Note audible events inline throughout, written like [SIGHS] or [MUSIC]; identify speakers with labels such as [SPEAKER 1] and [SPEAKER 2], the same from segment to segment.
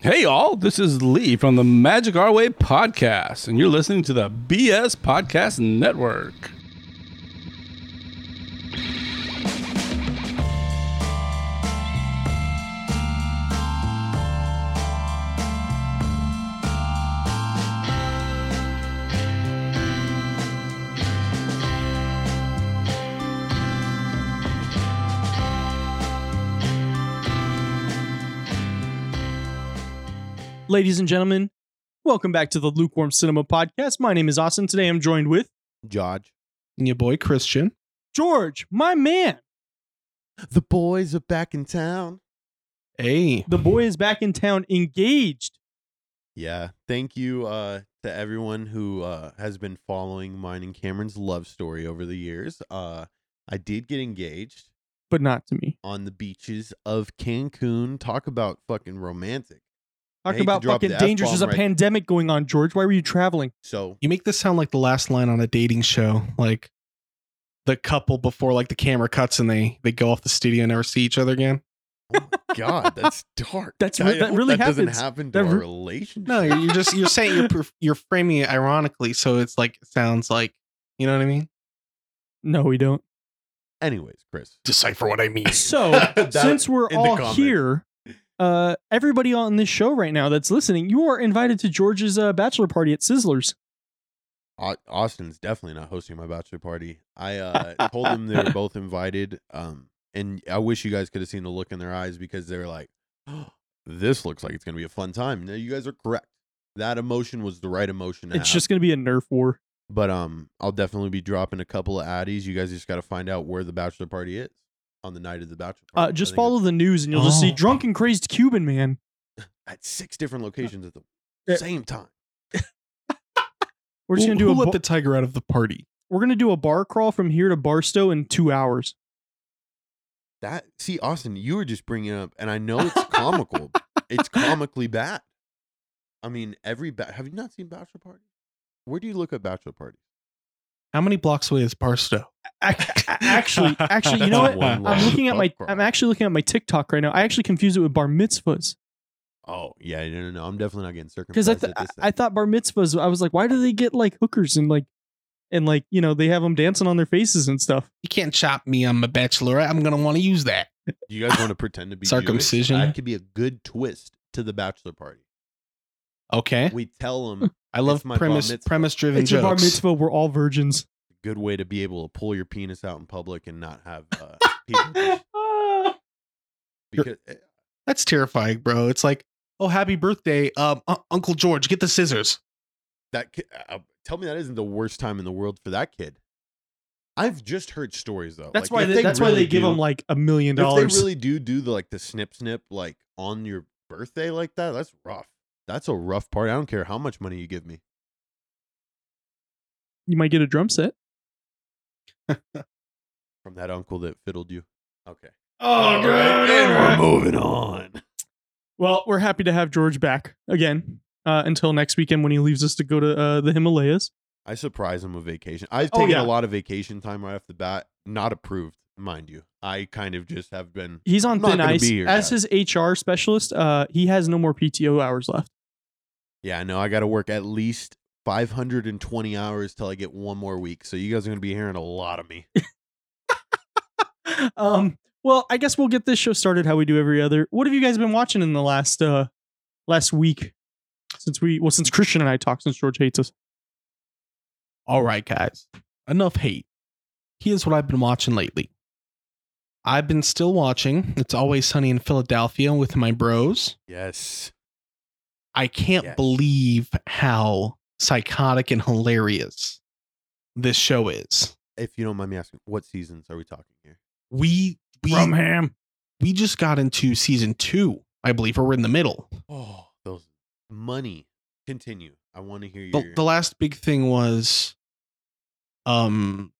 [SPEAKER 1] Hey, all, this is Lee from the Magic Our Way podcast, and you're listening to the BS Podcast Network.
[SPEAKER 2] Ladies and gentlemen, welcome back to the Lukewarm Cinema Podcast. My name is Austin. Today I'm joined with
[SPEAKER 3] George.
[SPEAKER 4] Your boy Christian.
[SPEAKER 2] George, my man.
[SPEAKER 3] The boys are back in town.
[SPEAKER 4] Hey.
[SPEAKER 2] The boy is back in town, engaged.
[SPEAKER 3] Yeah. Thank you uh, to everyone who uh, has been following mine and Cameron's love story over the years. Uh, I did get engaged
[SPEAKER 2] But not to me.
[SPEAKER 3] on the beaches of Cancun. Talk about fucking romantic. I
[SPEAKER 2] Talk
[SPEAKER 3] hate to
[SPEAKER 2] about
[SPEAKER 3] drop
[SPEAKER 2] fucking
[SPEAKER 3] the
[SPEAKER 2] dangers. There's a
[SPEAKER 3] F-bomb right-
[SPEAKER 2] pandemic going on, George. Why were you traveling?
[SPEAKER 3] So,
[SPEAKER 4] You make this sound like the last line on a dating show, like the couple before like the camera cuts and they they go off the studio and never see each other again.
[SPEAKER 3] God, that's dark.
[SPEAKER 2] That's
[SPEAKER 3] I
[SPEAKER 2] re- that
[SPEAKER 3] hope
[SPEAKER 2] really
[SPEAKER 3] [LAUGHS] that doesn't
[SPEAKER 2] happens.
[SPEAKER 3] happen to
[SPEAKER 2] That
[SPEAKER 3] our
[SPEAKER 2] re-
[SPEAKER 3] relationship.
[SPEAKER 4] No, you're just you're saying you're perf- [LAUGHS] you're framing it ironically, so it's like it sounds like you know what I mean.
[SPEAKER 2] No, we
[SPEAKER 3] [LAUGHS]
[SPEAKER 2] don't.
[SPEAKER 3] Anyways, Chris.
[SPEAKER 4] Decipher what I [LAUGHS] mean.
[SPEAKER 2] So,
[SPEAKER 3] That-
[SPEAKER 2] since we're
[SPEAKER 3] in the
[SPEAKER 2] all
[SPEAKER 3] comments.
[SPEAKER 2] here, uh, everybody on this show right now that's listening, you are invited to George's uh, bachelor party at Sizzlers.
[SPEAKER 3] Au- Austin's definitely not hosting my bachelor party. I uh, told
[SPEAKER 2] [LAUGHS]
[SPEAKER 3] them they were both invited, um, and I wish you guys could have seen the look in their eyes because they were like, "Oh, "This looks like it's gonna be a fun time." No, you guys are correct. That emotion was the right emotion. To
[SPEAKER 2] It's
[SPEAKER 3] have.
[SPEAKER 2] just going to be a Nerf war.
[SPEAKER 3] but um, I'll definitely be dropping a couple of addies. You guys just got to find out where the bachelor party is on the night of the bachelor. Party.
[SPEAKER 2] Uh,
[SPEAKER 3] I
[SPEAKER 2] just
[SPEAKER 3] think
[SPEAKER 2] follow the news and you'll just see
[SPEAKER 4] Oh.
[SPEAKER 2] drunk and crazed Cuban man.
[SPEAKER 3] it's at six different locations at the
[SPEAKER 2] Uh,
[SPEAKER 3] same time.
[SPEAKER 2] We're just going to do
[SPEAKER 4] who
[SPEAKER 2] a
[SPEAKER 4] let
[SPEAKER 2] bu-
[SPEAKER 4] the tiger out of the party.
[SPEAKER 2] we're gonna do a bar crawl from here to Barstow in two hours.
[SPEAKER 3] That see, Austin, you were just bringing up, and I know it's comical. it's comically bad. I mean, every ba- have you not seen Bachelor Party? Where do you look at Bachelor Party?
[SPEAKER 4] How many blocks away is Barstow?
[SPEAKER 2] Actually, actually, you know
[SPEAKER 3] That's [LAUGHS]
[SPEAKER 2] what?
[SPEAKER 3] one
[SPEAKER 2] I'm
[SPEAKER 3] long
[SPEAKER 2] looking at my
[SPEAKER 3] pub crawl.
[SPEAKER 2] I'm actually looking at my TikTok right now. I actually confused it with bar mitzvahs
[SPEAKER 3] Oh yeah, no, no, no. I'm definitely not getting circumcised.
[SPEAKER 2] because I, th-
[SPEAKER 3] at this
[SPEAKER 2] I I thought bar mitzvahs. I was like, why do they get like hookers and like and like you know they have them dancing on their faces and stuff.
[SPEAKER 4] [LAUGHS] You can't chop me. I'm a bachelorette. I'm gonna want to use that.
[SPEAKER 3] thing. do you guys want to pretend to be Jewish?
[SPEAKER 4] Circumcision.
[SPEAKER 3] That could be a good twist to the Bachelor Party.
[SPEAKER 2] Eh.
[SPEAKER 4] Okay.
[SPEAKER 3] We tell them
[SPEAKER 2] [LAUGHS]
[SPEAKER 4] I love
[SPEAKER 3] it's my bar
[SPEAKER 4] premise
[SPEAKER 3] mitzvah.
[SPEAKER 4] premise driven
[SPEAKER 2] It's a bar
[SPEAKER 4] jokes.
[SPEAKER 2] mitzvah. We're all virgins.
[SPEAKER 3] a good way to be able to pull your penis out in public and not have
[SPEAKER 2] [LAUGHS]
[SPEAKER 3] uh, people
[SPEAKER 4] [LAUGHS]
[SPEAKER 3] because eh,
[SPEAKER 4] That's terrifying, bro. It's like, oh, happy birthday, um, Un- Uncle George. Get the scissors.
[SPEAKER 3] that ki- uh, tell me that isn't the worst time in the world for that kid. I've just heard stories though.
[SPEAKER 2] That's
[SPEAKER 3] Like,
[SPEAKER 2] why
[SPEAKER 3] if
[SPEAKER 2] they, that's why
[SPEAKER 3] really
[SPEAKER 2] they give
[SPEAKER 3] do-
[SPEAKER 2] them like a million
[SPEAKER 3] If they
[SPEAKER 2] dollars.
[SPEAKER 3] really do do the like the snip snip like on your birthday like that, that's rough. That's a rough part. I don't care how much money you give me.
[SPEAKER 2] You might get a drum set.
[SPEAKER 3] from that uncle that fiddled you.
[SPEAKER 2] [LAUGHS]
[SPEAKER 3] Okay.
[SPEAKER 2] Oh,
[SPEAKER 3] And we're moving on.
[SPEAKER 2] Well, we're happy to have George back again uh, until next weekend when he leaves us to go to uh, the Himalayas.
[SPEAKER 3] I surprise him with vacation. I've
[SPEAKER 2] Oh,
[SPEAKER 3] taken
[SPEAKER 2] yeah.
[SPEAKER 3] a lot of vacation time right off the bat. Not approved, mind you. I kind of just have been.
[SPEAKER 2] He's on
[SPEAKER 3] I'm not
[SPEAKER 2] thin
[SPEAKER 3] gonna
[SPEAKER 2] ice.
[SPEAKER 3] be here,
[SPEAKER 2] As
[SPEAKER 3] guys.
[SPEAKER 2] his HR specialist, uh, he has no more PTO hours left.
[SPEAKER 3] Yeah, I know. I got to work at least 520 hours till I get one more week. So you guys are going to be hearing a lot of me.
[SPEAKER 2] Um, well, I guess we'll get this show started how we do every other. What have you guys been watching in the last uh, last week since we well since Christian and I talked since George hates us?
[SPEAKER 4] All right, guys. Enough hate. Here's what I've been watching lately. I've been still watching It's Always Sunny in Philadelphia with my bros.
[SPEAKER 3] Yes.
[SPEAKER 4] I can't
[SPEAKER 3] Yes.
[SPEAKER 4] believe how psychotic and hilarious this show is.
[SPEAKER 3] If you don't mind me asking, what seasons are we talking here?
[SPEAKER 4] We we
[SPEAKER 2] Rumham.
[SPEAKER 4] we just got into season 2, I believe, or we're in the middle.
[SPEAKER 3] Oh, those money. Continue. I want to hear your.
[SPEAKER 4] the, the last big thing was um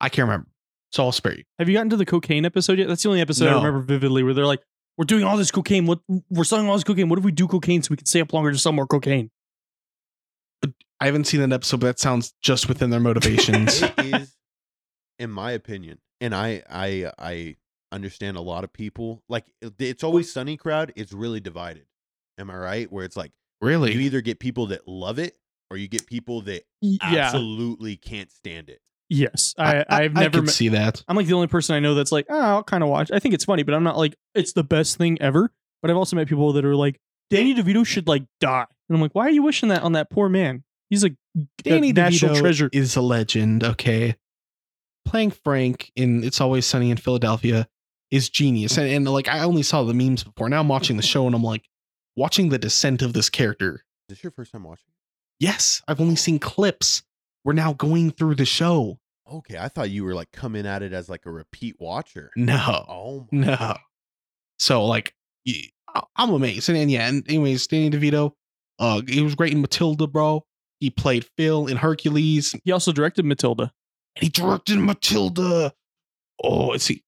[SPEAKER 4] i can't remember so i'll spare you
[SPEAKER 2] Have you gotten to the cocaine episode yet? That's the only episode I
[SPEAKER 4] No.
[SPEAKER 2] remember vividly where they're like, "We're doing all this cocaine. What we're selling all this cocaine. What if we do cocaine so we can stay up longer to sell more cocaine?"
[SPEAKER 4] i haven't seen that episode but that sounds just within their
[SPEAKER 3] [LAUGHS]
[SPEAKER 4] motivations
[SPEAKER 3] it is in my opinion and i i i understand a lot of people like it- it's always sunny crowd it's really divided Am I right? Where it's like you
[SPEAKER 4] Really?
[SPEAKER 3] either get people that love it or you get people that
[SPEAKER 2] Y- Yeah.
[SPEAKER 3] absolutely can't stand it.
[SPEAKER 2] Yes. I, I, have
[SPEAKER 4] I
[SPEAKER 2] never
[SPEAKER 4] could
[SPEAKER 2] met.
[SPEAKER 4] see that.
[SPEAKER 2] I'm like the only person I know that's like, oh, I'll kind of watch. I think it's funny, but I'm not like it's the best thing ever. But I've also met people that are like, Danny DeVito should like die, and I'm like, why are you wishing that on that poor man? He's a, a
[SPEAKER 4] Danny
[SPEAKER 2] national
[SPEAKER 4] DeVito
[SPEAKER 2] treasure.
[SPEAKER 4] is a legend. Okay, playing Frank in "It's Always Sunny in Philadelphia" is genius, and, and like I only saw the memes before. Now I'm watching the show, and I'm like watching the descent of this character.
[SPEAKER 3] Is this your first time watching?
[SPEAKER 4] Yes, I've only seen clips. We're now going through the show.
[SPEAKER 3] Okay, I thought you were like coming at it as like a repeat watcher.
[SPEAKER 4] No,
[SPEAKER 3] Oh my
[SPEAKER 4] no. So like, y- I- I'm amazed, and, and yeah. And anyways, Danny DeVito, uh, he was great in Matilda, bro. He played Phil in Hercules.
[SPEAKER 2] He also directed Matilda.
[SPEAKER 4] and he directed Matilda. Oh, it's he.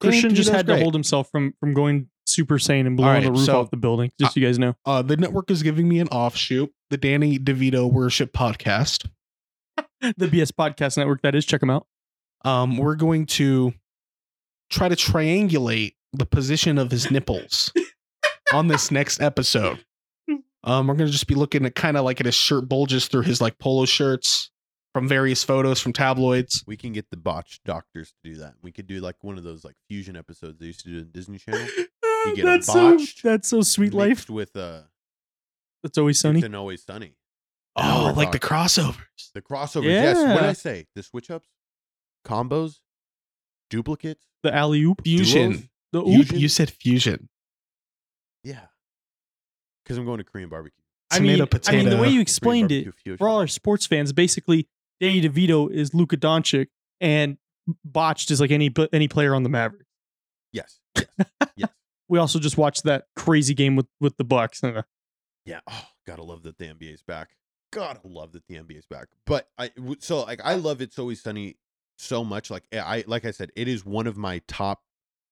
[SPEAKER 2] Christian just had to
[SPEAKER 4] great.
[SPEAKER 2] hold himself from from going super sane and blowing
[SPEAKER 4] All right,
[SPEAKER 2] the roof
[SPEAKER 4] so-
[SPEAKER 2] off the building. Just so you guys know,
[SPEAKER 4] Uh, the network is giving me an offshoot, the Danny DeVito Worship Podcast.
[SPEAKER 2] the BS Podcast Network. That is, check him out.
[SPEAKER 4] Um, we're going to try to triangulate the position of his [LAUGHS] nipples on this next episode. Um, we're gonna just be looking at kind of like at his shirt bulges through his like polo shirts from various photos from tabloids.
[SPEAKER 3] We can get the botched doctors to do that. We could do like one of those like fusion episodes they used to do in Disney Channel. You get
[SPEAKER 2] Ah, that's so
[SPEAKER 3] botched,
[SPEAKER 2] that's so [GASPS] sweet life.
[SPEAKER 3] mixed with uh,
[SPEAKER 2] That's always
[SPEAKER 3] Sunny
[SPEAKER 2] sunny.
[SPEAKER 3] and Always Sunny. Now
[SPEAKER 4] Oh,
[SPEAKER 3] we're
[SPEAKER 4] like the
[SPEAKER 3] talking.
[SPEAKER 4] crossovers.
[SPEAKER 3] the crossover. Yes, what did
[SPEAKER 2] Yeah.
[SPEAKER 3] I say? The switch ups, combos, duplicates,
[SPEAKER 2] The alley oop.
[SPEAKER 4] Fusion.
[SPEAKER 3] duos?
[SPEAKER 2] The
[SPEAKER 4] You,
[SPEAKER 2] oop.
[SPEAKER 3] Fusion?
[SPEAKER 4] you said fusion.
[SPEAKER 3] Yeah, because I'm going to Korean barbecue.
[SPEAKER 2] I mean,
[SPEAKER 4] Tomato,
[SPEAKER 2] I mean, the
[SPEAKER 4] potato.
[SPEAKER 2] way you
[SPEAKER 3] Korean
[SPEAKER 2] explained it,
[SPEAKER 3] barbecue fusion.
[SPEAKER 2] for all our sports fans, basically Danny DeVito is Luka Doncic, and botched is like any but any player on the Mavericks.
[SPEAKER 3] Yes.
[SPEAKER 2] [LAUGHS]
[SPEAKER 3] yes.
[SPEAKER 2] We also just watched that crazy game with with the Bucks. And, uh,
[SPEAKER 3] Yeah. Oh, gotta love that the NBA's back. Gotta love that the NBA's back. But I w- so like I love it's always sunny so much. Like eh, I like I said, it is one of my top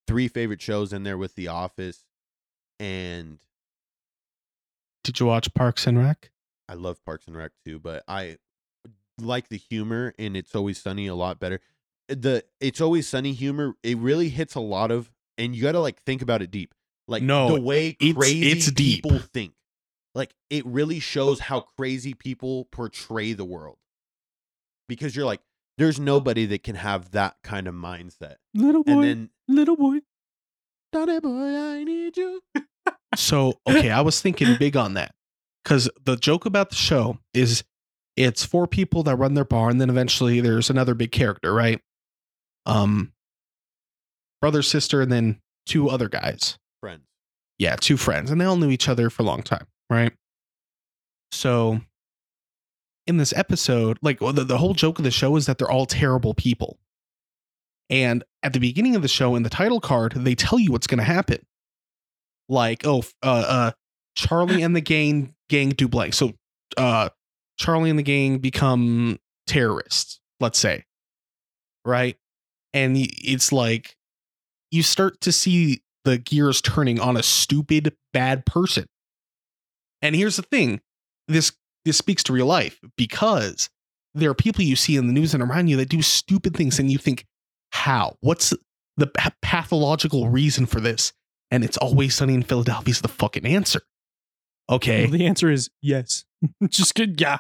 [SPEAKER 3] three favorite shows in there with The Office, and
[SPEAKER 4] Did you watch Parks and Rec?
[SPEAKER 3] I love Parks and Rec too. But I like the humor in It's Always Sunny a lot better. The It's Always Sunny humor it really hits a lot of, and you gotta like think about it deep. Like
[SPEAKER 4] No,
[SPEAKER 3] the way
[SPEAKER 4] it's-
[SPEAKER 3] crazy
[SPEAKER 4] it's deep.
[SPEAKER 3] people think. Like it really shows how crazy people portray the world. Because you're like, there's nobody that can have that kind of mindset.
[SPEAKER 2] little boy,
[SPEAKER 3] And then
[SPEAKER 2] little boy.
[SPEAKER 3] Donny boy, I need you.
[SPEAKER 4] So, okay, I was thinking big on that because the joke about the show is it's four people that run their bar, and then eventually there's another big character, right? Um, brother, sister, and then two other guys.
[SPEAKER 3] Friends.
[SPEAKER 4] Yeah, two friends, and they all knew each other for a long time, right? So, in this episode, like well, the, the whole joke of the show is that they're all terrible people. And at the beginning of the show, in the title card, they tell you what's going to happen. Like, oh, f- uh, uh, Charlie and the gang gang do blank. So, uh, Charlie and the gang become terrorists, let's say, right? And y- it's like you start to see the gears turning on a stupid bad person. And here's the thing: this this speaks to real life because there are people you see in the news and around you that do stupid things, and you think, how? What's the p- pathological reason for this? And it's always sunny in Philadelphia is the fucking answer. Okay.
[SPEAKER 2] Well, the answer is yes. [LAUGHS] just good, yeah.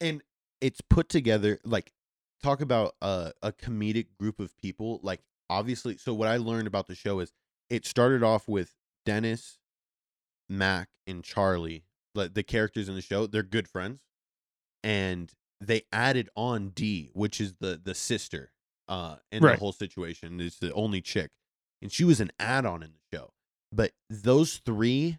[SPEAKER 3] and it's put together like talk about a, a comedic group of people like obviously so what i learned about the show is it started off with dennis mac and charlie like the characters in the show they're good friends and they added on d which is the the sister uh in
[SPEAKER 2] Right.
[SPEAKER 3] the whole situation is the only chick and she was an add-on in the show but those three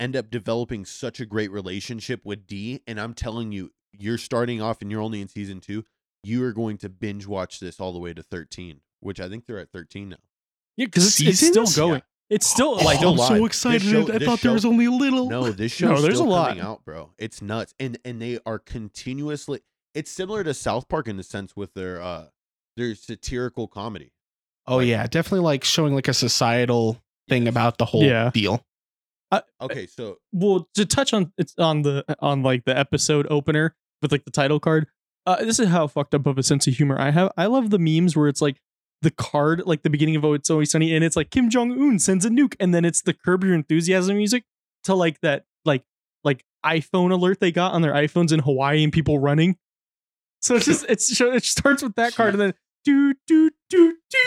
[SPEAKER 3] end up developing such a great relationship with D. And I'm telling you, you're starting off and you're only in season two. You are going to binge watch this all the way to 13, which I think they're at 13 now.
[SPEAKER 2] Yeah, because it's, it's still
[SPEAKER 4] Seasons?
[SPEAKER 2] going. It's still
[SPEAKER 3] Oh,
[SPEAKER 2] like
[SPEAKER 3] I'm so
[SPEAKER 4] so
[SPEAKER 3] live. excited.
[SPEAKER 4] excited!
[SPEAKER 3] This show-
[SPEAKER 4] I
[SPEAKER 3] I this thought
[SPEAKER 4] thought
[SPEAKER 3] there
[SPEAKER 4] there
[SPEAKER 3] show- was
[SPEAKER 4] was only a little.
[SPEAKER 3] No,
[SPEAKER 2] [LAUGHS]
[SPEAKER 3] this
[SPEAKER 2] No,
[SPEAKER 3] show's
[SPEAKER 2] there's a
[SPEAKER 3] still
[SPEAKER 2] lot.
[SPEAKER 3] coming out, bro. It's nuts, and and they are continuously. It's similar to South Park in the sense with their uh their satirical comedy.
[SPEAKER 4] Oh yeah, definitely like showing like a societal thing about the whole
[SPEAKER 2] Yeah.
[SPEAKER 4] deal.
[SPEAKER 3] Okay, so
[SPEAKER 2] well to touch on it's on the on like the episode opener with like the title card uh this is how fucked up of a sense of humor i have i love the memes where it's like the card like the beginning of oh it's always sunny and it's like kim jong-un sends a nuke and then it's the curb your enthusiasm music to like that like like iPhone alert they got on their iPhones in Hawaii and people running. So it's just it's so it starts with that card and then do do do do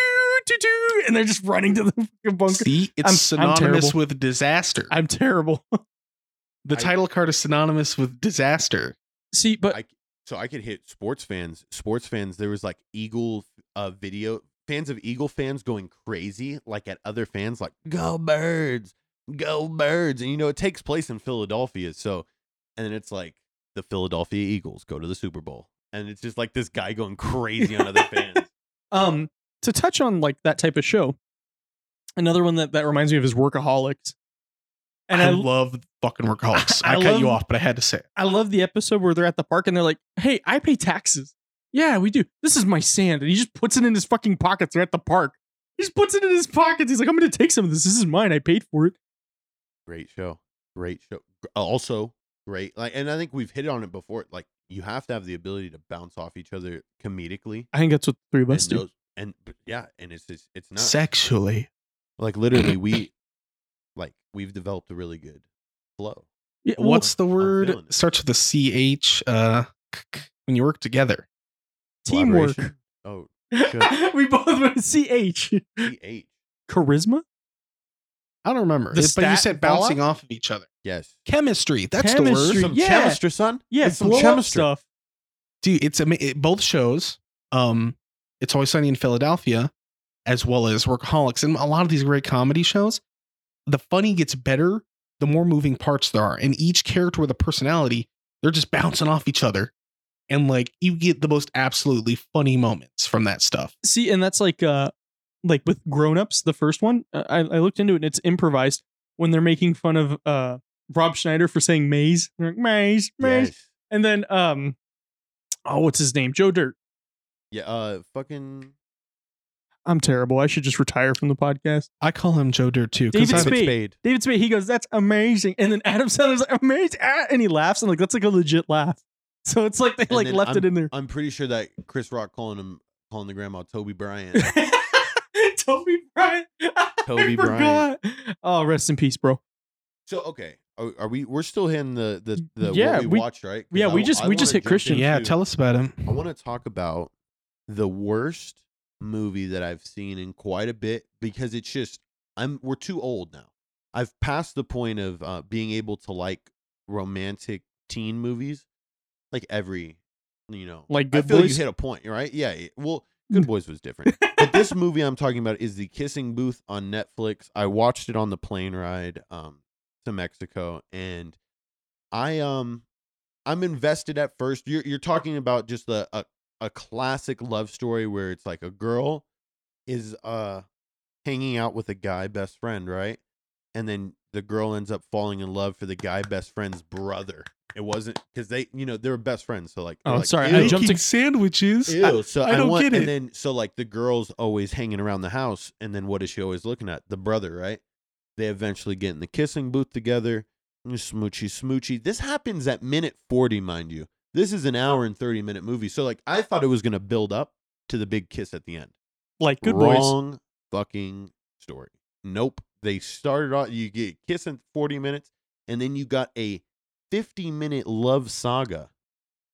[SPEAKER 2] do do and they're just running to the fucking bunker.
[SPEAKER 4] See, it's
[SPEAKER 2] I'm- I'm
[SPEAKER 4] synonymous
[SPEAKER 2] terrible.
[SPEAKER 4] with disaster.
[SPEAKER 2] I'm terrible.
[SPEAKER 4] the
[SPEAKER 3] I-
[SPEAKER 4] title card is synonymous with disaster.
[SPEAKER 2] See, but
[SPEAKER 3] I- so I could hit sports fans. Sports fans, there was like Eagle uh, video fans of Eagle fans going crazy, like at other fans, like "Go Birds, Go Birds," and you know it takes place in Philadelphia. So, and then it's like the Philadelphia Eagles go to the Super Bowl, and it's just like this guy going crazy on other fans.
[SPEAKER 2] um to touch on like that type of show, another one that that reminds me of is Workaholics. And
[SPEAKER 4] I,
[SPEAKER 2] I,
[SPEAKER 4] love fucking workaholics.
[SPEAKER 2] I
[SPEAKER 4] I, cut you
[SPEAKER 2] love-
[SPEAKER 4] off, but I had to say it.
[SPEAKER 2] I love the episode where they're at the park and they're like, "Hey, I pay taxes." Yeah, we do. This is my sand, and he just puts it in his fucking pockets. They're at the park. He just puts it in his pockets. He's like, "I'm gonna take some of this. This is mine. I paid for it."
[SPEAKER 3] Great show. Great show. Gr- Also great. Like and I think we've hit on it before. Like you have to have the ability to bounce off each other comedically.
[SPEAKER 2] I think that's what the three of
[SPEAKER 3] And,
[SPEAKER 2] us do.
[SPEAKER 3] those- and but yeah, and it's just it's not
[SPEAKER 4] Sexually.
[SPEAKER 3] like literally we like we've developed a really good flow.
[SPEAKER 2] Yeah, well,
[SPEAKER 4] What's the
[SPEAKER 3] I'm
[SPEAKER 4] word?
[SPEAKER 3] feeling it.
[SPEAKER 4] Starts with a CH uh, k- k- when you work together.
[SPEAKER 2] teamwork? [LAUGHS]
[SPEAKER 3] Collaboration. Oh,
[SPEAKER 2] we both went CH.
[SPEAKER 3] CH.
[SPEAKER 2] Charisma.
[SPEAKER 4] I don't remember.
[SPEAKER 2] The
[SPEAKER 4] It- but you
[SPEAKER 2] stat
[SPEAKER 4] said
[SPEAKER 2] fallout?
[SPEAKER 4] bouncing off of each other.
[SPEAKER 3] Yes.
[SPEAKER 4] Chemistry. That's the
[SPEAKER 2] Chemistry.
[SPEAKER 4] word.
[SPEAKER 3] Some
[SPEAKER 2] yeah.
[SPEAKER 3] chemistry, son.
[SPEAKER 2] Yeah,
[SPEAKER 3] It's some
[SPEAKER 2] blow up
[SPEAKER 3] chemistry.
[SPEAKER 2] stuff.
[SPEAKER 4] Dude, it's ama- it, both shows. Um, it's always sunny in Philadelphia, as well as Workaholics, and a lot of these great comedy shows. The funny gets better the more moving parts there are, and each character with a personality, they're just bouncing off each other, and like you get the most absolutely funny moments from that stuff.
[SPEAKER 2] see and that's like uh like with grown-ups the first one uh, i, I looked into it and it's improvised when they're making fun of uh rob schneider for saying maze they're like maze maze
[SPEAKER 3] Yes.
[SPEAKER 2] and then um oh what's his name joe dirt
[SPEAKER 3] Yeah, uh fucking
[SPEAKER 2] i'm terrible i should just retire from the podcast
[SPEAKER 4] I call him Joe Dirt too. 'cause
[SPEAKER 2] David
[SPEAKER 4] I've-
[SPEAKER 2] Spade. david spade he goes that's amazing and then adam sandler's like amazing ah, and he laughs and like that's like a legit laugh [LAUGHS] so it's like they like
[SPEAKER 3] then
[SPEAKER 2] left it in there [LAUGHS]
[SPEAKER 3] I'm pretty sure that Chris Rock calling him calling the grandma Toby Bryant.
[SPEAKER 2] Toby Bryant. [LAUGHS]
[SPEAKER 3] Toby
[SPEAKER 2] I
[SPEAKER 3] Bryant.
[SPEAKER 2] forgot. Oh, rest in peace, bro.
[SPEAKER 3] So okay, are, are we? We're still hitting the the the
[SPEAKER 2] Yeah,
[SPEAKER 3] what we,
[SPEAKER 2] we-
[SPEAKER 3] watch right? 'Cause
[SPEAKER 2] yeah,
[SPEAKER 3] I-
[SPEAKER 2] we just-
[SPEAKER 3] I
[SPEAKER 2] we just
[SPEAKER 3] wanna
[SPEAKER 2] hit
[SPEAKER 3] jump
[SPEAKER 2] Christian.
[SPEAKER 4] Yeah,
[SPEAKER 3] into-
[SPEAKER 4] tell us about him. [CLEARS THROAT]
[SPEAKER 3] I want to talk about the worst movie that I've seen in quite a bit because it's just I'm we're too old now. I've passed the point of uh, being able to like romantic teen movies, like every you know,
[SPEAKER 2] Like
[SPEAKER 3] I
[SPEAKER 2] Good
[SPEAKER 3] feel like
[SPEAKER 2] Boys?
[SPEAKER 3] you hit a point, right? Yeah. yeah.
[SPEAKER 2] [LAUGHS]
[SPEAKER 3] Well, Good Boys was different, but this movie I'm talking about is The Kissing Booth on Netflix. I watched it on the plane ride um, to Mexico, and I um I'm invested at first. You're you're talking about just a a, a classic love story where it's like a girl is uh hanging out with a guy best friend, right? And then the girl ends up falling in love for the guy best friend's brother. It wasn't because they, you know, they were best friends. So like, they're
[SPEAKER 2] Oh,
[SPEAKER 3] like,
[SPEAKER 2] sorry,
[SPEAKER 3] "Ew."
[SPEAKER 2] I jumped to- Uh,
[SPEAKER 4] sandwiches.
[SPEAKER 3] Ew. So I,
[SPEAKER 4] I don't
[SPEAKER 3] want,
[SPEAKER 4] get it.
[SPEAKER 3] And then so like the girl's always hanging around the house, and then what is she always looking at? The brother, right? They eventually get in the kissing booth together. Smoochy, smoochy. This happens at minute forty, mind you. This is an hour and thirty minute movie. So like I thought it was gonna build up to the big kiss at the end.
[SPEAKER 2] Like Good Boys.
[SPEAKER 3] Wrong fucking story. Nope. They started off. You get kiss in forty minutes, and then you got a fifty minute love saga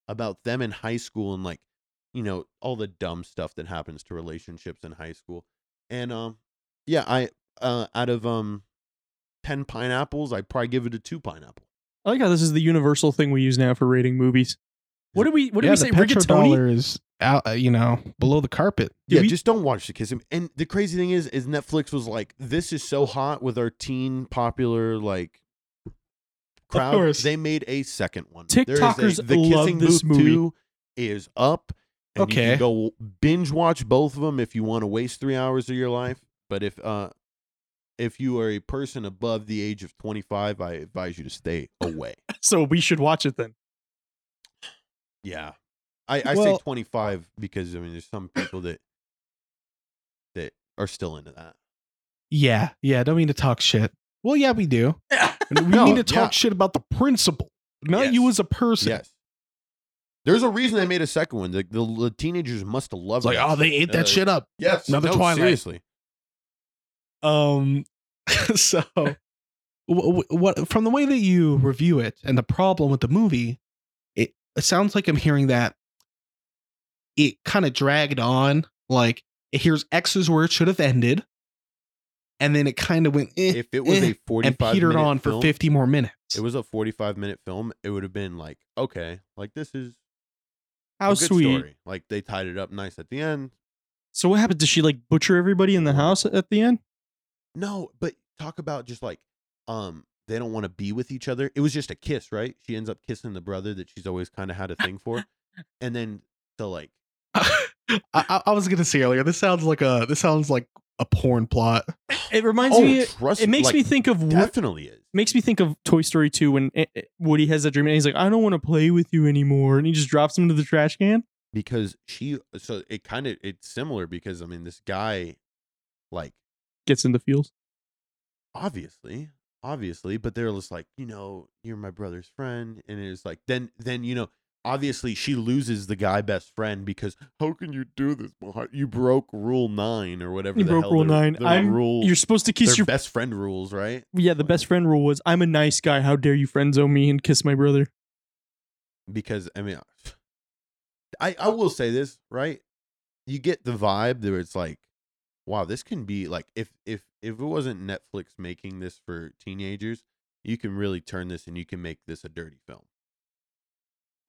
[SPEAKER 3] about them in high school and like you know all the dumb stuff that happens to relationships in high school and um yeah i uh out of um 10 pineapples i probably give it a 2 pineapple
[SPEAKER 2] I like how this is the universal thing we use now for rating movies. What do we? What do
[SPEAKER 4] yeah,
[SPEAKER 2] we
[SPEAKER 4] the
[SPEAKER 2] say? Rigatoni.
[SPEAKER 4] petrodollar is out, uh, you know, below the carpet.
[SPEAKER 2] Do
[SPEAKER 3] yeah
[SPEAKER 2] we-
[SPEAKER 3] just don't watch the kiss him and the crazy thing is is netflix was like this is so hot with our teen popular like crowd
[SPEAKER 4] course.
[SPEAKER 3] they made a second one There is a-
[SPEAKER 2] TikTokers love this movie.
[SPEAKER 3] 2 is up and you
[SPEAKER 4] Okay.
[SPEAKER 3] can go binge watch both of them if you want to waste three hours of your life but if uh if you are a person above the age of 25 i advise you to stay away
[SPEAKER 2] [LAUGHS] So we should watch it then.
[SPEAKER 3] yeah i i say
[SPEAKER 4] Well-
[SPEAKER 3] 25 because i mean there's some people that that are still into that
[SPEAKER 4] Yeah, yeah. Don't mean to talk shit. Well, yeah,
[SPEAKER 3] [LAUGHS]
[SPEAKER 4] we do. And we
[SPEAKER 3] No,
[SPEAKER 4] need to talk
[SPEAKER 3] yeah.
[SPEAKER 4] shit about the principle, not
[SPEAKER 3] Yes.
[SPEAKER 4] you as a person.
[SPEAKER 3] yes there's a reason they made a second one. The, the, the teenagers must have
[SPEAKER 4] It's
[SPEAKER 3] loved
[SPEAKER 4] like,
[SPEAKER 3] that
[SPEAKER 4] oh,
[SPEAKER 3] shit.
[SPEAKER 4] they ate that
[SPEAKER 3] Uh,
[SPEAKER 4] shit up.
[SPEAKER 3] Yes.
[SPEAKER 4] [LAUGHS] Another
[SPEAKER 3] no,
[SPEAKER 4] Twilight. [LAUGHS]
[SPEAKER 3] Seriously.
[SPEAKER 4] Um, so Um, wh- wh- what from the way that you review it and the problem with the movie, it, it sounds like I'm hearing that it kind of dragged on. Like here's X is where it should have ended, and then it kind of went eh,
[SPEAKER 3] If it was
[SPEAKER 4] eh,
[SPEAKER 3] a
[SPEAKER 4] and
[SPEAKER 3] forty-five
[SPEAKER 4] petered
[SPEAKER 3] minute
[SPEAKER 4] on for
[SPEAKER 3] film,
[SPEAKER 4] 50 more minutes.
[SPEAKER 3] It was a forty-five minute film. It would have been like okay, like this is a
[SPEAKER 2] How
[SPEAKER 3] good
[SPEAKER 2] sweet.
[SPEAKER 3] Story. Like they tied it up nice at the end.
[SPEAKER 2] So what happens? Does she like butcher everybody in the house at the end?
[SPEAKER 3] No, but talk about just like um they don't want to be with each other. It was just a kiss, right? She ends up kissing the brother that she's always kind of had a thing
[SPEAKER 4] [LAUGHS]
[SPEAKER 3] for, and then so like
[SPEAKER 4] I, I, I was gonna say earlier. This sounds like a this sounds like a porn plot.
[SPEAKER 2] It reminds me.
[SPEAKER 3] trust
[SPEAKER 2] It makes
[SPEAKER 3] Oh, like,
[SPEAKER 2] me think of Wo-
[SPEAKER 3] definitely is.
[SPEAKER 2] makes me think of Toy Story 2 when eh, eh, Woody has that dream and he's like, I don't want to play with you anymore. And he just drops him into the trash can.
[SPEAKER 3] because she so it kind of it's similar because i mean this guy like
[SPEAKER 2] Gets in the fields.
[SPEAKER 3] obviously obviously but they're just like you know you're my brother's friend and it's like then then you know obviously she loses the guy best friend because how can you do this behind you broke rule nine or whatever
[SPEAKER 2] You
[SPEAKER 3] the
[SPEAKER 2] broke
[SPEAKER 3] hell
[SPEAKER 2] rule
[SPEAKER 3] their-
[SPEAKER 2] nine.
[SPEAKER 3] their
[SPEAKER 2] I'm-
[SPEAKER 3] rule
[SPEAKER 2] You're supposed to
[SPEAKER 3] their
[SPEAKER 2] kiss your
[SPEAKER 3] best friend rules right
[SPEAKER 2] yeah. The best friend rule was I'm a nice guy. How dare you friend zone me and kiss my brother?
[SPEAKER 3] because I mean, I I will say this right. You get the vibe that it's like, wow, this can be like if if if it wasn't Netflix making this for teenagers, you can really turn this and you can make this a dirty film.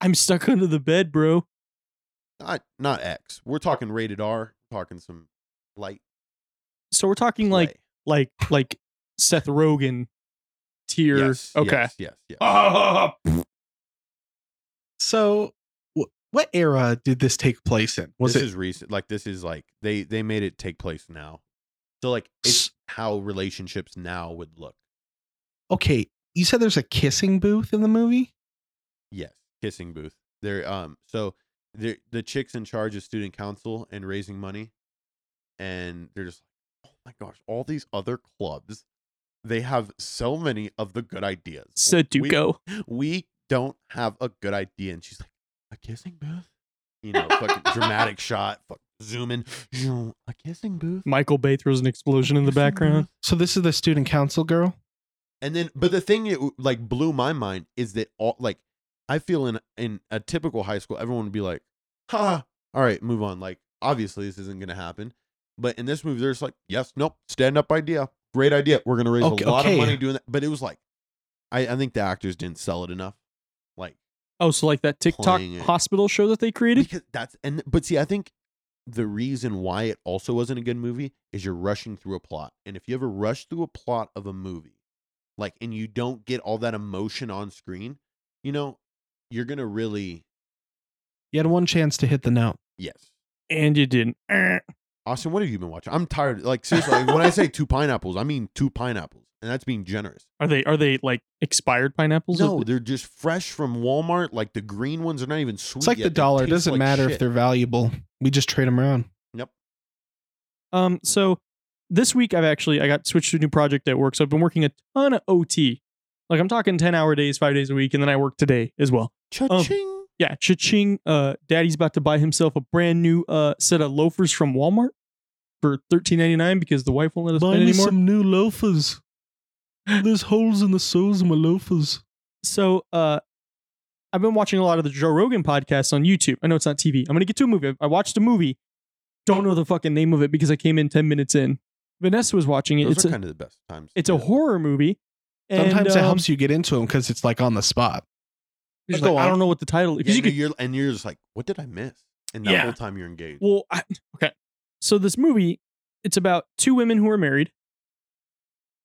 [SPEAKER 2] I'm stuck [LAUGHS] under the bed, bro.
[SPEAKER 3] Not not X. We're talking rated R. We're talking some light.
[SPEAKER 2] So we're talking like
[SPEAKER 3] play.
[SPEAKER 2] like like Seth Rogen tier.
[SPEAKER 3] Yes,
[SPEAKER 2] okay.
[SPEAKER 3] Yes. Yes. yes.
[SPEAKER 1] Ah,
[SPEAKER 4] So, wh- what era did this take place in? Was
[SPEAKER 3] this
[SPEAKER 4] it
[SPEAKER 3] is recent? Like this is like they they made it take place now. So like it's how relationships now would look.
[SPEAKER 4] okay? You said there's a kissing booth in the movie.
[SPEAKER 3] Yes, kissing booth. They're um so they the chicks in charge of student council and raising money, and they're just like, oh my gosh, all these other clubs, they have so many of the good ideas.
[SPEAKER 2] Sudoku.
[SPEAKER 3] We, we don't have a good idea, and she's like, a kissing booth, you know, fucking dramatic shot, fuck, zoom in, you know, a kissing booth.
[SPEAKER 2] Michael Bay throws an explosion in the
[SPEAKER 3] kissing
[SPEAKER 2] background.
[SPEAKER 3] [LAUGHS] booth."
[SPEAKER 4] So this is the student council girl.
[SPEAKER 3] And then, but the thing that like blew my mind is that all like I feel in in a typical high school, everyone would be like, "Ha, all right, move on." Like obviously this isn't gonna happen, but in this movie, they're just like, "Yes, nope, stand up idea, great idea. We're gonna raise
[SPEAKER 4] Okay-
[SPEAKER 3] a lot
[SPEAKER 4] okay.
[SPEAKER 3] of money doing that." But it was like, I I think the actors didn't sell it enough, like
[SPEAKER 2] Oh, so like that TikTok
[SPEAKER 3] Playing it.
[SPEAKER 2] hospital show that they created?
[SPEAKER 3] because that's and but see, I think the reason why it also wasn't a good movie is you're rushing through a plot, and if you ever rush through a plot of a movie, like and you don't get all that emotion on screen, you know, you're gonna really
[SPEAKER 4] You had one chance to hit the note.
[SPEAKER 3] yes.
[SPEAKER 2] And you didn't. [CLEARS THROAT] Eh.
[SPEAKER 3] Austin, what have you been watching? I'm tired. Like seriously, like, when I say two pineapples, I mean two pineapples, and that's being generous.
[SPEAKER 2] Are they are they like expired pineapples?
[SPEAKER 3] No, they're just fresh from Walmart. Like the green ones are not even sweet.
[SPEAKER 4] It's like
[SPEAKER 3] yet.
[SPEAKER 4] the
[SPEAKER 3] They
[SPEAKER 4] dollar. It
[SPEAKER 3] taste
[SPEAKER 4] doesn't
[SPEAKER 3] like
[SPEAKER 4] matter if
[SPEAKER 3] shit.
[SPEAKER 4] they're valuable. We just trade them around.
[SPEAKER 2] Um, so this week I've actually I got switched to a new project at work, so I've been working a ton of OT. Like I'm talking ten hour days, five days a week, and then I work today as well.
[SPEAKER 3] Cha-ching.
[SPEAKER 2] Yeah, cha-ching. Uh, Daddy's about to buy himself a brand new uh set of loafers from Walmart for thirteen ninety nine because the wife won't let us
[SPEAKER 4] Buy
[SPEAKER 2] spend
[SPEAKER 4] me
[SPEAKER 2] anymore.
[SPEAKER 4] some new loafers. There's holes in the soles of my loafers.
[SPEAKER 2] so uh I've been watching a lot of the Joe Rogan podcasts on YouTube. I know it's not TV. I'm gonna get to a movie. I watched a movie. Don't know the fucking name of it because I came in ten minutes in. Vanessa was watching it.
[SPEAKER 3] Those
[SPEAKER 2] it's
[SPEAKER 3] are
[SPEAKER 2] a,
[SPEAKER 3] kind of the best times.
[SPEAKER 2] it's a horror movie. And,
[SPEAKER 4] Sometimes it
[SPEAKER 2] um,
[SPEAKER 4] helps you get into them because it's like on the spot.
[SPEAKER 2] You're just
[SPEAKER 4] Go
[SPEAKER 2] like, I
[SPEAKER 4] on.
[SPEAKER 2] don't know what the title
[SPEAKER 3] Yeah,
[SPEAKER 2] because you
[SPEAKER 3] no,
[SPEAKER 2] could.
[SPEAKER 3] you're, and you're just like, what did I miss? And that
[SPEAKER 2] Yeah.
[SPEAKER 3] whole time you're engaged.
[SPEAKER 2] Well, I, [SIGHS] okay. So this movie, it's about two women who are married.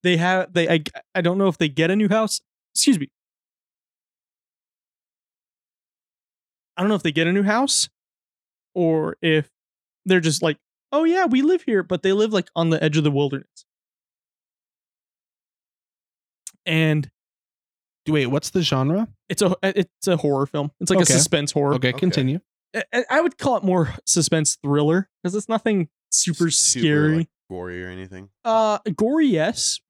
[SPEAKER 2] They have they I I don't know if they get a new house. Excuse me. I don't know if they get a new house, or if they're just like, oh yeah, we live here, but they live like on the edge of the wilderness. And
[SPEAKER 4] Wait, what's the genre?
[SPEAKER 2] it's a it's a horror film. It's like
[SPEAKER 4] Okay.
[SPEAKER 2] a suspense horror.
[SPEAKER 4] Okay,
[SPEAKER 3] Okay.
[SPEAKER 4] continue.
[SPEAKER 2] I- I I would call it more suspense thriller because it's nothing super, scary.
[SPEAKER 3] like, gory or anything.
[SPEAKER 2] uh, gory, yes,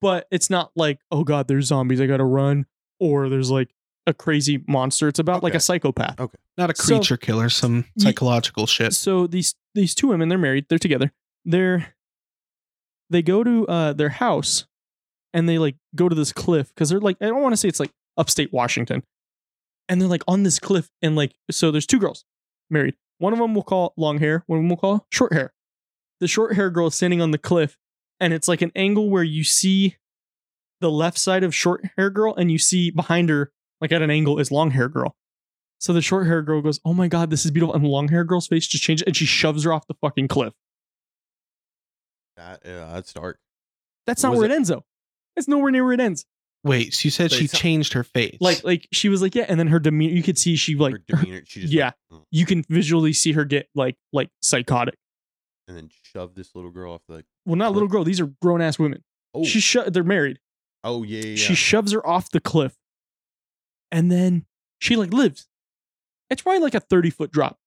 [SPEAKER 2] but it's not like oh god, there's zombies, I gotta run, or there's like a crazy monster. It's about like
[SPEAKER 3] Okay.
[SPEAKER 2] a psychopath.
[SPEAKER 4] Not a
[SPEAKER 2] So-
[SPEAKER 4] creature killer, some psychological shit.
[SPEAKER 2] So these these two women, they're married, they're together, they're they go to uh, their house, and they like go to this cliff because they're like I don't want to say it's like upstate Washington, and they're like on this cliff and like so there's two girls married. One of them will call long hair. One of them will call short hair. The short hair girl is standing on the cliff, and it's like an angle where you see the left side of short hair girl, and you see behind her like at an angle is long hair girl. So the short hair girl goes, "Oh my god, this is beautiful," and the long hair girl's face just changes, and she shoves her off the fucking cliff.
[SPEAKER 3] That, yeah, that's dark.
[SPEAKER 2] That's not
[SPEAKER 3] Was
[SPEAKER 2] where
[SPEAKER 3] it-
[SPEAKER 2] it ends though. It's nowhere near where it ends.
[SPEAKER 4] Wait, so you said
[SPEAKER 3] They
[SPEAKER 4] she
[SPEAKER 3] saw-
[SPEAKER 4] changed her face.
[SPEAKER 2] Like like she was like yeah, and then her demeanor you could see she like
[SPEAKER 3] her demeanor, she just
[SPEAKER 2] yeah.
[SPEAKER 3] went, "Mm,"
[SPEAKER 2] you can visually see her get like like psychotic.
[SPEAKER 3] and then shoved this little girl off the.
[SPEAKER 2] Well, not little girl. These are grown ass women.
[SPEAKER 3] Oh,
[SPEAKER 2] She sho- they're married.
[SPEAKER 3] oh yeah, yeah.
[SPEAKER 2] She
[SPEAKER 3] yeah.
[SPEAKER 2] shoves her off the cliff, and then she like lives. It's probably like a thirty foot drop.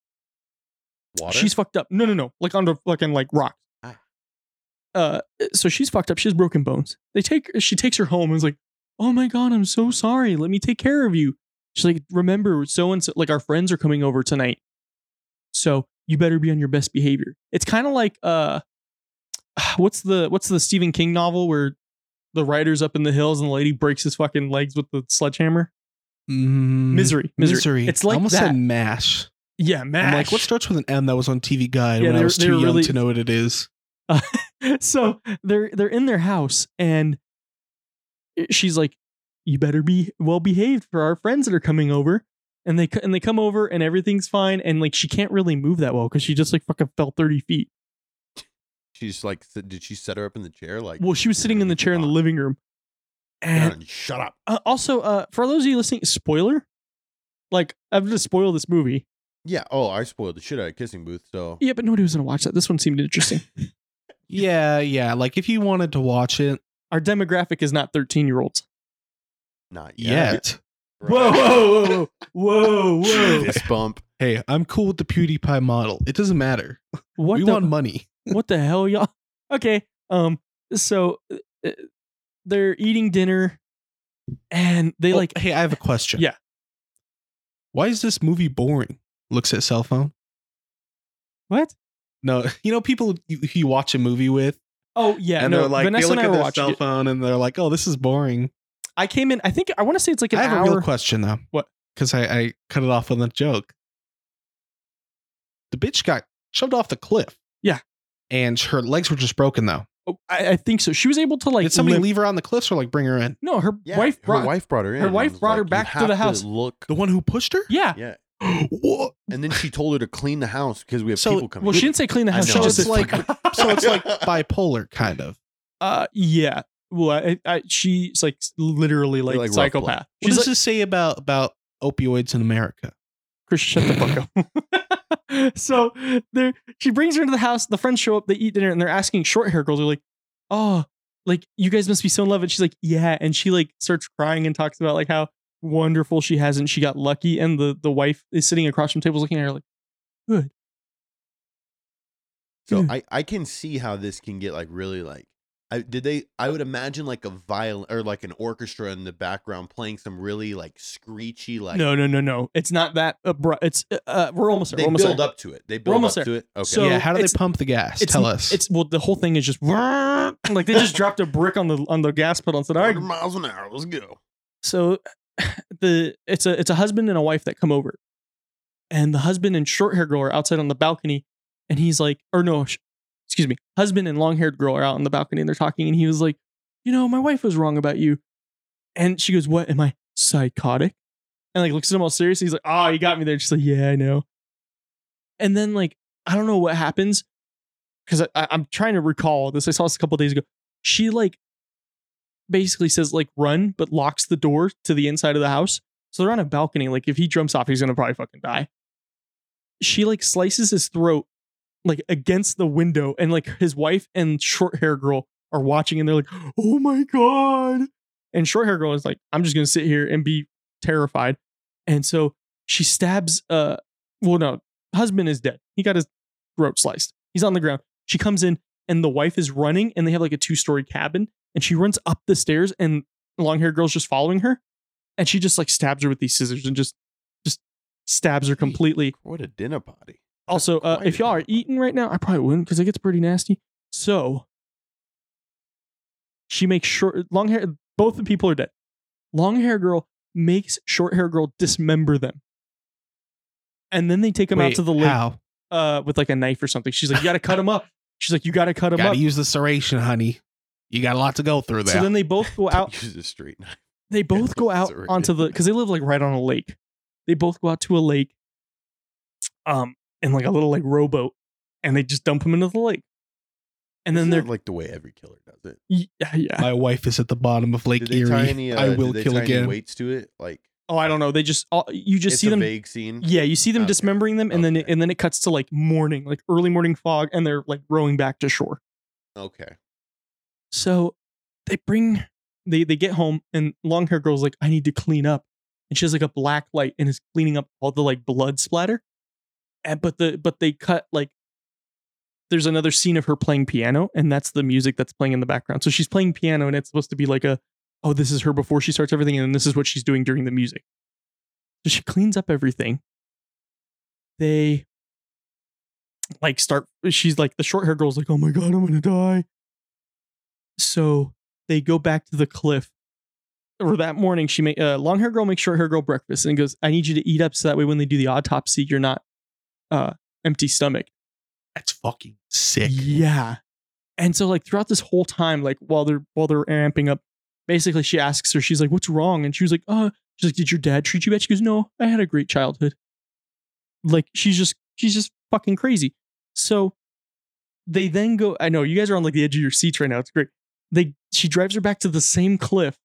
[SPEAKER 3] Water?
[SPEAKER 2] She's fucked up. No no no, like under fucking like rock.
[SPEAKER 3] Ah.
[SPEAKER 2] Uh, so she's fucked up. She has broken bones. They take she takes her home and is like, oh my god, I'm so sorry. Let me take care of you. She's like, remember, so and so, like our friends are coming over tonight. So you better be on your best behavior. It's kind of like uh [SIGHS] what's the what's the Stephen King novel where the writer's up in the hills and the lady breaks his fucking legs with the sledgehammer?
[SPEAKER 4] Mm,
[SPEAKER 2] Misery. Misery.
[SPEAKER 4] Misery.
[SPEAKER 2] It's like
[SPEAKER 4] I almost
[SPEAKER 2] that.
[SPEAKER 4] said mash.
[SPEAKER 2] yeah, man.
[SPEAKER 4] I'm like, what starts with an M that was on TV Guide
[SPEAKER 2] Yeah,
[SPEAKER 4] when
[SPEAKER 2] they
[SPEAKER 4] I
[SPEAKER 2] were-
[SPEAKER 4] was
[SPEAKER 2] they
[SPEAKER 4] too
[SPEAKER 2] were
[SPEAKER 4] young
[SPEAKER 2] really-
[SPEAKER 4] to know what it is?
[SPEAKER 2] [LAUGHS] so they're they're in their house and she's like you better be well behaved for our friends that are coming over and they co- and they come over and everything's fine and like she can't really move that well because she just like fucking fell 30 feet
[SPEAKER 3] She's like, s- did she set her up in the chair? Like,
[SPEAKER 2] well she was sitting in the chair in the
[SPEAKER 3] "Fuck,
[SPEAKER 2] living room and
[SPEAKER 3] Karen, shut up.
[SPEAKER 2] uh, also uh for those of you listening spoiler like i've just spoiled this movie
[SPEAKER 3] Yeah. Oh, I spoiled the shit out of Kissing Booth. So
[SPEAKER 2] yeah but nobody was gonna watch that this one seemed
[SPEAKER 4] [LAUGHS]
[SPEAKER 2] interesting
[SPEAKER 4] Yeah, yeah. Like if you wanted to watch it
[SPEAKER 2] our demographic is not 13 year olds
[SPEAKER 3] not yet.
[SPEAKER 4] yet.
[SPEAKER 2] [LAUGHS]
[SPEAKER 3] Right.
[SPEAKER 2] whoa whoa whoa
[SPEAKER 3] Fist bump.
[SPEAKER 4] Hey, I'm cool with the PewDiePie model. It doesn't matter.
[SPEAKER 2] what
[SPEAKER 4] we
[SPEAKER 2] the
[SPEAKER 4] want money.
[SPEAKER 2] what the hell y'all [LAUGHS] okay um so uh, they're eating dinner and they
[SPEAKER 4] Oh,
[SPEAKER 2] like
[SPEAKER 4] hey, I have a question.
[SPEAKER 2] Yeah.
[SPEAKER 4] Why is this movie boring? Looks at cell phone.
[SPEAKER 2] what
[SPEAKER 4] No, [LAUGHS] you know people you, who you watch a movie with,
[SPEAKER 2] oh yeah
[SPEAKER 4] and
[SPEAKER 2] no
[SPEAKER 4] they're like
[SPEAKER 2] vanessa
[SPEAKER 4] they look
[SPEAKER 2] and i
[SPEAKER 4] at
[SPEAKER 2] were
[SPEAKER 4] their
[SPEAKER 2] watching
[SPEAKER 4] cell
[SPEAKER 2] it.
[SPEAKER 4] phone, and they're like, "Oh, this is boring."
[SPEAKER 2] i came in i think i want to say it's like an
[SPEAKER 4] I have
[SPEAKER 2] hour
[SPEAKER 4] a real question though.
[SPEAKER 2] What?
[SPEAKER 4] Because I, I cut it off with a joke. The bitch got shoved off the cliff.
[SPEAKER 2] Yeah.
[SPEAKER 4] and her legs were just broken though.
[SPEAKER 2] Oh, I, I think so she was able to like
[SPEAKER 4] Did somebody
[SPEAKER 2] limp-
[SPEAKER 4] leave her on the cliffs or like bring her in?
[SPEAKER 2] no her
[SPEAKER 3] Yeah,
[SPEAKER 2] wife brought
[SPEAKER 3] her wife brought her in.
[SPEAKER 2] her
[SPEAKER 3] and
[SPEAKER 2] wife
[SPEAKER 3] was
[SPEAKER 2] brought her
[SPEAKER 3] like, "You
[SPEAKER 2] back to
[SPEAKER 3] have
[SPEAKER 2] the house."
[SPEAKER 3] Look.
[SPEAKER 4] The one who pushed her?
[SPEAKER 2] yeah
[SPEAKER 3] Yeah.
[SPEAKER 4] what?
[SPEAKER 3] And then she told her to clean the house because we have
[SPEAKER 4] So-
[SPEAKER 3] people coming.
[SPEAKER 2] well she
[SPEAKER 3] in.
[SPEAKER 2] didn't say clean the
[SPEAKER 3] I
[SPEAKER 2] house
[SPEAKER 3] know.
[SPEAKER 2] she
[SPEAKER 4] So
[SPEAKER 2] just
[SPEAKER 4] [LAUGHS] it's
[SPEAKER 2] said-
[SPEAKER 4] like so it's
[SPEAKER 3] [LAUGHS]
[SPEAKER 4] like bipolar kind of.
[SPEAKER 2] uh yeah well I, I, she's like literally like,
[SPEAKER 3] They're like rough blood.
[SPEAKER 2] psychopath
[SPEAKER 4] What
[SPEAKER 2] she's
[SPEAKER 4] does
[SPEAKER 2] like
[SPEAKER 4] this say about about opioids in America?
[SPEAKER 2] Chris, shut the fuck up. [LAUGHS] so there, she brings her into the house. The friends show up. They eat dinner, and they're asking short hair girls. They're like, "Oh, like you guys must be so in love." And she's like, "Yeah." And she like starts crying and talks about like how wonderful she has and she got lucky. And the the wife is sitting across from tables looking at her like, "Good."
[SPEAKER 3] So I, I can see how this can get like really like. I, did they? I would imagine like a violin or like an orchestra in the background playing some really like screechy like.
[SPEAKER 2] no, no, no, no. It's not that abrupt. It's uh, uh, we're almost there.
[SPEAKER 3] They
[SPEAKER 2] we're almost
[SPEAKER 3] build
[SPEAKER 2] there.
[SPEAKER 3] up to it. They build up
[SPEAKER 2] almost
[SPEAKER 3] to it. Okay.
[SPEAKER 2] So-
[SPEAKER 4] yeah, how do
[SPEAKER 2] it's-
[SPEAKER 4] they pump the gas?
[SPEAKER 2] It's,
[SPEAKER 4] Tell us.
[SPEAKER 2] It's well, the whole thing is just [LAUGHS] like they just dropped a brick on the on the gas pedal and said, "All right,
[SPEAKER 3] 100 miles an hour. Let's go.
[SPEAKER 2] so [LAUGHS] the it's a it's a husband and a wife that come over and the husband and short hair girl are outside on the balcony and he's like or no sh- excuse me husband and long haired girl are out on the balcony and they're talking and he was like you know my wife was wrong about you and she goes what am i psychotic and like looks at him all serious he's like oh you got me there she's like yeah i know and then like i don't know what happens because I, I, i'm trying to recall this i saw this a couple days ago she like basically says like run, but locks the door to the inside of the house. So they're on a balcony. Like if he jumps off, he's gonna probably fucking die. She like slices his throat like against the window, and like his wife and short hair girl are watching, and they're like, "Oh my god!" And short hair girl is like, "I'm just gonna sit here and be terrified." And so she stabs. Uh, well, no, husband is dead. He got his throat sliced. He's on the ground. She comes in, and the wife is running, and they have like a two story cabin and she runs up the stairs and long haired girl's just following her and she just like stabs her with these scissors and just just stabs her completely
[SPEAKER 3] What a dinner party.
[SPEAKER 2] also uh,
[SPEAKER 3] quite
[SPEAKER 2] if
[SPEAKER 3] a
[SPEAKER 2] y'all are
[SPEAKER 3] dinner party.
[SPEAKER 2] eating right now i probably wouldn't because it gets pretty nasty so She makes short long hair. Both the people are dead. Long hair girl makes short hair girl dismember them, and then they take them out
[SPEAKER 4] Wait,
[SPEAKER 2] to the lake
[SPEAKER 4] How?
[SPEAKER 2] uh, with like a knife or something. She's like, "You got to cut them up." She's like, "You got to cut them
[SPEAKER 4] Gotta
[SPEAKER 2] up."
[SPEAKER 4] use the serration, honey. You got a lot to go through there.
[SPEAKER 2] So then they both
[SPEAKER 4] [LAUGHS]
[SPEAKER 2] go
[SPEAKER 3] [LAUGHS]
[SPEAKER 2] out.
[SPEAKER 3] Use a
[SPEAKER 2] [LAUGHS]
[SPEAKER 3] straight knife.
[SPEAKER 2] They both go out
[SPEAKER 3] Sorry.
[SPEAKER 2] onto
[SPEAKER 3] [LAUGHS]
[SPEAKER 2] the because they live like right on a lake. They both go out to a lake, um, in like a little like rowboat, and they just dump them into the lake. And then
[SPEAKER 3] It's
[SPEAKER 2] they're
[SPEAKER 3] not [LAUGHS] like the way every killer does it.
[SPEAKER 2] yeah, [LAUGHS] yeah.
[SPEAKER 4] My wife is at the bottom of Lake
[SPEAKER 3] Did they
[SPEAKER 4] Erie.
[SPEAKER 3] tie any? Uh,
[SPEAKER 4] I
[SPEAKER 3] did
[SPEAKER 4] will
[SPEAKER 3] they
[SPEAKER 4] kill
[SPEAKER 3] tie any
[SPEAKER 4] again.
[SPEAKER 3] Weights to it, like
[SPEAKER 2] Oh, I don't know. They just all, you just
[SPEAKER 3] it's
[SPEAKER 2] see
[SPEAKER 3] a
[SPEAKER 2] them.
[SPEAKER 3] vague scene.
[SPEAKER 2] Yeah, you see them
[SPEAKER 3] Okay.
[SPEAKER 2] dismembering them, and then it,
[SPEAKER 3] Okay.
[SPEAKER 2] and then it cuts to like morning, like early morning fog, and they're like rowing back to shore.
[SPEAKER 3] Okay.
[SPEAKER 2] So they bring they they get home and long hair girl's like, I need to clean up. And she has like a black light and is cleaning up all the like blood splatter. And but the but they cut like there's another scene of her playing piano, and that's the music that's playing in the background. So she's playing piano and it's supposed to be like a oh, this is her before she starts everything, and then this is what she's doing during the music. So she cleans up everything. They like start she's like the short hair girl's like, oh my god, I'm gonna die. So they go back to the cliff. Or that morning, she made uh, long hair girl makes short hair girl breakfast and goes, "I need you to eat up so that way when they do the autopsy, you're not uh, empty stomach."
[SPEAKER 4] That's fucking sick.
[SPEAKER 2] Yeah. And so like throughout this whole time, like while they're while they're amping up, basically she asks her, she's like, What's wrong? And she was like, Uh, she's like, Did your dad treat you bad? She goes, No, I had a great childhood. Like she's just she's just fucking crazy. So they then go, I know you guys are on like the edge of your seats right now. It's great. They she drives her back to the same cliff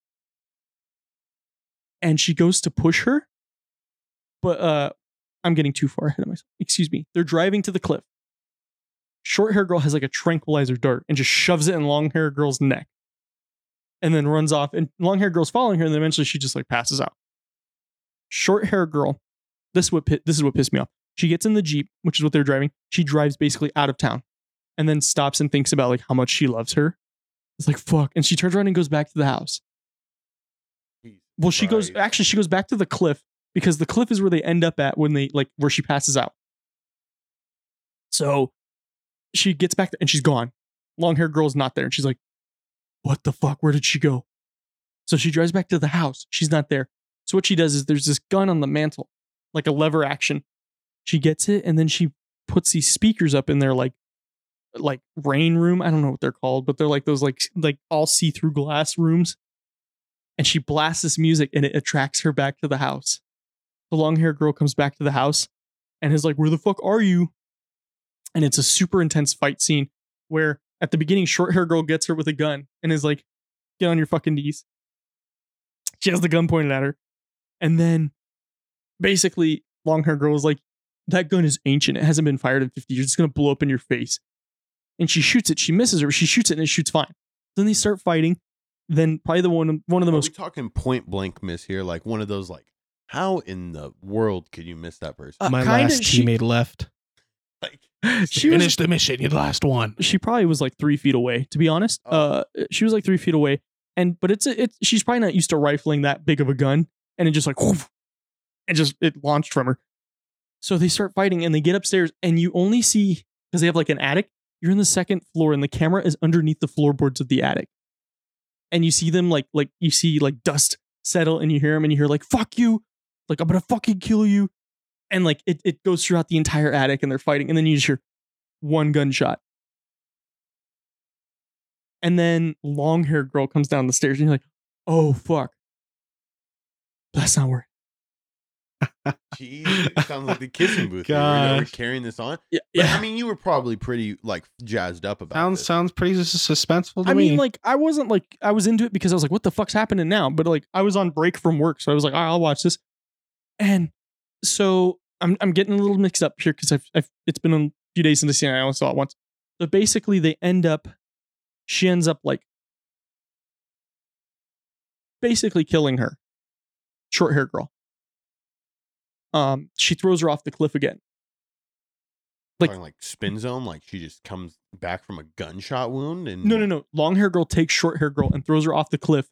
[SPEAKER 2] and she goes to push her. But uh I'm getting too far ahead of myself. Excuse me. They're driving to the cliff short hair girl has like a tranquilizer dart and just shoves it in long hair girl's neck and then runs off and long hair girl's following her and then eventually she just like passes out short hair girl this what pi- this is what pissed me off she gets in the jeep which is what they're driving she drives basically out of town and then stops and thinks about like how much she loves her it's like fuck and she turns around and goes back to the house well she goes
[SPEAKER 3] Right.
[SPEAKER 2] actually she goes back to the cliff because the cliff is where they end up at when they like where she passes out so she gets back there and she's gone. Long haired girl's not there. And she's like, what the fuck? Where did she go? So she drives back to the house. She's not there. So what she does is there's this gun on the mantle, like a lever action. She gets it and then she puts these speakers up in their like like rain room. I don't know what they're called, but they're like those like like all see-through glass rooms. And she blasts this music and it attracts her back to the house. The long haired girl comes back to the house and is like, Where the fuck are you? and it's a super intense fight scene where at the beginning short hair girl gets her with a gun and is like get on your fucking knees she has the gun pointed at her and then basically long hair girl is like that gun is ancient it hasn't been fired in 50 years it's going to blow up in your face and she shoots it she misses her she shoots it and it shoots fine then they start fighting then probably the one one of the
[SPEAKER 3] Are
[SPEAKER 2] most
[SPEAKER 3] we talking point blank miss here? Like one of those like, how in the world could you miss that person?
[SPEAKER 2] Uh,
[SPEAKER 4] My
[SPEAKER 2] kinda
[SPEAKER 4] last
[SPEAKER 2] she-
[SPEAKER 4] teammate left.
[SPEAKER 3] [LAUGHS] like
[SPEAKER 2] she was
[SPEAKER 4] Finish the mission. You're the last one.
[SPEAKER 2] she probably was like three feet away to be honest
[SPEAKER 3] Oh.
[SPEAKER 2] uh she was like three feet away and but it's a, it's she's probably not used to rifling that big of a gun and it just like whoof, it just it launched from her so they start fighting and they get upstairs and you only see because they have like an attic you're in the second floor and the camera is underneath the floorboards of the attic and you see them like like you see like dust settle and you hear them and you hear like fuck you like i'm gonna fucking kill you and like it, it goes throughout the entire attic and they're fighting and then you just hear one gunshot and then long haired girl comes down the stairs and you're like, oh fuck. That's not worth
[SPEAKER 3] Jeez, it sounds like the kissing booth. here. We're- We're
[SPEAKER 4] Gosh.
[SPEAKER 3] carrying this on.
[SPEAKER 2] it.
[SPEAKER 3] But, I mean, you were probably pretty like jazzed up about
[SPEAKER 4] Sounds
[SPEAKER 3] this.
[SPEAKER 4] sounds pretty sus- suspenseful to
[SPEAKER 2] I
[SPEAKER 4] me.
[SPEAKER 2] mean, like, I wasn't like I was into it because I was like, what the fuck's happening now? But like I was on break from work, so I was like, all right, I'll watch this. And so I'm I'm getting a little mixed up here because I've, I've it's been a few days since I seen it. I only saw it once. But basically they end up she ends up like basically killing her. Short hair girl. Um, she throws her off the cliff again. like-
[SPEAKER 3] Talking, like spin zone, like she just comes back from a gunshot wound and
[SPEAKER 2] No, no, no. Long hair girl takes short hair girl and throws her off the cliff.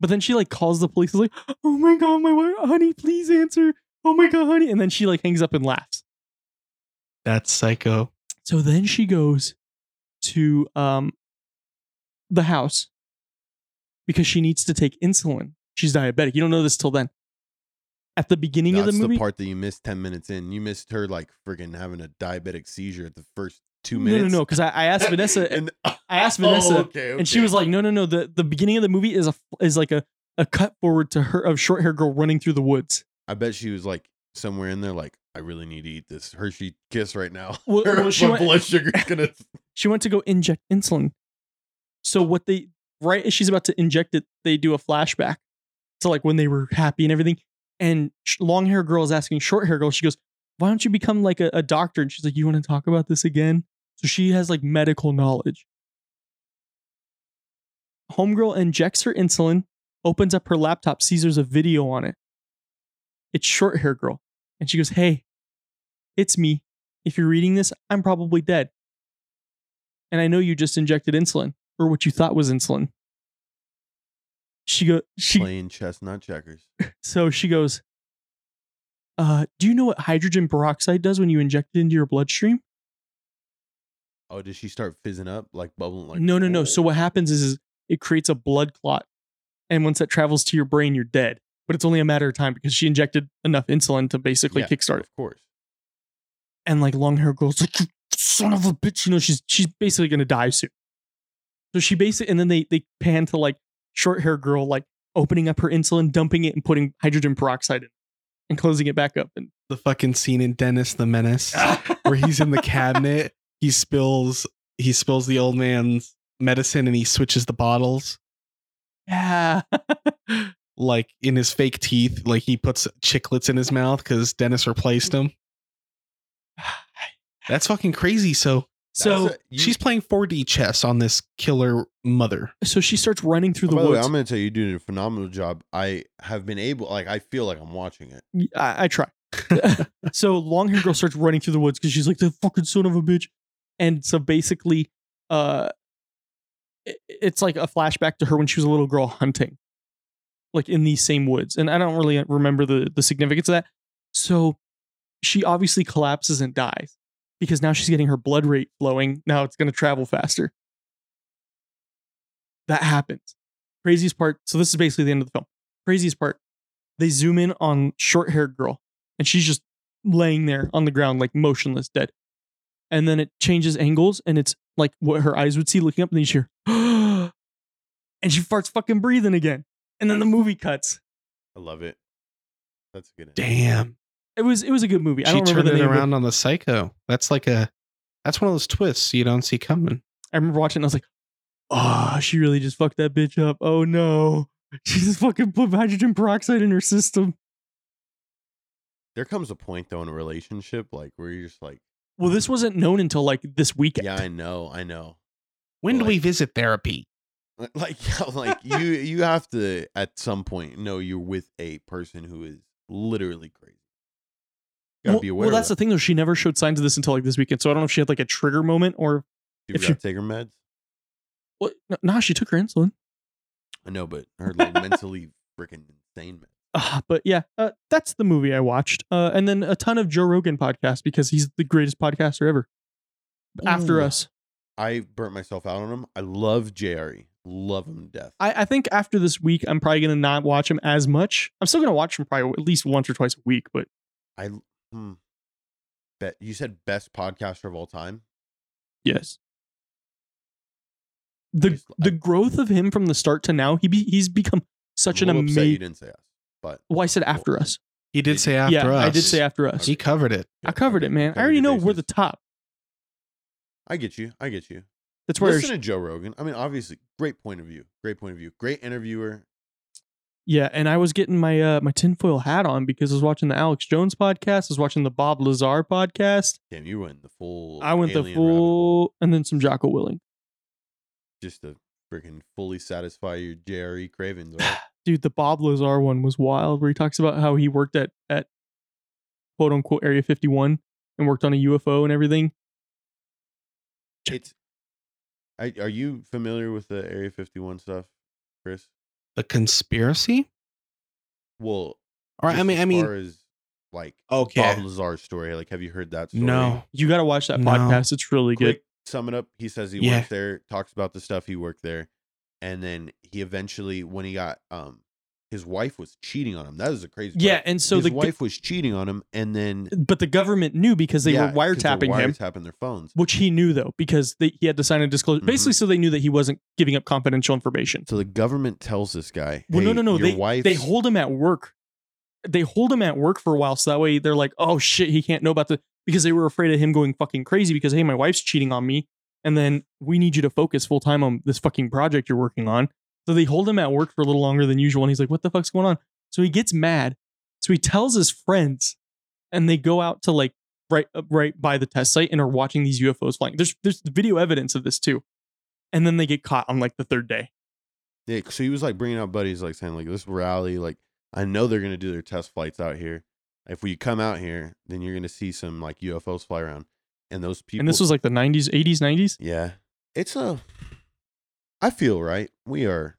[SPEAKER 2] But then she like calls the police. Is like, oh my god, my wife, honey, please answer. Oh my god, honey. And then she like hangs up and laughs.
[SPEAKER 4] That's psycho.
[SPEAKER 2] So then she goes to um the house because she needs to take insulin. She's diabetic. You don't know this till then. At the beginning
[SPEAKER 3] That's
[SPEAKER 2] of the movie,
[SPEAKER 3] part that you missed 10 minutes in. You missed her like freaking having a diabetic seizure at the first two
[SPEAKER 2] no, no,
[SPEAKER 3] minutes.
[SPEAKER 2] no, because I, I asked Vanessa,
[SPEAKER 3] [LAUGHS] and,
[SPEAKER 2] I asked Vanessa,
[SPEAKER 3] Oh, okay,
[SPEAKER 2] and she
[SPEAKER 3] okay.
[SPEAKER 2] was like, "No, no, no. The the beginning of the movie is a is like a a cut forward to her of short hair girl running through the woods.
[SPEAKER 3] I bet she was like somewhere in there, like, I really need to eat this Hershey kiss right now. [LAUGHS]
[SPEAKER 2] Well,
[SPEAKER 3] Her-
[SPEAKER 2] well, she
[SPEAKER 3] my
[SPEAKER 2] went-
[SPEAKER 3] blood sugar's gonna.
[SPEAKER 2] She went to go inject insulin. So what they right as she's about to inject it, they do a flashback to like when they were happy and everything. And sh- long hair girl is asking short hair girl. She goes, "Why don't you become like a, a doctor?" And she's like, "You want to talk about this again?" So she has like medical knowledge. Homegirl injects her insulin, opens up her laptop, sees there's a video on it. It's short hair girl. And she goes, Hey, it's me. If you're reading this, I'm probably dead. And I know you just injected insulin, or what you thought was insulin. She go [LAUGHS] she
[SPEAKER 3] Playing chestnut checkers.
[SPEAKER 2] so she goes, uh, do you know what hydrogen peroxide does when you inject it into your bloodstream?
[SPEAKER 3] Oh, did she start fizzing up, like bubbling? Like oh.
[SPEAKER 2] no, no, no.
[SPEAKER 3] "Whoa."
[SPEAKER 2] So what happens is, is it creates a blood clot, and once that travels to your brain, you're dead. But it's only a matter of time because she injected enough insulin to basically
[SPEAKER 3] Yeah,
[SPEAKER 2] kickstart it.
[SPEAKER 3] Of course.
[SPEAKER 2] And like long hair girls, like "You son of a bitch, you know she's she's basically gonna die soon. So she basically, and then they they pan to like short hair girl, like opening up her insulin, dumping it, and putting hydrogen peroxide in, and closing it back up.
[SPEAKER 3] [LAUGHS]
[SPEAKER 2] And
[SPEAKER 4] The fucking scene in Dennis the Menace where he's in the cabinet, he spills he spills the old man's medicine and he switches the bottles
[SPEAKER 2] yeah,
[SPEAKER 4] like in his fake teeth, like he puts chiclets in his mouth because Dennis replaced
[SPEAKER 3] Mm-hmm.
[SPEAKER 4] him. [SIGHS] That's fucking crazy. So
[SPEAKER 2] so
[SPEAKER 3] That's a- you-
[SPEAKER 4] she's playing 4D chess on this killer mother.
[SPEAKER 2] so she starts running through the
[SPEAKER 3] Oh, By the way,
[SPEAKER 2] woods.
[SPEAKER 3] I'm gonna tell you, you doing a phenomenal job. I have been able, like, I feel like I'm watching it.
[SPEAKER 2] I, I try. [LAUGHS] so long hair girl starts running through the woods because she's like the fucking son of a bitch, and so basically, uh, i- it's like a flashback to her when she was a little girl hunting, like in these same woods. And I don't really remember the the significance of that. So she obviously collapses and dies because now she's getting her blood rate flowing. Now it's going to travel faster. That happens. Craziest part. So this is basically the end of the film. Craziest part they zoom in on short haired girl and she's just laying there on the ground like motionless dead and then it changes angles and it's like what her eyes would see looking up and then she hear, [GASPS] and she farts fucking breathing again and then the movie cuts
[SPEAKER 3] I love it. That's a good. end.
[SPEAKER 4] Damn.
[SPEAKER 2] it was it was a good movie i
[SPEAKER 4] She
[SPEAKER 2] don't remember
[SPEAKER 4] turned
[SPEAKER 2] the
[SPEAKER 4] it
[SPEAKER 2] name of
[SPEAKER 4] around on the psycho. That's like a that's one of those twists you don't see coming.
[SPEAKER 2] i remember watching it and i was like oh she really just fucked that bitch up oh no [LAUGHS] she just fucking put hydrogen peroxide in her system
[SPEAKER 3] There comes a point though in a relationship, like where you're just like,
[SPEAKER 2] well this wasn't known until like this weekend
[SPEAKER 3] yeah, I know, I know. [LAUGHS]
[SPEAKER 4] When do
[SPEAKER 3] Like-
[SPEAKER 4] we visit therapy?
[SPEAKER 3] Like, [LAUGHS] like
[SPEAKER 2] [LAUGHS]
[SPEAKER 3] you, you have to at some point know you're with a person who is literally crazy. You gotta
[SPEAKER 2] well,
[SPEAKER 3] be aware.
[SPEAKER 2] well, that's the
[SPEAKER 3] of
[SPEAKER 2] thing though. She never showed signs of this until like this weekend. So I don't know if she had like a trigger moment or
[SPEAKER 3] that.
[SPEAKER 2] if
[SPEAKER 3] You
[SPEAKER 2] you-
[SPEAKER 3] gotta take her meds.
[SPEAKER 2] what. No, nah, she took her insulin.
[SPEAKER 3] I know, but
[SPEAKER 2] [LAUGHS]
[SPEAKER 3] her like, mentally freaking insane meds.
[SPEAKER 2] Uh, but yeah, uh, that's the movie I watched. Uh, and then a ton of Joe Rogan podcasts because he's the greatest podcaster ever. After
[SPEAKER 3] Ooh.
[SPEAKER 2] us,
[SPEAKER 3] I burnt myself out on him. I love JRE. Love him to death.
[SPEAKER 2] I, I think after this week, I'm probably gonna not watch him as much. I'm still gonna watch him probably at least once or twice a week. But
[SPEAKER 3] I hmm. bet you said best podcaster of all time.
[SPEAKER 2] yes, the
[SPEAKER 3] Just-
[SPEAKER 2] the growth of him from the start to now, he be, he's become such
[SPEAKER 3] I'm
[SPEAKER 2] an
[SPEAKER 3] a little upset you
[SPEAKER 2] amazing.
[SPEAKER 3] didn't say us, but
[SPEAKER 2] Well, I said after us.
[SPEAKER 4] He did say after
[SPEAKER 2] yeah,
[SPEAKER 4] us.
[SPEAKER 2] I did say after us.
[SPEAKER 4] He covered it.
[SPEAKER 2] I covered it, man. I already know we're the
[SPEAKER 3] T-
[SPEAKER 2] top.
[SPEAKER 3] I get you. I get you.
[SPEAKER 2] That's where
[SPEAKER 3] Listen to Joe Rogan. I mean, obviously, great point of view. Great point of view. Great interviewer.
[SPEAKER 2] Yeah, and I was getting my uh my tinfoil hat on because I was watching the Alex Jones podcast, I was watching the Bob Lazar podcast.
[SPEAKER 3] Damn, you went the full.
[SPEAKER 2] I went the
[SPEAKER 3] alien rabbit hole
[SPEAKER 2] full and then some Jocko Willing.
[SPEAKER 3] just to freaking fully satisfy your
[SPEAKER 2] [SIGHS]
[SPEAKER 3] JRE cravings. right?
[SPEAKER 2] Dude, the Bob Lazar one was wild where he talks about how he worked at at quote unquote Area 51 and worked on a UFO and everything.
[SPEAKER 3] it's. I, are you familiar with the Area 51 stuff, Chris?
[SPEAKER 4] The conspiracy?
[SPEAKER 3] Well,
[SPEAKER 4] Or I
[SPEAKER 3] just
[SPEAKER 4] mean
[SPEAKER 3] as
[SPEAKER 4] I mean
[SPEAKER 3] far as like
[SPEAKER 4] okay.
[SPEAKER 3] Bob Lazar's story. Like, have you heard that story?
[SPEAKER 4] No.
[SPEAKER 2] You got to watch that
[SPEAKER 4] No.
[SPEAKER 2] podcast. It's really
[SPEAKER 3] Quick
[SPEAKER 2] good.
[SPEAKER 3] sum it up. He says he
[SPEAKER 4] Yeah.
[SPEAKER 3] worked there, talks about the stuff he worked there, and then he eventually when he got um his wife was cheating on him. That is a crazy. part.
[SPEAKER 2] Yeah, and so
[SPEAKER 3] his
[SPEAKER 2] the
[SPEAKER 3] wife was cheating on him, and then
[SPEAKER 2] but the government knew because they
[SPEAKER 3] Yeah,
[SPEAKER 2] were
[SPEAKER 3] 'cause they're
[SPEAKER 2] wiretapping him,
[SPEAKER 3] wiretapping their phones.
[SPEAKER 2] which he knew though because they, he had to sign a disclosure.
[SPEAKER 3] Mhm.
[SPEAKER 2] Basically, so they knew that he wasn't giving up confidential information.
[SPEAKER 3] So the government tells this guy,
[SPEAKER 2] Well, no,
[SPEAKER 3] "Hey,
[SPEAKER 2] no, no.
[SPEAKER 3] your
[SPEAKER 2] They
[SPEAKER 3] wife's-
[SPEAKER 2] they hold him at work. They hold him at work for a while, so that way they're like, oh shit, he can't know about the because they were afraid of him going fucking crazy because hey, my wife's cheating on me, and then we need you to focus full time on this fucking project you're working on. So they hold him at work for a little longer than usual, and he's like, what the fuck's going on? So he gets mad. So he tells his friends, and they go out to like right up right by the test site and are watching these UFOs flying. There's there's video evidence of this too, and then they get caught on like the third day.
[SPEAKER 3] Yeah, so he was like bringing up buddies, like saying like this rally, like I know they're gonna do their test flights out here. If we come out here, then you're gonna see some like UFOs fly around, and those people.
[SPEAKER 2] and this was like the 90s, 80s, 90s.
[SPEAKER 3] yeah, it's a. I feel right. We are,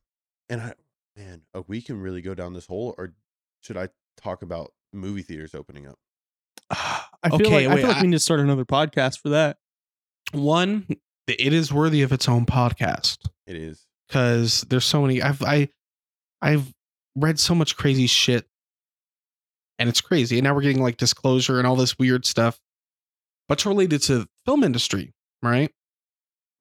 [SPEAKER 3] and I man, uh, we can really go down this hole. Or should I talk about movie theaters opening up?
[SPEAKER 2] [SIGHS] I feel
[SPEAKER 4] Okay,
[SPEAKER 2] like I
[SPEAKER 4] wait,
[SPEAKER 2] feel like
[SPEAKER 4] I-
[SPEAKER 2] we need to start another podcast for that.
[SPEAKER 4] One, it is worthy of its own podcast
[SPEAKER 3] It is.
[SPEAKER 4] because there's so many. I've I, I've read so much crazy shit, and it's crazy. And now we're getting like disclosure and all this weird stuff, but it's related to the film industry, right?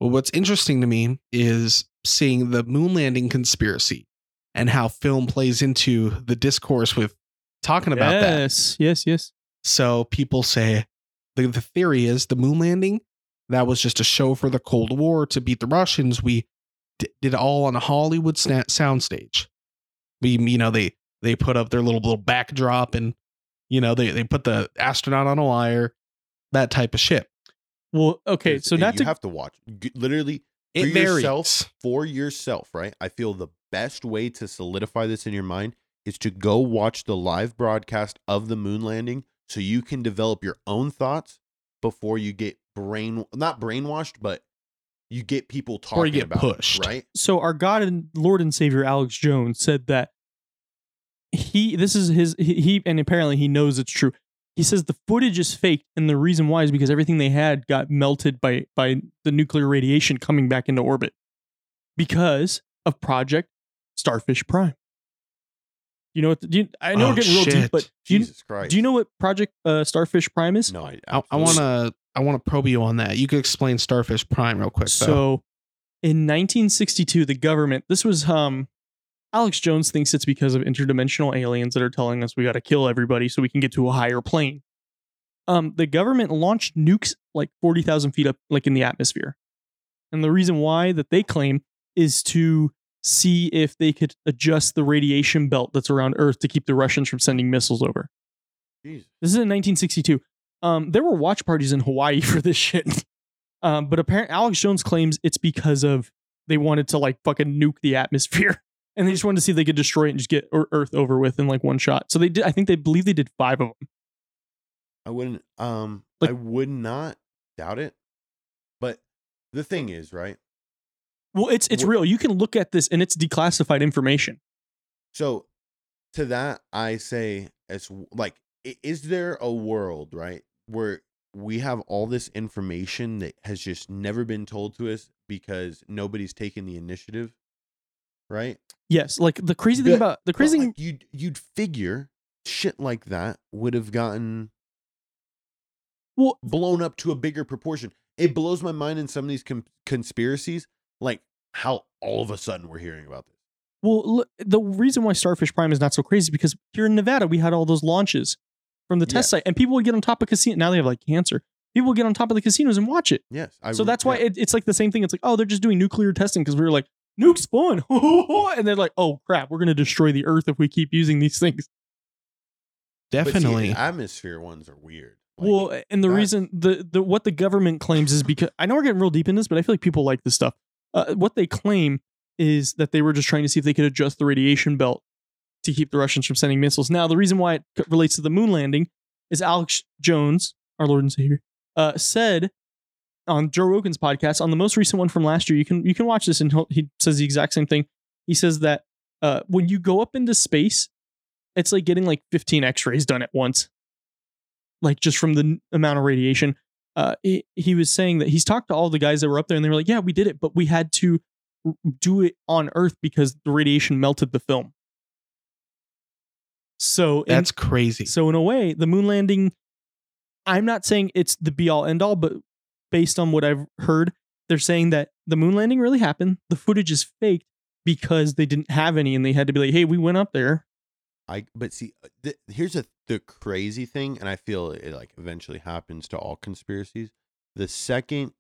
[SPEAKER 4] Well, what's interesting to me is seeing the moon landing conspiracy and how film plays into the discourse with talking about that.
[SPEAKER 2] yes, yes, yes.
[SPEAKER 4] So people say the, the theory is the moon landing that was just a show for the Cold War to beat the Russians. We d- did it all on a Hollywood sna- soundstage. We you know they they put up their little little backdrop and you know they they put the astronaut on a wire, that type of shit.
[SPEAKER 2] Well, okay,
[SPEAKER 3] It's-
[SPEAKER 2] so
[SPEAKER 3] it-
[SPEAKER 2] not
[SPEAKER 3] you
[SPEAKER 2] to
[SPEAKER 3] have to watch G- literally
[SPEAKER 4] It
[SPEAKER 3] for
[SPEAKER 4] varies.
[SPEAKER 3] yourself for yourself right i feel the best way to solidify this in your mind is to go watch the live broadcast of the moon landing so you can develop your own thoughts before you get brain not brainwashed but you get people talking
[SPEAKER 4] Or you get
[SPEAKER 3] about it,
[SPEAKER 4] pushed.
[SPEAKER 3] right
[SPEAKER 2] so our God and Lord and Savior Alex Jones said that he this is his he, he and apparently he knows it's true. He says the footage is fake and the reason why is because everything they had got melted by by the nuclear radiation coming back into orbit because of Project Starfish Prime. You know what? The, do you, I know
[SPEAKER 4] Oh,
[SPEAKER 2] we're getting real deep,
[SPEAKER 4] shit.
[SPEAKER 2] but do you,
[SPEAKER 3] jesus christ
[SPEAKER 2] do you know what Project uh, Starfish Prime is?
[SPEAKER 3] no i,
[SPEAKER 4] I, I want to I want to probe you on that. You could explain Starfish Prime real quick. though.
[SPEAKER 2] So in 1962, the government, this was um Alex Jones thinks it's because of interdimensional aliens that are telling us we got to kill everybody so we can get to a higher plane. Um, the government launched nukes like 40,000 feet up, like in the atmosphere. And the reason why that they claim is to see if they could adjust the radiation belt that's around Earth to keep the Russians from sending missiles over.
[SPEAKER 3] Jesus.
[SPEAKER 2] This is in 1962. Um, there were watch parties in Hawaii [LAUGHS] for this shit. Um, but apparently, Alex Jones claims it's because of they wanted to like fucking nuke the atmosphere, [LAUGHS] and they just wanted to see if they could destroy it and just get Ear- Earth over with in like one shot. So they did. I think they believe they did five of them.
[SPEAKER 3] I wouldn't um
[SPEAKER 2] Like-
[SPEAKER 3] I would not doubt it. But the thing is, right?
[SPEAKER 2] Well, it's it's
[SPEAKER 3] Wha-
[SPEAKER 2] real. You can look at this, and it's declassified information.
[SPEAKER 3] So to that I say as w- like i- is there a world, right, where we have all this information that has just never been told to us because nobody's taken the initiative, right?
[SPEAKER 2] Yes, like the crazy thing
[SPEAKER 3] The-
[SPEAKER 2] about the
[SPEAKER 3] But,
[SPEAKER 2] crazy thing
[SPEAKER 3] like, you'd you'd figure shit like that would have gotten
[SPEAKER 2] Well-
[SPEAKER 3] blown up to a bigger proportion. It blows my mind in some of these com- conspiracies, like how all of a sudden we're hearing about this.
[SPEAKER 2] Well, l- the reason why Starfish Prime is not so crazy is because here in Nevada, we had all those launches from the test
[SPEAKER 3] Yes.
[SPEAKER 2] site, and people would get on top of casino. Now they have like cancer. People would get on top of the casinos and watch it.
[SPEAKER 3] Yes, I
[SPEAKER 2] so
[SPEAKER 3] re-
[SPEAKER 2] that's why
[SPEAKER 3] yeah.
[SPEAKER 2] it, it's like the same thing. It's like, oh, they're just doing nuclear testing because we were like, nukes fun. [LAUGHS] and they're like, oh crap, we're going to destroy the earth if we keep using these things.
[SPEAKER 3] But see, the
[SPEAKER 4] definitely.
[SPEAKER 3] atmosphere ones are weird. Like,
[SPEAKER 2] well, and the
[SPEAKER 3] that-
[SPEAKER 2] reason the, the what the government claims is because I know we're getting real deep in this, but I feel like people like this stuff. Uh, what they claim is that they were just trying to see if they could adjust the radiation belt to keep the Russians from sending missiles. Now, the reason why it c- relates to the moon landing is Alex Jones, our Lord and Savior, uh, said on Joe Rogan's podcast on the most recent one from last year. You can you can watch this, and he'll, he says the exact same thing. He says that uh, when you go up into space, it's like getting like 15 X-rays done at once, like just from the n- amount of radiation. Uh, he, he was saying that he's talked to all the guys that were up there, and they were like, "Yeah, we did it, but we had to do it on Earth because the radiation melted the film. So in-
[SPEAKER 4] That's crazy.
[SPEAKER 2] so in a way, the moon landing, I'm not saying it's the be all end all, but based on what I've heard, they're saying that the moon landing really happened. The footage is faked because they didn't have any, and they had to be like, "Hey, we went up there."
[SPEAKER 3] I but see, uh, th- here's a, the crazy thing, and I feel it like eventually happens to all conspiracies. The second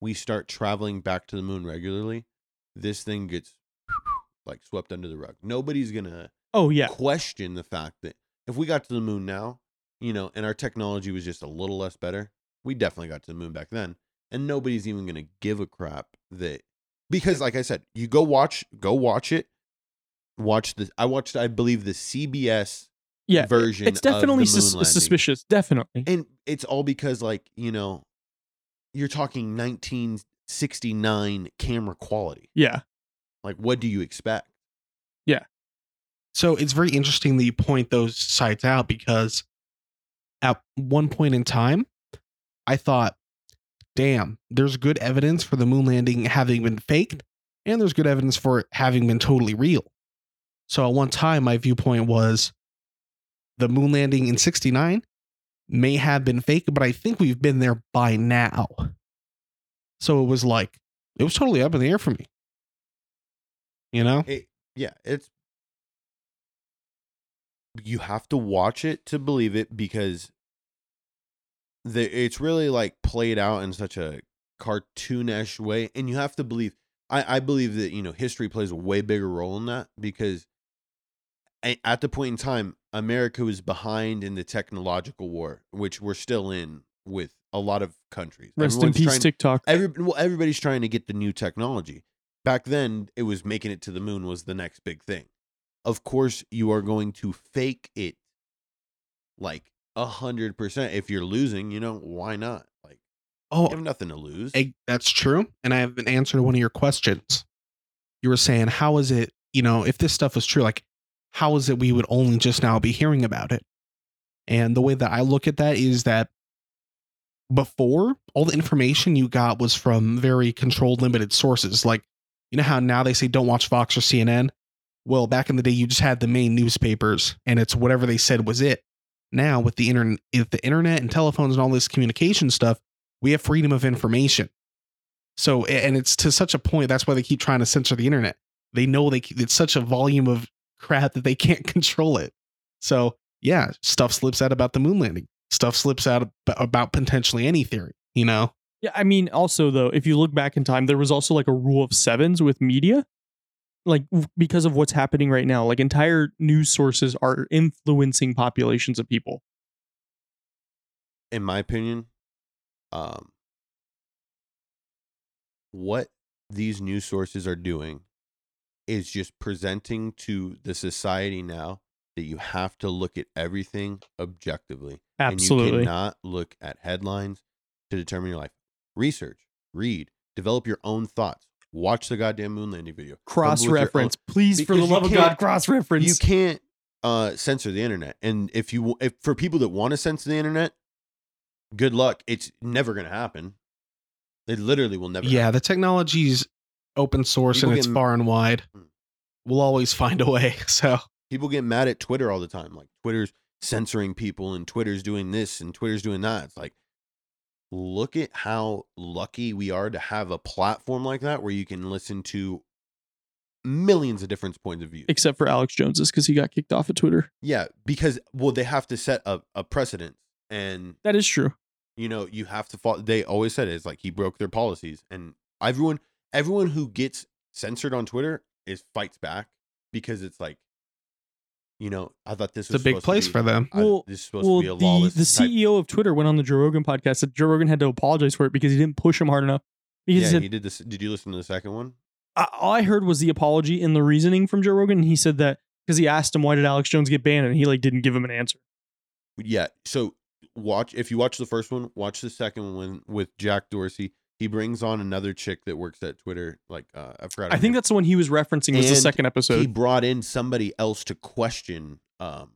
[SPEAKER 3] we start traveling back to the moon regularly, this thing gets like swept under the rug. Nobody's gonna
[SPEAKER 2] Oh yeah,
[SPEAKER 3] question the fact that if we got to the moon now, you know, and our technology was just a little less better, we definitely got to the moon back then. And nobody's even gonna give a crap that because like I said, you go watch go watch it. Watch the I watched I believe the CBS
[SPEAKER 2] yeah.
[SPEAKER 3] version.
[SPEAKER 2] It's definitely
[SPEAKER 3] of the moon
[SPEAKER 2] sus-
[SPEAKER 3] landing.
[SPEAKER 2] suspicious. Definitely.
[SPEAKER 3] And it's all because like, you know, you're talking nineteen sixty nine camera quality.
[SPEAKER 2] yeah.
[SPEAKER 3] Like what do you expect?
[SPEAKER 4] So it's very interesting that you point those sites out because at one point in time, I thought, damn, there's good evidence for the moon landing having been faked, and there's good evidence for it having been totally real. So at one time, my viewpoint was the moon landing in 69 may have been fake, but I think we've been there by now. So it was like, it was totally up in the air for me. You know?
[SPEAKER 3] It, yeah, it's you have to watch it to believe it because the it's really like played out in such a cartoonish way, and you have to believe. I I believe that you know history plays a way bigger role in that because a- at the point in time America was behind in the technological war, which we're still in with a lot of countries.
[SPEAKER 2] Rest
[SPEAKER 3] Everyone's
[SPEAKER 2] in peace,
[SPEAKER 3] trying-
[SPEAKER 2] TikTok.
[SPEAKER 3] Every well, everybody's trying to get the new technology. Back then, it was making it to the moon was the next big thing. Of course, you are going to fake it like a hundred percent. If you're losing, you know why not? Like
[SPEAKER 4] Oh,
[SPEAKER 3] you have nothing to lose.
[SPEAKER 4] Eg- that's true. And I have an answer to one of your questions. You were saying, how is it, you know, if this stuff was true, like, how is it we would only just now be hearing about it? And the way that I look at that is that before, all the information you got was from very controlled, limited sources. Like, you know how now they say don't watch Fox or CNN? Well, back in the day, you just had the main newspapers and it's whatever they said was it. Now, with the, internet, with the internet and telephones and all this communication stuff, we have freedom of information. So, a- and it's to such a point that's why they keep trying to censor the internet. They know they c- it's such a volume of crap that they [LAUGHS] can't control it. So, yeah, stuff slips out about the moon landing. Stuff slips out ab- about potentially any theory. You know,
[SPEAKER 2] Yeah, I mean, also though, if you look back in time, there was also like a rule of sevens with media, like w- because of what's happening right now. Like entire news sources are influencing populations of people.
[SPEAKER 3] in my opinion, um, what these news sources are doing is just presenting to the society now that you have to look at everything objectively. And you
[SPEAKER 2] Absolutely.
[SPEAKER 3] cannot look at headlines to determine your life. Research, read, develop your own thoughts. Watch the goddamn moon landing video. Come up with
[SPEAKER 2] Cross
[SPEAKER 3] your own-
[SPEAKER 2] reference, please, for the
[SPEAKER 3] Because you
[SPEAKER 2] love of
[SPEAKER 3] can't-
[SPEAKER 2] God, cross reference.
[SPEAKER 3] You can't uh, censor the internet, and if you if for people that want to censor the internet, good luck. It's never gonna happen. It literally will never.
[SPEAKER 4] yeah,
[SPEAKER 3] happen.
[SPEAKER 4] the technology's open source
[SPEAKER 3] People Hmm.
[SPEAKER 4] and it's
[SPEAKER 3] get-
[SPEAKER 4] far and wide. We'll always find a way. [LAUGHS] So,
[SPEAKER 3] people get mad at Twitter all the time. Like Twitter's censoring people, and Twitter's doing this, and Twitter's doing that. It's like, look at how lucky we are to have a platform like that where you can listen to millions of different points of view.
[SPEAKER 2] Except for Alex Jones's, because he got kicked off of Twitter.
[SPEAKER 3] Yeah, because well, they have to set a, a precedent, and
[SPEAKER 2] That is true.
[SPEAKER 3] you know you have to follow they always said it, it's like he broke their policies and everyone everyone who gets censored on twitter is fights back because it's like you know i thought this
[SPEAKER 4] it's a
[SPEAKER 3] was
[SPEAKER 4] big
[SPEAKER 3] supposed to
[SPEAKER 4] place
[SPEAKER 3] be-
[SPEAKER 4] for them.
[SPEAKER 3] I-
[SPEAKER 2] Well-
[SPEAKER 3] this is supposed
[SPEAKER 2] Well,
[SPEAKER 3] to be a
[SPEAKER 2] the,
[SPEAKER 3] lawless
[SPEAKER 2] the E
[SPEAKER 3] type-
[SPEAKER 2] CEO of Twitter went on the Joe Rogan podcast that Joe Rogan had to apologize for it because he didn't push him hard enough. Because
[SPEAKER 3] yeah
[SPEAKER 2] he said,
[SPEAKER 3] he did this did you listen to the second one
[SPEAKER 2] I, all I heard was the apology and the reasoning from Joe Rogan. And he said that because he asked him why did Alex Jones get banned, and he like didn't give him an answer.
[SPEAKER 3] yeah so watch if you watch the first one watch the second one with jack dorsey he brings on another chick that works at twitter like uh i forgot her
[SPEAKER 2] I think
[SPEAKER 3] name.
[SPEAKER 2] that's the one he was referencing was the
[SPEAKER 3] And
[SPEAKER 2] second episode.
[SPEAKER 3] he brought in somebody else to question um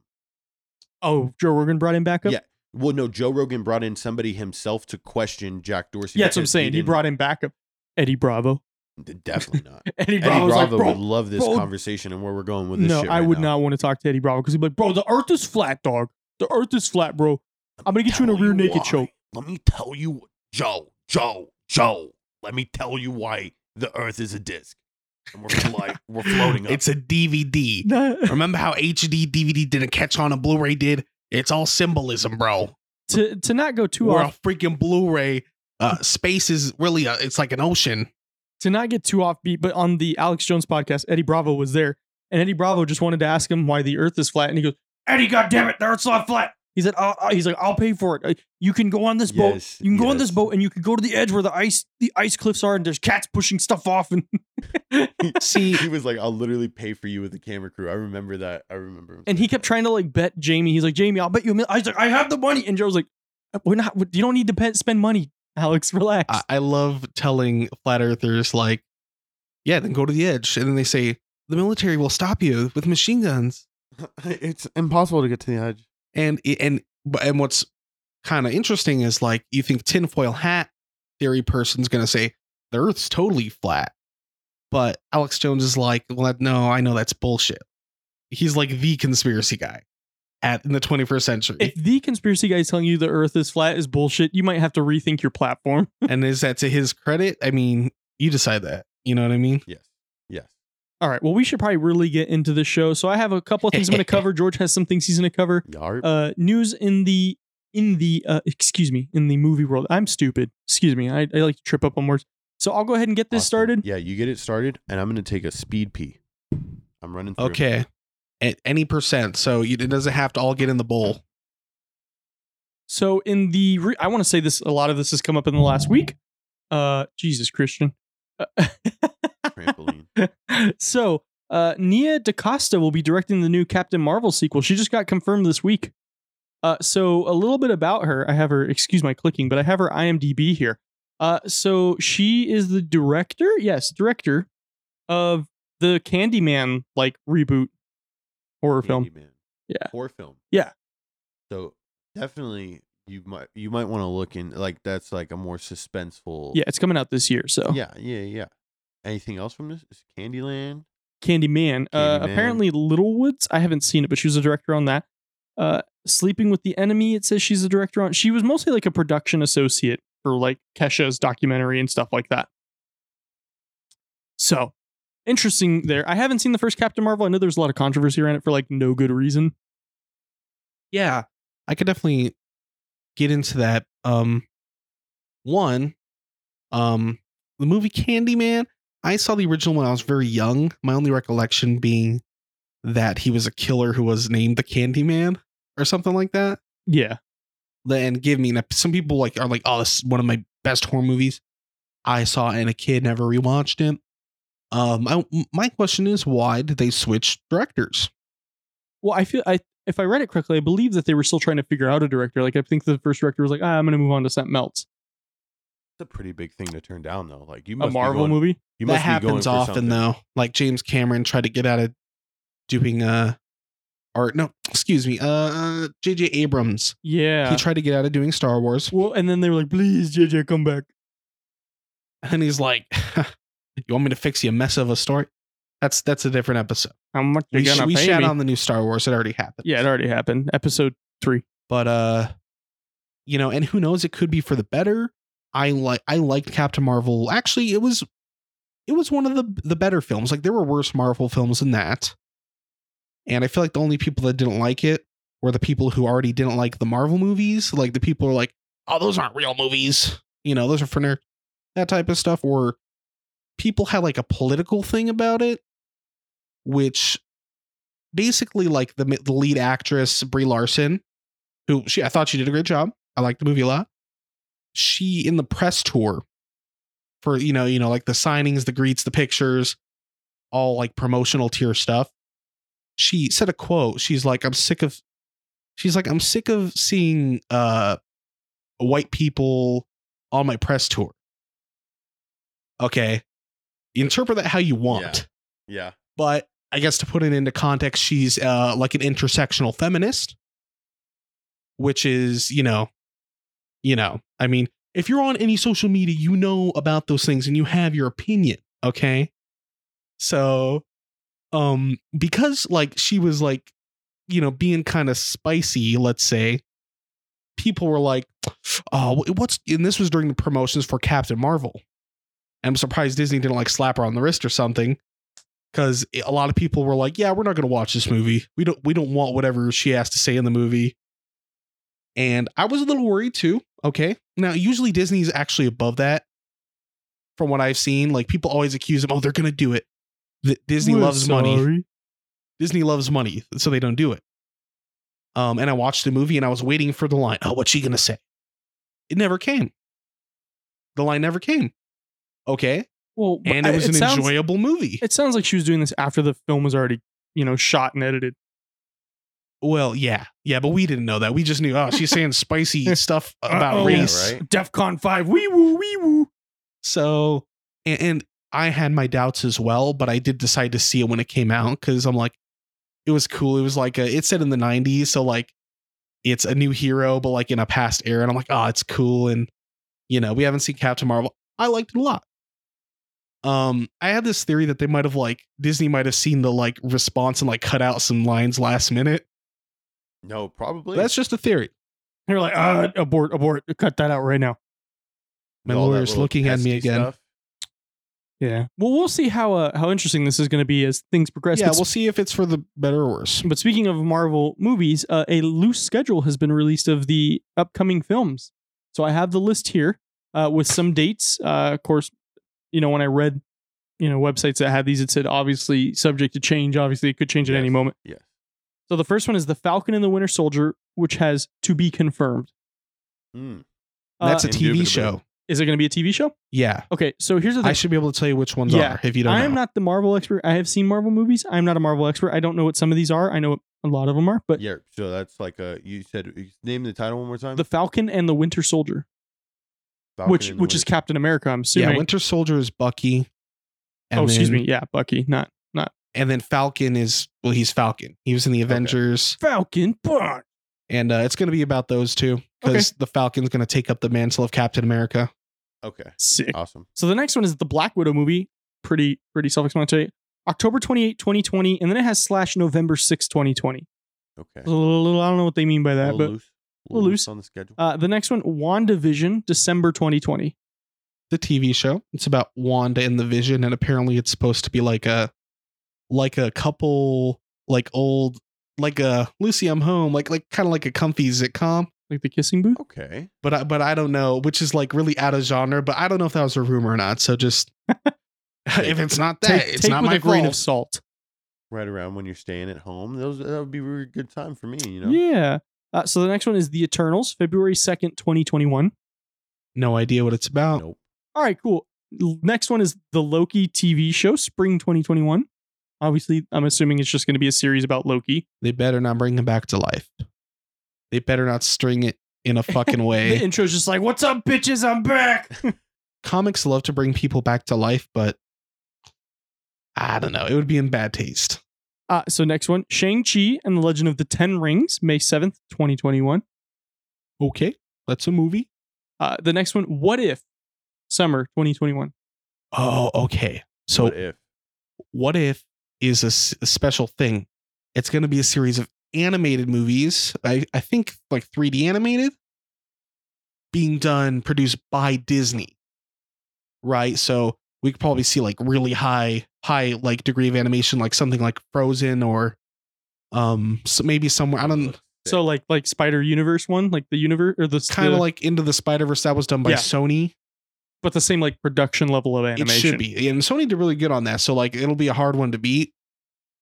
[SPEAKER 2] oh, Joe Rogan brought him back up.
[SPEAKER 3] Yeah, Well, no, Joe Rogan brought in somebody himself to question Jack Dorsey.
[SPEAKER 2] Yeah, that's what I'm
[SPEAKER 3] because
[SPEAKER 2] saying. He,
[SPEAKER 3] didn't-
[SPEAKER 2] brought him back up. Eddie Bravo. [LAUGHS]
[SPEAKER 3] D- [LAUGHS] Definitely not.
[SPEAKER 2] Eddie
[SPEAKER 3] Eddie
[SPEAKER 2] Bravo was like,
[SPEAKER 3] Bravo
[SPEAKER 2] bro,
[SPEAKER 3] would love this
[SPEAKER 2] bro,
[SPEAKER 3] conversation and where we're going with this.
[SPEAKER 2] no,
[SPEAKER 3] shit
[SPEAKER 2] I
[SPEAKER 3] right
[SPEAKER 2] would
[SPEAKER 3] now.
[SPEAKER 2] not want to talk to Eddie Bravo because he'd be like, bro, the earth is flat, dog. The earth is flat, bro. I'm gonna get you in a
[SPEAKER 3] Tell
[SPEAKER 2] rear naked
[SPEAKER 3] why.
[SPEAKER 2] choke.
[SPEAKER 3] Let me tell you, Joe, Joe, Joe. Let me tell you why the Earth is a disc, and we're
[SPEAKER 2] [LAUGHS]
[SPEAKER 3] like we're
[SPEAKER 4] [CLEARS THROAT]
[SPEAKER 3] floating up.
[SPEAKER 4] It's a DVD.
[SPEAKER 3] [LAUGHS]
[SPEAKER 2] Nah.
[SPEAKER 4] Remember how HD DVD didn't catch on and Blu-ray did? It's all symbolism, bro.
[SPEAKER 2] [LAUGHS] to to not go too
[SPEAKER 4] We're
[SPEAKER 2] off
[SPEAKER 4] a freaking Blu-ray. [LAUGHS] Uh, space is really a, it's like an ocean.
[SPEAKER 2] to not get too offbeat, but on the Alex Jones podcast, Eddie Bravo was there, and Eddie Bravo just wanted to ask him why the Earth is flat, and he goes, "Eddie, goddamn it, the Earth's not flat." He said, oh, oh," "He's like, I'll pay for it. Uh, You can go on this boat.
[SPEAKER 3] Yes,
[SPEAKER 2] You can go on this
[SPEAKER 3] yes.
[SPEAKER 2] boat, and you can go to the edge where the ice the ice cliffs are, and there's cats pushing stuff off." And
[SPEAKER 3] [LAUGHS]
[SPEAKER 4] See,
[SPEAKER 3] He was like, "I'll literally pay for you with the camera crew." I remember that. I remember. Him
[SPEAKER 2] and he kept trying to like bet Jamie. He's like, "Jamie, I'll bet you a million. I was like, "I have the money," and Joe's like, "We're not. You don't need to pe- spend money, Alex. [LAUGHS] Relax."
[SPEAKER 4] I, I love telling flat earthers like, yeah, then go to the edge, and then they say the military will stop you with machine guns.
[SPEAKER 3] [LAUGHS] it's impossible to get to the edge.
[SPEAKER 4] And it- and but- and what's kind of interesting is like you think tinfoil hat theory person's gonna say the Earth's totally flat, but Alex Jones is like, well, no, I know that's bullshit. He's like the conspiracy guy at in the 21st century,
[SPEAKER 2] if the conspiracy guy is telling you the Earth is flat is bullshit, you might have to rethink your platform. [LAUGHS]
[SPEAKER 4] and is that to his credit? I mean, you decide that. You know what I mean?
[SPEAKER 3] Yes, yes.
[SPEAKER 2] All right. Well, we should probably really get into the show. So I have a couple of things I'm going to cover. George has some things he's going to cover.
[SPEAKER 3] Yarp.
[SPEAKER 2] Uh, news in the in the uh, excuse me in the movie world. I'm stupid. Excuse me. I, I like to trip up on words. So I'll go ahead and get this
[SPEAKER 3] Austin,
[SPEAKER 2] started.
[SPEAKER 3] Yeah, you get it started, and I'm gonna take a speed pee. I'm running. Through.
[SPEAKER 4] Okay. At any percent, so you, it doesn't have to all get in the bowl.
[SPEAKER 2] So in the re- I want to say this. A lot of this has come up in the last week. Uh, Jesus Christian. [LAUGHS]
[SPEAKER 3] Trampoline.
[SPEAKER 2] so uh, Nia DaCosta will be directing the new Captain Marvel sequel. She just got confirmed this week. Uh, so a little bit about her. I have her. Excuse my clicking, but I have her IMDb here. Uh, so she is the director. Yes, director of the Candyman like reboot horror film.
[SPEAKER 3] Candyman.
[SPEAKER 2] Yeah.
[SPEAKER 3] Horror film.
[SPEAKER 2] Yeah.
[SPEAKER 3] So definitely you might you might want to look in like that's like a more suspenseful.
[SPEAKER 2] Yeah, it's coming out this year. So
[SPEAKER 3] Yeah, yeah, yeah. Anything else from this? Is Candyland?
[SPEAKER 2] Candyman. Uh,
[SPEAKER 3] Candyman.
[SPEAKER 2] apparently Little Woods. I haven't seen it, but she was a director on that. Uh, Sleeping with the Enemy. It says she's a director on. She was mostly like a production associate for like Kesha's documentary and stuff like that. So interesting there. I haven't seen the first Captain Marvel. I know there's a lot of controversy around it for like no good reason.
[SPEAKER 4] yeah i could definitely get into that um one um the movie candyman i saw the original when i was very young my only recollection being that he was a killer who was named the candyman or something like that
[SPEAKER 2] Yeah.
[SPEAKER 4] then give me now, some people like are like oh this is one of my best horror movies i saw it and a kid never rewatched it um I, my question is why did they switch directors
[SPEAKER 2] Well, I feel I if I read it correctly, I believe that they were still trying to figure out a director. Like I think the first director was like, ah, I'm gonna move on to something else.
[SPEAKER 3] It's a pretty big thing to turn down though. Like you
[SPEAKER 2] A
[SPEAKER 3] must be
[SPEAKER 2] Marvel
[SPEAKER 3] going,
[SPEAKER 2] movie.
[SPEAKER 3] You
[SPEAKER 4] that
[SPEAKER 3] must be going
[SPEAKER 4] happens
[SPEAKER 3] for
[SPEAKER 4] often
[SPEAKER 3] something.
[SPEAKER 4] though. Like James Cameron tried to get out of doing uh art. No, excuse me. Uh, JJ Abrams.
[SPEAKER 2] Yeah.
[SPEAKER 4] He tried to get out of doing Star Wars,
[SPEAKER 2] well, and then they were like, please, JJ, come back.
[SPEAKER 4] and he's like, [LAUGHS] "You want me to fix you a mess of a story?" That's that's a different episode.
[SPEAKER 2] How much
[SPEAKER 4] We, sh- we
[SPEAKER 2] pay
[SPEAKER 4] shout
[SPEAKER 2] me?
[SPEAKER 4] on the new Star Wars. It already happened.
[SPEAKER 2] Yeah, it already happened. Episode three.
[SPEAKER 4] but uh, you know, and who knows? It could be for the better. I like I liked Captain Marvel. Actually, it was it was one of the the better films. Like there were worse Marvel films than that. And I feel like the only people that didn't like it were the people who already didn't like the Marvel movies. Like the people who are like, oh, those aren't real movies. You know, those are for nerd that type of stuff. Or people had like a political thing about it, which basically like the the lead actress Brie Larson, who she I thought she did a great job. I liked the movie a lot. She in the press tour for you know you know like the signings, the greets, the pictures, all like promotional tier stuff. She said a quote. She's like, "I'm sick of," she's like, "I'm sick of seeing uh white people on my press tour." Okay, interpret that how you want
[SPEAKER 3] Yeah. Yeah.
[SPEAKER 4] but I guess to put it into context, she's uh, like an intersectional feminist, which is you know, you know, I mean, if you're on any social media, you know about those things and you have your opinion. Okay. So um because like she was like you know being kind of spicy, let's say, people were like, "Oh, wh- what's and this was during the promotions for Captain Marvel." I'm surprised Disney didn't like slap her on the wrist or something cuz a lot of people were like, "Yeah, we're not going to watch this movie. We don't we don't want whatever she has to say in the movie." And I was a little worried too. Okay. Now, usually Disney's actually above that from what I've seen. Like people always accuse them, oh, they're going to do it. Th- Disney
[SPEAKER 2] We're
[SPEAKER 4] loves money.
[SPEAKER 2] sorry.
[SPEAKER 4] Disney loves money, so they don't do it. Um, and I watched the movie and I was waiting for the line. Oh, what's she gonna say? It never came. The line never came. Okay,
[SPEAKER 2] Well,
[SPEAKER 4] and it was an
[SPEAKER 2] sounds,
[SPEAKER 4] enjoyable movie.
[SPEAKER 2] It sounds like she was doing this after the film was already, you know, shot and edited.
[SPEAKER 4] Well, yeah, yeah, but we didn't know that. We just knew. Oh, she's
[SPEAKER 2] [LAUGHS]
[SPEAKER 4] saying spicy stuff about
[SPEAKER 2] Uh-oh.
[SPEAKER 4] race.
[SPEAKER 3] Yeah, right?
[SPEAKER 2] DefCon Five, wee woo, wee woo.
[SPEAKER 4] So, and, and I had my doubts as well, but I did decide to see it when it came out because I'm like, it was cool. It was like, a, it said in the 90s. So, like, it's a new hero, but like in a past era. And I'm like, oh, it's cool. And, you know, we haven't seen Captain Marvel. I liked it a lot. Um, I had this theory that they might have like Disney might have seen the like response and like cut out some lines last minute.
[SPEAKER 3] No, probably.
[SPEAKER 4] That's just a theory.
[SPEAKER 2] They're like, uh, abort, abort, cut that out right now.
[SPEAKER 4] My
[SPEAKER 3] With all that
[SPEAKER 4] lawyer's
[SPEAKER 3] little
[SPEAKER 4] looking at me
[SPEAKER 3] pesky
[SPEAKER 4] again.
[SPEAKER 3] stuff.
[SPEAKER 2] Yeah. Well, we'll see how uh, how interesting this is going to be as things progress.
[SPEAKER 4] Yeah,
[SPEAKER 2] but,
[SPEAKER 4] we'll see if it's for the better or worse.
[SPEAKER 2] but speaking of Marvel movies, uh, a loose schedule has been released of the upcoming films. So I have the list here uh, with some dates. Uh, of course, you know when I read, you know websites that had these, it said obviously subject to change. Obviously, it could change at any
[SPEAKER 3] Yes.
[SPEAKER 2] moment.
[SPEAKER 3] Yes.
[SPEAKER 2] So the first one is the Falcon and the Winter Soldier, which has to be confirmed.
[SPEAKER 3] Mm.
[SPEAKER 2] Uh,
[SPEAKER 4] That's a TV
[SPEAKER 3] Indubitably.
[SPEAKER 4] show.
[SPEAKER 2] is it going to be a TV show?
[SPEAKER 4] Yeah.
[SPEAKER 2] Okay, so here's the thing.
[SPEAKER 4] I should be able to tell you which ones
[SPEAKER 2] Yeah.
[SPEAKER 4] are if you don't.
[SPEAKER 2] I am
[SPEAKER 4] know.
[SPEAKER 2] not the Marvel expert. I have seen Marvel movies. I'm not a Marvel expert. I don't know what some of these are. I know what a lot of them are, but
[SPEAKER 3] Yeah. So that's like a. You said uh, you name the title one more time.
[SPEAKER 2] the Falcon and the Winter Soldier,
[SPEAKER 3] Falcon
[SPEAKER 2] which
[SPEAKER 3] and the
[SPEAKER 2] which is
[SPEAKER 3] Winter-
[SPEAKER 2] Captain America. I'm
[SPEAKER 4] yeah,
[SPEAKER 2] assuming.
[SPEAKER 4] Winter Soldier is Bucky.
[SPEAKER 2] oh, excuse
[SPEAKER 4] then-
[SPEAKER 2] me. Yeah, Bucky, not
[SPEAKER 4] And then Falcon is well, he's Falcon. He was in the Avengers,
[SPEAKER 2] Falcon. But
[SPEAKER 4] and uh, it's going to be about those two because the Falcon's going to take up the mantle of Captain America.
[SPEAKER 3] Okay.
[SPEAKER 2] sick.
[SPEAKER 3] Awesome.
[SPEAKER 2] So the next one is the Black Widow movie. Pretty pretty self-explanatory. October 28, 2020, and then it has slash November 6, 2020.
[SPEAKER 3] Okay.
[SPEAKER 2] It's a little- little- I don't know what they mean by
[SPEAKER 3] A
[SPEAKER 2] that,
[SPEAKER 3] little
[SPEAKER 2] but
[SPEAKER 3] loose. A
[SPEAKER 2] little
[SPEAKER 3] little
[SPEAKER 2] loose.
[SPEAKER 3] loose on the schedule.
[SPEAKER 2] uh, the next one, WandaVision, December 2020.
[SPEAKER 4] The TV show. It's about Wanda and the Vision, and apparently it's supposed to be like a like a couple, like old, like a Lucy, I'm home, like like kind of like a comfy sitcom.
[SPEAKER 2] Like the kissing booth.
[SPEAKER 3] okay.
[SPEAKER 4] But I, but I don't know, which is like really out of genre. But I don't know if that was a rumor or not.
[SPEAKER 2] [LAUGHS]
[SPEAKER 4] So just [LAUGHS] if it's not that,
[SPEAKER 2] Take-
[SPEAKER 4] it's
[SPEAKER 2] take
[SPEAKER 4] not
[SPEAKER 2] with
[SPEAKER 4] my
[SPEAKER 2] a grain
[SPEAKER 4] fault.
[SPEAKER 2] of salt.
[SPEAKER 3] Right around when you're staying at home, those that would be a really good time for me. You know.
[SPEAKER 2] Yeah. Uh, so the next one is The Eternals, February 2nd, 2021.
[SPEAKER 4] no idea what it's
[SPEAKER 2] Oh,
[SPEAKER 4] about.
[SPEAKER 3] Nope.
[SPEAKER 2] All right, cool. L- Next one is The Loki TV show, spring 2021. Obviously, I'm assuming it's just going to be a series about Loki.
[SPEAKER 4] They better not bring him back to life. They better not string it in a fucking
[SPEAKER 2] The
[SPEAKER 4] [LAUGHS] way.
[SPEAKER 2] intro's just like, What's up, bitches? I'm back.
[SPEAKER 4] Comics love to bring people back to life, but I don't know. It would be in bad taste.
[SPEAKER 2] [LAUGHS] uh, so next one Shang-Chi and the Legend of the Ten Rings, May 7th, 2021.
[SPEAKER 4] Okay, that's a movie.
[SPEAKER 2] Uh, the next one, What If? Summer 2021.
[SPEAKER 4] Oh, okay. So
[SPEAKER 3] what if
[SPEAKER 4] what if is a, s- a special thing? It's going to be a series of animated movies. I, I think like 3D animated being done, produced by Disney. Right. So we could probably see like really high, high like degree of animation, like something like Frozen or um so maybe somewhere. I don't
[SPEAKER 2] So like like Spider Universe one, like the universe or the
[SPEAKER 4] kind of
[SPEAKER 2] the-
[SPEAKER 4] like Into the Spider Verse that was done by
[SPEAKER 2] Yeah.
[SPEAKER 4] Sony.
[SPEAKER 2] but the same like production level of animation.
[SPEAKER 4] It should be. And Sony did really good on that. So like it'll be a hard one to beat.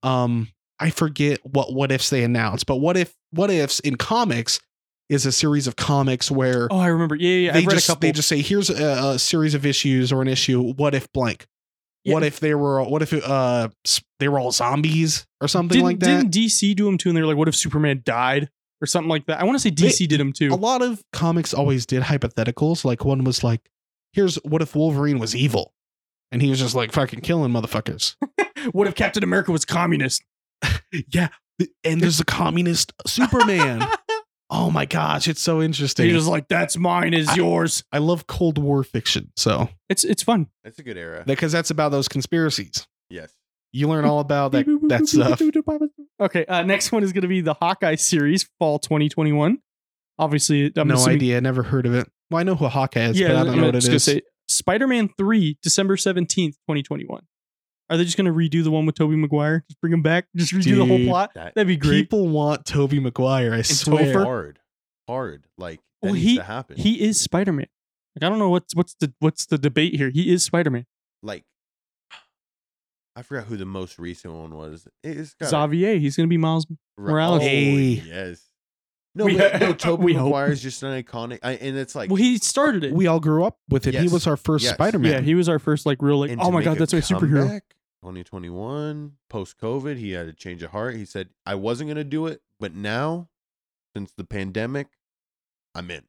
[SPEAKER 4] Um I forget what what ifs they announced, but what if what ifs in comics is a series of comics where
[SPEAKER 2] Oh, I remember. Yeah, yeah. yeah.
[SPEAKER 4] they
[SPEAKER 2] I've read
[SPEAKER 4] just
[SPEAKER 2] a couple.
[SPEAKER 4] they just say here's a, a series of issues or an issue what if blank.
[SPEAKER 2] Yeah.
[SPEAKER 4] What if they were what if uh s- they were all zombies or something
[SPEAKER 2] didn't,
[SPEAKER 4] like that?
[SPEAKER 2] Didn't DC do him too? And they're like, what if Superman died or something like that? I want to say DC did him too.
[SPEAKER 4] a lot of comics always did hypotheticals. Like one was like, here's what if Wolverine was evil? And he was just like fucking killing motherfuckers.
[SPEAKER 2] what if Captain America was communist? [LAUGHS]
[SPEAKER 4] Yeah. th- And there's a communist Superman. Oh my gosh, it's so interesting.
[SPEAKER 2] He was like, "That's mine, is yours."
[SPEAKER 4] I love Cold War fiction, so
[SPEAKER 2] It's it's fun.
[SPEAKER 3] That's a good era.
[SPEAKER 4] because that's about those conspiracies.
[SPEAKER 3] yes.
[SPEAKER 4] You learn all about that uh,
[SPEAKER 2] [LAUGHS]
[SPEAKER 4] that stuff.
[SPEAKER 2] Okay, uh, next one is going to be the Hawkeye series, fall 2021. Obviously, I'm
[SPEAKER 4] no
[SPEAKER 2] assuming-
[SPEAKER 4] idea, never heard of it. Well, I know who Hawkeye is, but I don't
[SPEAKER 2] I'm
[SPEAKER 4] know what it
[SPEAKER 2] just gonna
[SPEAKER 4] is.
[SPEAKER 2] Say, Spider-Man 3, December 17th, 2021. Are they just going to redo the one with Toby Maguire? Just bring him back? Just redo the whole
[SPEAKER 4] Dude,
[SPEAKER 2] plot?
[SPEAKER 3] That
[SPEAKER 2] That'd be great.
[SPEAKER 4] People want Toby Maguire, I
[SPEAKER 3] it's
[SPEAKER 4] swear.
[SPEAKER 3] hard. Hard. Like that
[SPEAKER 2] Well,
[SPEAKER 3] needs
[SPEAKER 2] he-
[SPEAKER 3] to happen.
[SPEAKER 2] he is Spider-Man. Like I don't know what's what's the what's the debate here. He is Spider-Man.
[SPEAKER 3] like I forgot who the most recent one was. It's got Oh,
[SPEAKER 2] Xavier, he's going to be Miles. Morales.
[SPEAKER 4] Hey.
[SPEAKER 2] [LAUGHS]
[SPEAKER 3] Yes. No,
[SPEAKER 2] We-
[SPEAKER 3] but, no. Toby
[SPEAKER 2] we hope.
[SPEAKER 3] Maguire is just an iconic, I, and it's like
[SPEAKER 2] Well, he started it.
[SPEAKER 4] We all grew up with it. He
[SPEAKER 3] Yes.
[SPEAKER 4] was our first
[SPEAKER 3] Yes.
[SPEAKER 4] Spider-Man.
[SPEAKER 2] yeah, he was our first like real like
[SPEAKER 3] and
[SPEAKER 2] oh
[SPEAKER 3] to
[SPEAKER 2] my
[SPEAKER 3] make
[SPEAKER 2] god,
[SPEAKER 3] a
[SPEAKER 2] that's my superhero.
[SPEAKER 3] comeback, 2021, post COVID, he had a change of heart. He said, "I wasn't going to do it, but now, since the pandemic, I'm in."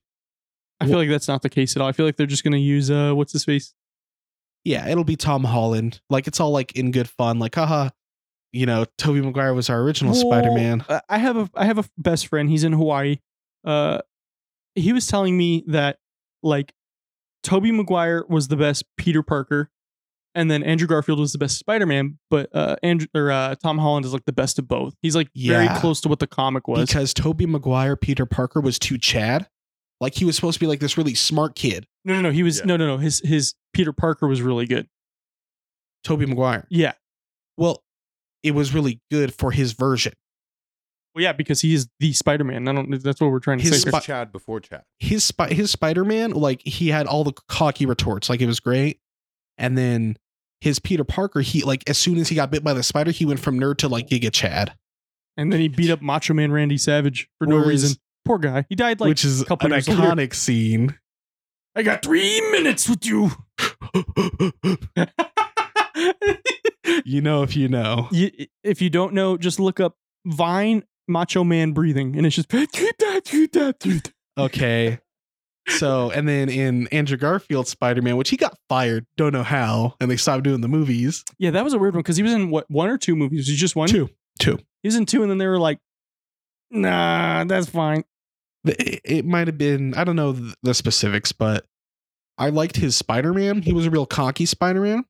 [SPEAKER 2] I feel like that's not the case at all. I feel like they're just going to use uh what's his face?
[SPEAKER 4] yeah, it'll be Tom Holland. Like it's all like in good fun. Like, haha, you know, Toby Maguire was our original
[SPEAKER 2] Well,
[SPEAKER 4] Spider-Man.
[SPEAKER 2] I- Uh, I have a I have a best friend. He's in Hawaii. Uh, he was telling me that like Toby Maguire was the best Peter Parker, and then Andrew Garfield was the best Spider Man. But uh, Andrew or uh, Tom Holland is like the best of both. He's like very
[SPEAKER 4] Yeah.
[SPEAKER 2] close to what the comic was.
[SPEAKER 4] Because Toby Maguire, Peter Parker was too Chad. Like he was supposed to be like this really smart kid.
[SPEAKER 2] no, no, no. He was
[SPEAKER 3] Yeah.
[SPEAKER 2] no, no, no. His his Peter Parker was really good.
[SPEAKER 4] Toby Maguire.
[SPEAKER 2] Yeah,
[SPEAKER 4] Well, it was really good for his version.
[SPEAKER 2] well, yeah, because he is the Spider Man. I don't. That's what we're trying to
[SPEAKER 4] His
[SPEAKER 2] say.
[SPEAKER 3] Here's
[SPEAKER 2] here.
[SPEAKER 4] Spi-
[SPEAKER 3] Chad before Chad.
[SPEAKER 4] his spy his Spider-Man, like he had all the cocky retorts, like it was great. And then his Peter Parker, he like as soon as he got bit by the spider, he went from nerd to like Giga Chad,
[SPEAKER 2] and then he beat up Macho Man Randy Savage for no
[SPEAKER 4] Whereas-
[SPEAKER 2] reason. Poor guy. He died like
[SPEAKER 4] which is an
[SPEAKER 2] couple years later.
[SPEAKER 4] iconic scene. [LAUGHS]
[SPEAKER 2] I got three minutes with you.
[SPEAKER 4] you know if you know.
[SPEAKER 2] you, if you don't know, just look up Vine Macho Man breathing, and it's just
[SPEAKER 4] Okay. So and then in Andrew Garfield's Spider-Man, which he got fired, don't know how, and they stopped doing the movies.
[SPEAKER 2] yeah, that was a weird one because he was in what one or two movies? Was he just one?
[SPEAKER 4] Two. Two.
[SPEAKER 2] He was in two, and then they were like, "Nah, that's fine."
[SPEAKER 4] It, it might have been I don't know th- the specifics, but I liked his Spider-Man. He was a real cocky Spider-Man.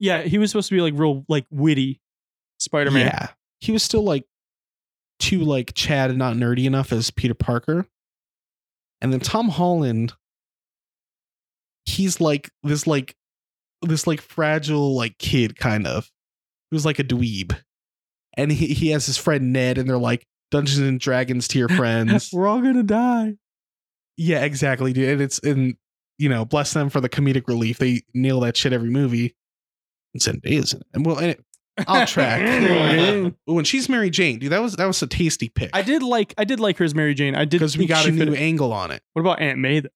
[SPEAKER 2] Yeah, he was supposed to be like real, like witty Spider Man.
[SPEAKER 4] Yeah. He was still like too like Chad and not nerdy enough as Peter Parker. And then Tom Holland, he's like this like this like fragile like kid kind of. He was like a dweeb. And he, he has his friend Ned and they're like Dungeons and Dragons to your friends.
[SPEAKER 2] We're all gonna die.
[SPEAKER 4] yeah, exactly, dude. And it's and you know, bless them for the comedic relief. They nail that shit every movie. And Zendaya's in it. And well, and it,
[SPEAKER 2] [LAUGHS]
[SPEAKER 4] I'll track. [LAUGHS] when she's Mary Jane, dude, that was that was a tasty pick.
[SPEAKER 2] I did like, I did like her as Mary Jane. I did
[SPEAKER 4] because we
[SPEAKER 2] think
[SPEAKER 4] got
[SPEAKER 2] she
[SPEAKER 4] a new
[SPEAKER 2] fit-
[SPEAKER 4] angle on it.
[SPEAKER 2] What about Aunt May? though?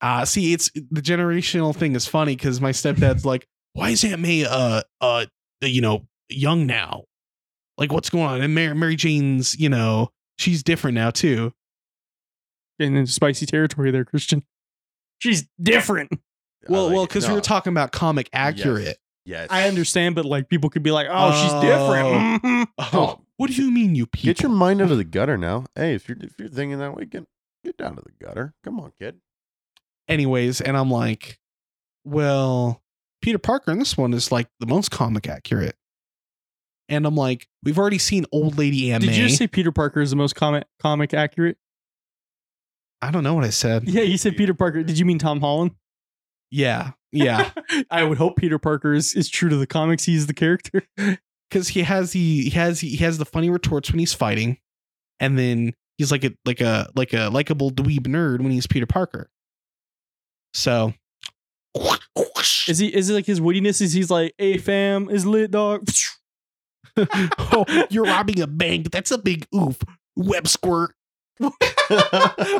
[SPEAKER 4] Uh see, it's the generational thing is funny because my stepdad's like, why is Aunt May uh uh you know young now? Like what's going on? And Mary, Mary Jane's you know she's different now too.
[SPEAKER 2] Getting into spicy territory there, Christian. She's different.
[SPEAKER 3] I
[SPEAKER 4] Well,
[SPEAKER 3] like
[SPEAKER 4] well,
[SPEAKER 3] it.
[SPEAKER 4] because we
[SPEAKER 3] No.
[SPEAKER 4] were talking about comic accurate.
[SPEAKER 3] Yes.
[SPEAKER 2] I understand, but like people could be like, "Oh, she's
[SPEAKER 4] Oh.
[SPEAKER 2] different." Mhm.
[SPEAKER 4] Oh, what do you mean, you people?
[SPEAKER 3] Get your mind out of the gutter now. Hey, if you're if you're thinking that way, get get down to the gutter. Come on, kid.
[SPEAKER 4] anyways, and I'm like, well, Peter Parker in this one is like the most comic accurate. And I'm like, we've already seen old lady Aunt
[SPEAKER 2] Did
[SPEAKER 4] May.
[SPEAKER 2] you say Peter Parker is the most comic comic accurate?
[SPEAKER 4] I don't know what I
[SPEAKER 2] [LAUGHS]
[SPEAKER 4] said.
[SPEAKER 2] Yeah, you said Peter Parker. Did you mean Tom Holland?
[SPEAKER 4] Yeah. Yeah.
[SPEAKER 2] [LAUGHS] I would hope Peter Parker is, is true to the comics. He's the character.
[SPEAKER 4] Cause he has the he has he has the funny retorts when he's fighting. And then he's like a like a like a likable dweeb nerd when he's Peter Parker. So
[SPEAKER 2] Is [LAUGHS] he? Is it like his wittiness? Is he's like, "Hey fam, is lit dog."
[SPEAKER 4] [LAUGHS]
[SPEAKER 2] [LAUGHS]
[SPEAKER 4] oh, you're robbing a bank. That's a big oof. Web squirt.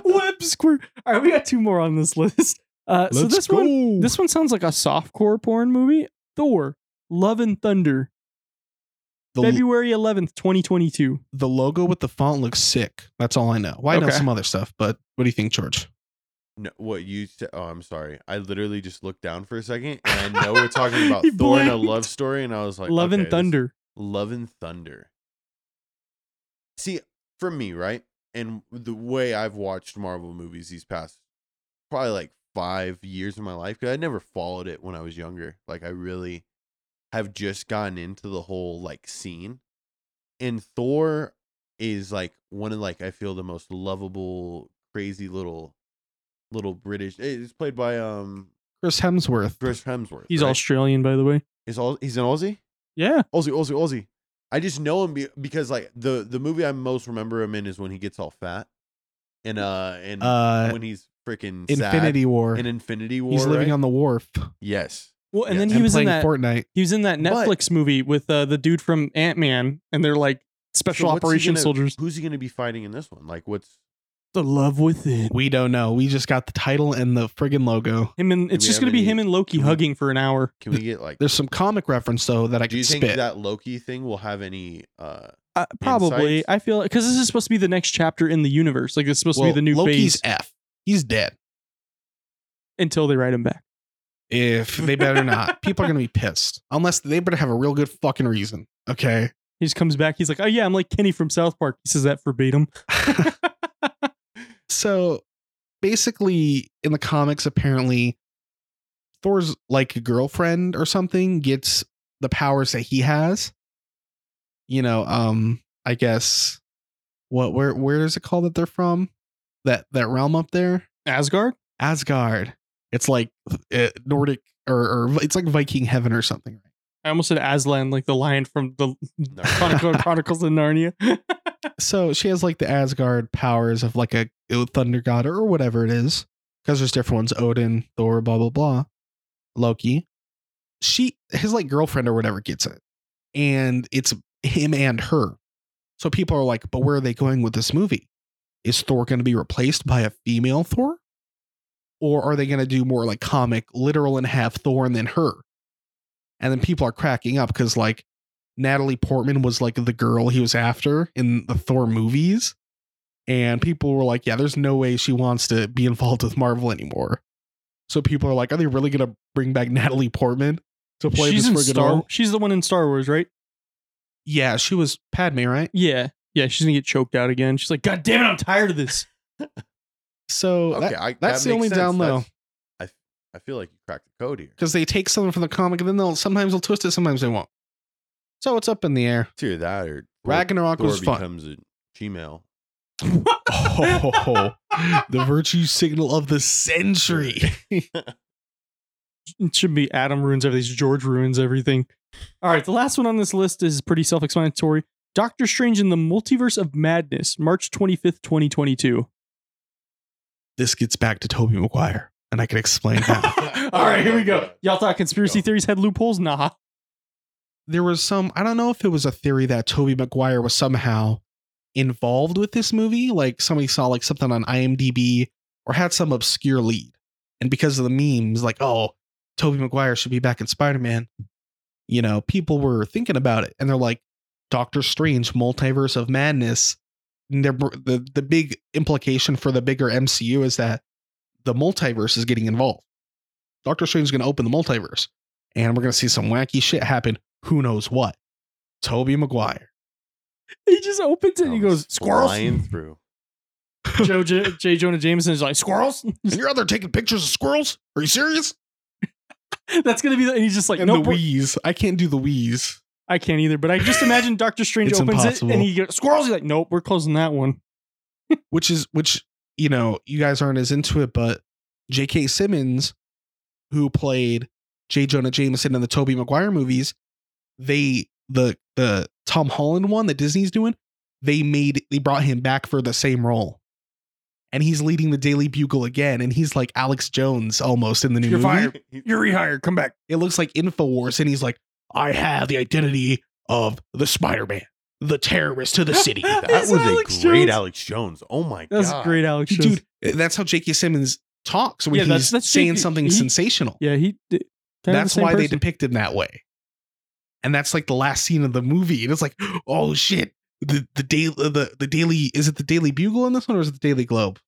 [SPEAKER 2] Web squirt. All right, we got two more on this list. Uh, so this one, this one sounds like a softcore porn movie. Thor, Love and Thunder,
[SPEAKER 4] The-
[SPEAKER 2] February eleventh, twenty twenty two.
[SPEAKER 4] the logo with the font looks sick. That's all I know. Well, I know
[SPEAKER 2] Okay.
[SPEAKER 4] some other stuff, but what do you think, George?
[SPEAKER 3] No, what you said? Oh, I'm sorry. I literally just looked down for a second, and I know we're talking
[SPEAKER 2] [LAUGHS]
[SPEAKER 3] about
[SPEAKER 2] He
[SPEAKER 3] Thor and a
[SPEAKER 2] blinked.
[SPEAKER 3] love story, and I was like,
[SPEAKER 2] Love
[SPEAKER 3] okay,
[SPEAKER 2] and
[SPEAKER 3] this-
[SPEAKER 2] Thunder.
[SPEAKER 3] Love and Thunder. See, for me, right? and the way I've watched Marvel movies these past probably like five years of my life, because I never followed it when I was younger. Like I really have just gotten into the whole like scene. And Thor is like one of like I feel the most lovable, crazy little little British it's played by um
[SPEAKER 4] Chris Hemsworth.
[SPEAKER 3] Chris Hemsworth.
[SPEAKER 2] He's
[SPEAKER 3] right?
[SPEAKER 2] Australian, by the way.
[SPEAKER 3] He's all he's an Aussie?
[SPEAKER 2] Yeah.
[SPEAKER 3] Ozzy, Ozzy, Ozzy. I just know him be- because like the the movie I most remember him in is when he gets all fat, and uh and
[SPEAKER 4] Uh,
[SPEAKER 3] when he's freaking
[SPEAKER 4] Infinity War.
[SPEAKER 3] sad. in Infinity War.
[SPEAKER 4] He's living
[SPEAKER 3] right?
[SPEAKER 4] on the wharf
[SPEAKER 3] yes,
[SPEAKER 2] Well, and
[SPEAKER 3] Yeah.
[SPEAKER 2] then he
[SPEAKER 4] and
[SPEAKER 2] was in
[SPEAKER 4] playing
[SPEAKER 2] that.
[SPEAKER 4] Fortnite.
[SPEAKER 2] He was in that
[SPEAKER 3] But-
[SPEAKER 2] Netflix movie with uh, the dude from Ant Man, and they're like special
[SPEAKER 3] So what's he
[SPEAKER 2] operations
[SPEAKER 3] gonna-
[SPEAKER 2] soldiers.
[SPEAKER 3] Who's he going to be fighting in this one? Like what's
[SPEAKER 2] The love within.
[SPEAKER 4] We don't know. We just got the title and the friggin' logo.
[SPEAKER 2] Him and
[SPEAKER 3] Do
[SPEAKER 2] it's
[SPEAKER 3] we
[SPEAKER 2] just
[SPEAKER 3] have
[SPEAKER 2] gonna be
[SPEAKER 3] any-
[SPEAKER 2] him and Loki
[SPEAKER 3] do we-
[SPEAKER 2] hugging for an hour.
[SPEAKER 3] can we get like?
[SPEAKER 4] There's some comic reference though that I
[SPEAKER 3] do
[SPEAKER 4] can
[SPEAKER 3] you think
[SPEAKER 4] spit.
[SPEAKER 3] that Loki thing will have any? uh
[SPEAKER 2] Uh, probably,
[SPEAKER 3] Insights?
[SPEAKER 2] I feel because this is supposed to be the next chapter in the universe. Like it's supposed
[SPEAKER 4] Well,
[SPEAKER 2] to be the new
[SPEAKER 4] Loki's
[SPEAKER 2] phase
[SPEAKER 4] F. He's dead.
[SPEAKER 2] until they write him back.
[SPEAKER 4] If they better not, people are gonna be pissed. Unless they better have a real good fucking reason. Okay.
[SPEAKER 2] He just comes back. He's like, "Oh yeah, I'm like Kenny from South Park." He says that verbatim.
[SPEAKER 4] so basically in the comics apparently thor's like girlfriend or something gets the powers that he has you know um i guess what where where is it called that they're from that that realm up there
[SPEAKER 2] Asgard.
[SPEAKER 4] asgard it's like uh, nordic or, or it's like viking heaven or something
[SPEAKER 2] I almost said Aslan, like the lion from the
[SPEAKER 3] no.
[SPEAKER 2] [LAUGHS] Chronicle Chronicles of Narnia.
[SPEAKER 4] so she has like the Asgard powers of like a thunder god or whatever it is, because there's different ones: Odin, Thor, blah blah blah, Loki. She, his like girlfriend or whatever gets it, and it's him and her. So people are like, but where are they going with this movie? Is Thor going to be replaced by a female Thor, or are they going to do more like comic, literal, and have Thor and then her? And then people are cracking up because like Natalie Portman was like the girl he was after in the Thor movies. And people were like, yeah, there's no way she wants to be involved with Marvel anymore. So people are like, are they really going to bring back Natalie Portman to play
[SPEAKER 2] she's in
[SPEAKER 4] this friggin'
[SPEAKER 2] Star.
[SPEAKER 4] role?
[SPEAKER 2] She's the one in Star Wars, right?
[SPEAKER 4] Yeah, she was Padme, right?
[SPEAKER 2] Yeah, yeah. She's gonna get choked out again. She's like, "God damn it, I'm tired of this."
[SPEAKER 4] So [LAUGHS]
[SPEAKER 3] Okay, I,
[SPEAKER 4] that's
[SPEAKER 3] that
[SPEAKER 4] the
[SPEAKER 3] makes
[SPEAKER 4] only
[SPEAKER 3] sense.
[SPEAKER 4] down low.
[SPEAKER 3] That's- I I feel like you cracked the code here.
[SPEAKER 4] because they take something from the comic and then they'll sometimes they'll twist it, sometimes they won't. So it's up in the air.
[SPEAKER 3] It's either that or Thor-
[SPEAKER 4] Ragnarok
[SPEAKER 3] Thor
[SPEAKER 4] was fun.
[SPEAKER 3] becomes a
[SPEAKER 4] [LAUGHS]
[SPEAKER 3] Gmail.
[SPEAKER 4] Oh, the virtue signal of the century.
[SPEAKER 2] It [LAUGHS] should be Adam ruins everything. George ruins everything. All right, the last one on this list is pretty self-explanatory. Doctor Strange in the Multiverse of Madness, March twenty fifth, twenty twenty two.
[SPEAKER 4] this gets back to Toby Maguire, and I can explain
[SPEAKER 2] [LAUGHS] All
[SPEAKER 4] how.
[SPEAKER 2] right, here we go. Y'all thought conspiracy
[SPEAKER 3] Go.
[SPEAKER 2] theories had loopholes? Nah.
[SPEAKER 4] there was some I don't know if it was a theory that Toby Maguire was somehow involved with this movie. Like somebody saw like something on IMDb or had some obscure lead. And because of the memes, like, oh, Toby Maguire should be back in Spider-Man, you know, people were thinking about it. And they're like, Doctor Strange, multiverse of madness. And they're- the, the big implication for the bigger MCU is that the multiverse is getting involved. Doctor Strange is going to open the multiverse, and we're going to see some wacky shit happen who knows what. Toby Maguire.
[SPEAKER 2] He just opens it and he goes, "Squirrels."
[SPEAKER 3] Flying through.
[SPEAKER 2] Joe J, [LAUGHS] J. Jonah Jameson is like, "Squirrels." [LAUGHS]
[SPEAKER 4] And you're out there taking pictures of squirrels? Are you serious?
[SPEAKER 2] That's gonna be. The, and he's just like,
[SPEAKER 4] and
[SPEAKER 2] "Nope,
[SPEAKER 4] the wheeze. I can't do the wheeze.
[SPEAKER 2] I can't either." But I just
[SPEAKER 4] [LAUGHS]
[SPEAKER 2] imagine Doctor Strange
[SPEAKER 4] It's
[SPEAKER 2] opens
[SPEAKER 4] impossible.
[SPEAKER 2] it and he goes, "Squirrels." He's like, "Nope, we're closing that one."
[SPEAKER 4] Which is which, you know, you guys aren't as into it, but J.K. Simmons, who played J. Jonah Jameson in the Toby Maguire movies, they the the Tom Holland one that Disney's doing, they made they brought him back for the same role. And he's leading the Daily Bugle again, and he's like Alex Jones almost in the new
[SPEAKER 2] You're
[SPEAKER 4] movie.
[SPEAKER 2] fired. [LAUGHS] You're rehired. Come back.
[SPEAKER 4] It looks like InfoWars, and he's like, I have the identity of the Spider Man, the
[SPEAKER 2] [LAUGHS]
[SPEAKER 4] terrorist to the city.
[SPEAKER 3] That
[SPEAKER 2] It's
[SPEAKER 3] was
[SPEAKER 2] Alex
[SPEAKER 3] a great
[SPEAKER 2] Jones.
[SPEAKER 3] Alex Jones. Oh my
[SPEAKER 2] That's
[SPEAKER 3] god.
[SPEAKER 2] great, Alex. Jones.
[SPEAKER 4] Dude, eh, that's how J.K. Simmons talks when
[SPEAKER 2] Yeah,
[SPEAKER 4] he's
[SPEAKER 2] that's- that's
[SPEAKER 4] saying
[SPEAKER 2] J.K.
[SPEAKER 4] something
[SPEAKER 2] He-
[SPEAKER 4] sensational.
[SPEAKER 2] Yeah, he. Did, kind of the
[SPEAKER 4] that's
[SPEAKER 2] same
[SPEAKER 4] why they
[SPEAKER 2] person.
[SPEAKER 4] depict him that way. And that's like the last scene of the movie. And it's like, oh shit. The the daily the, the daily is it the Daily Bugle in this one or is it the Daily Globe?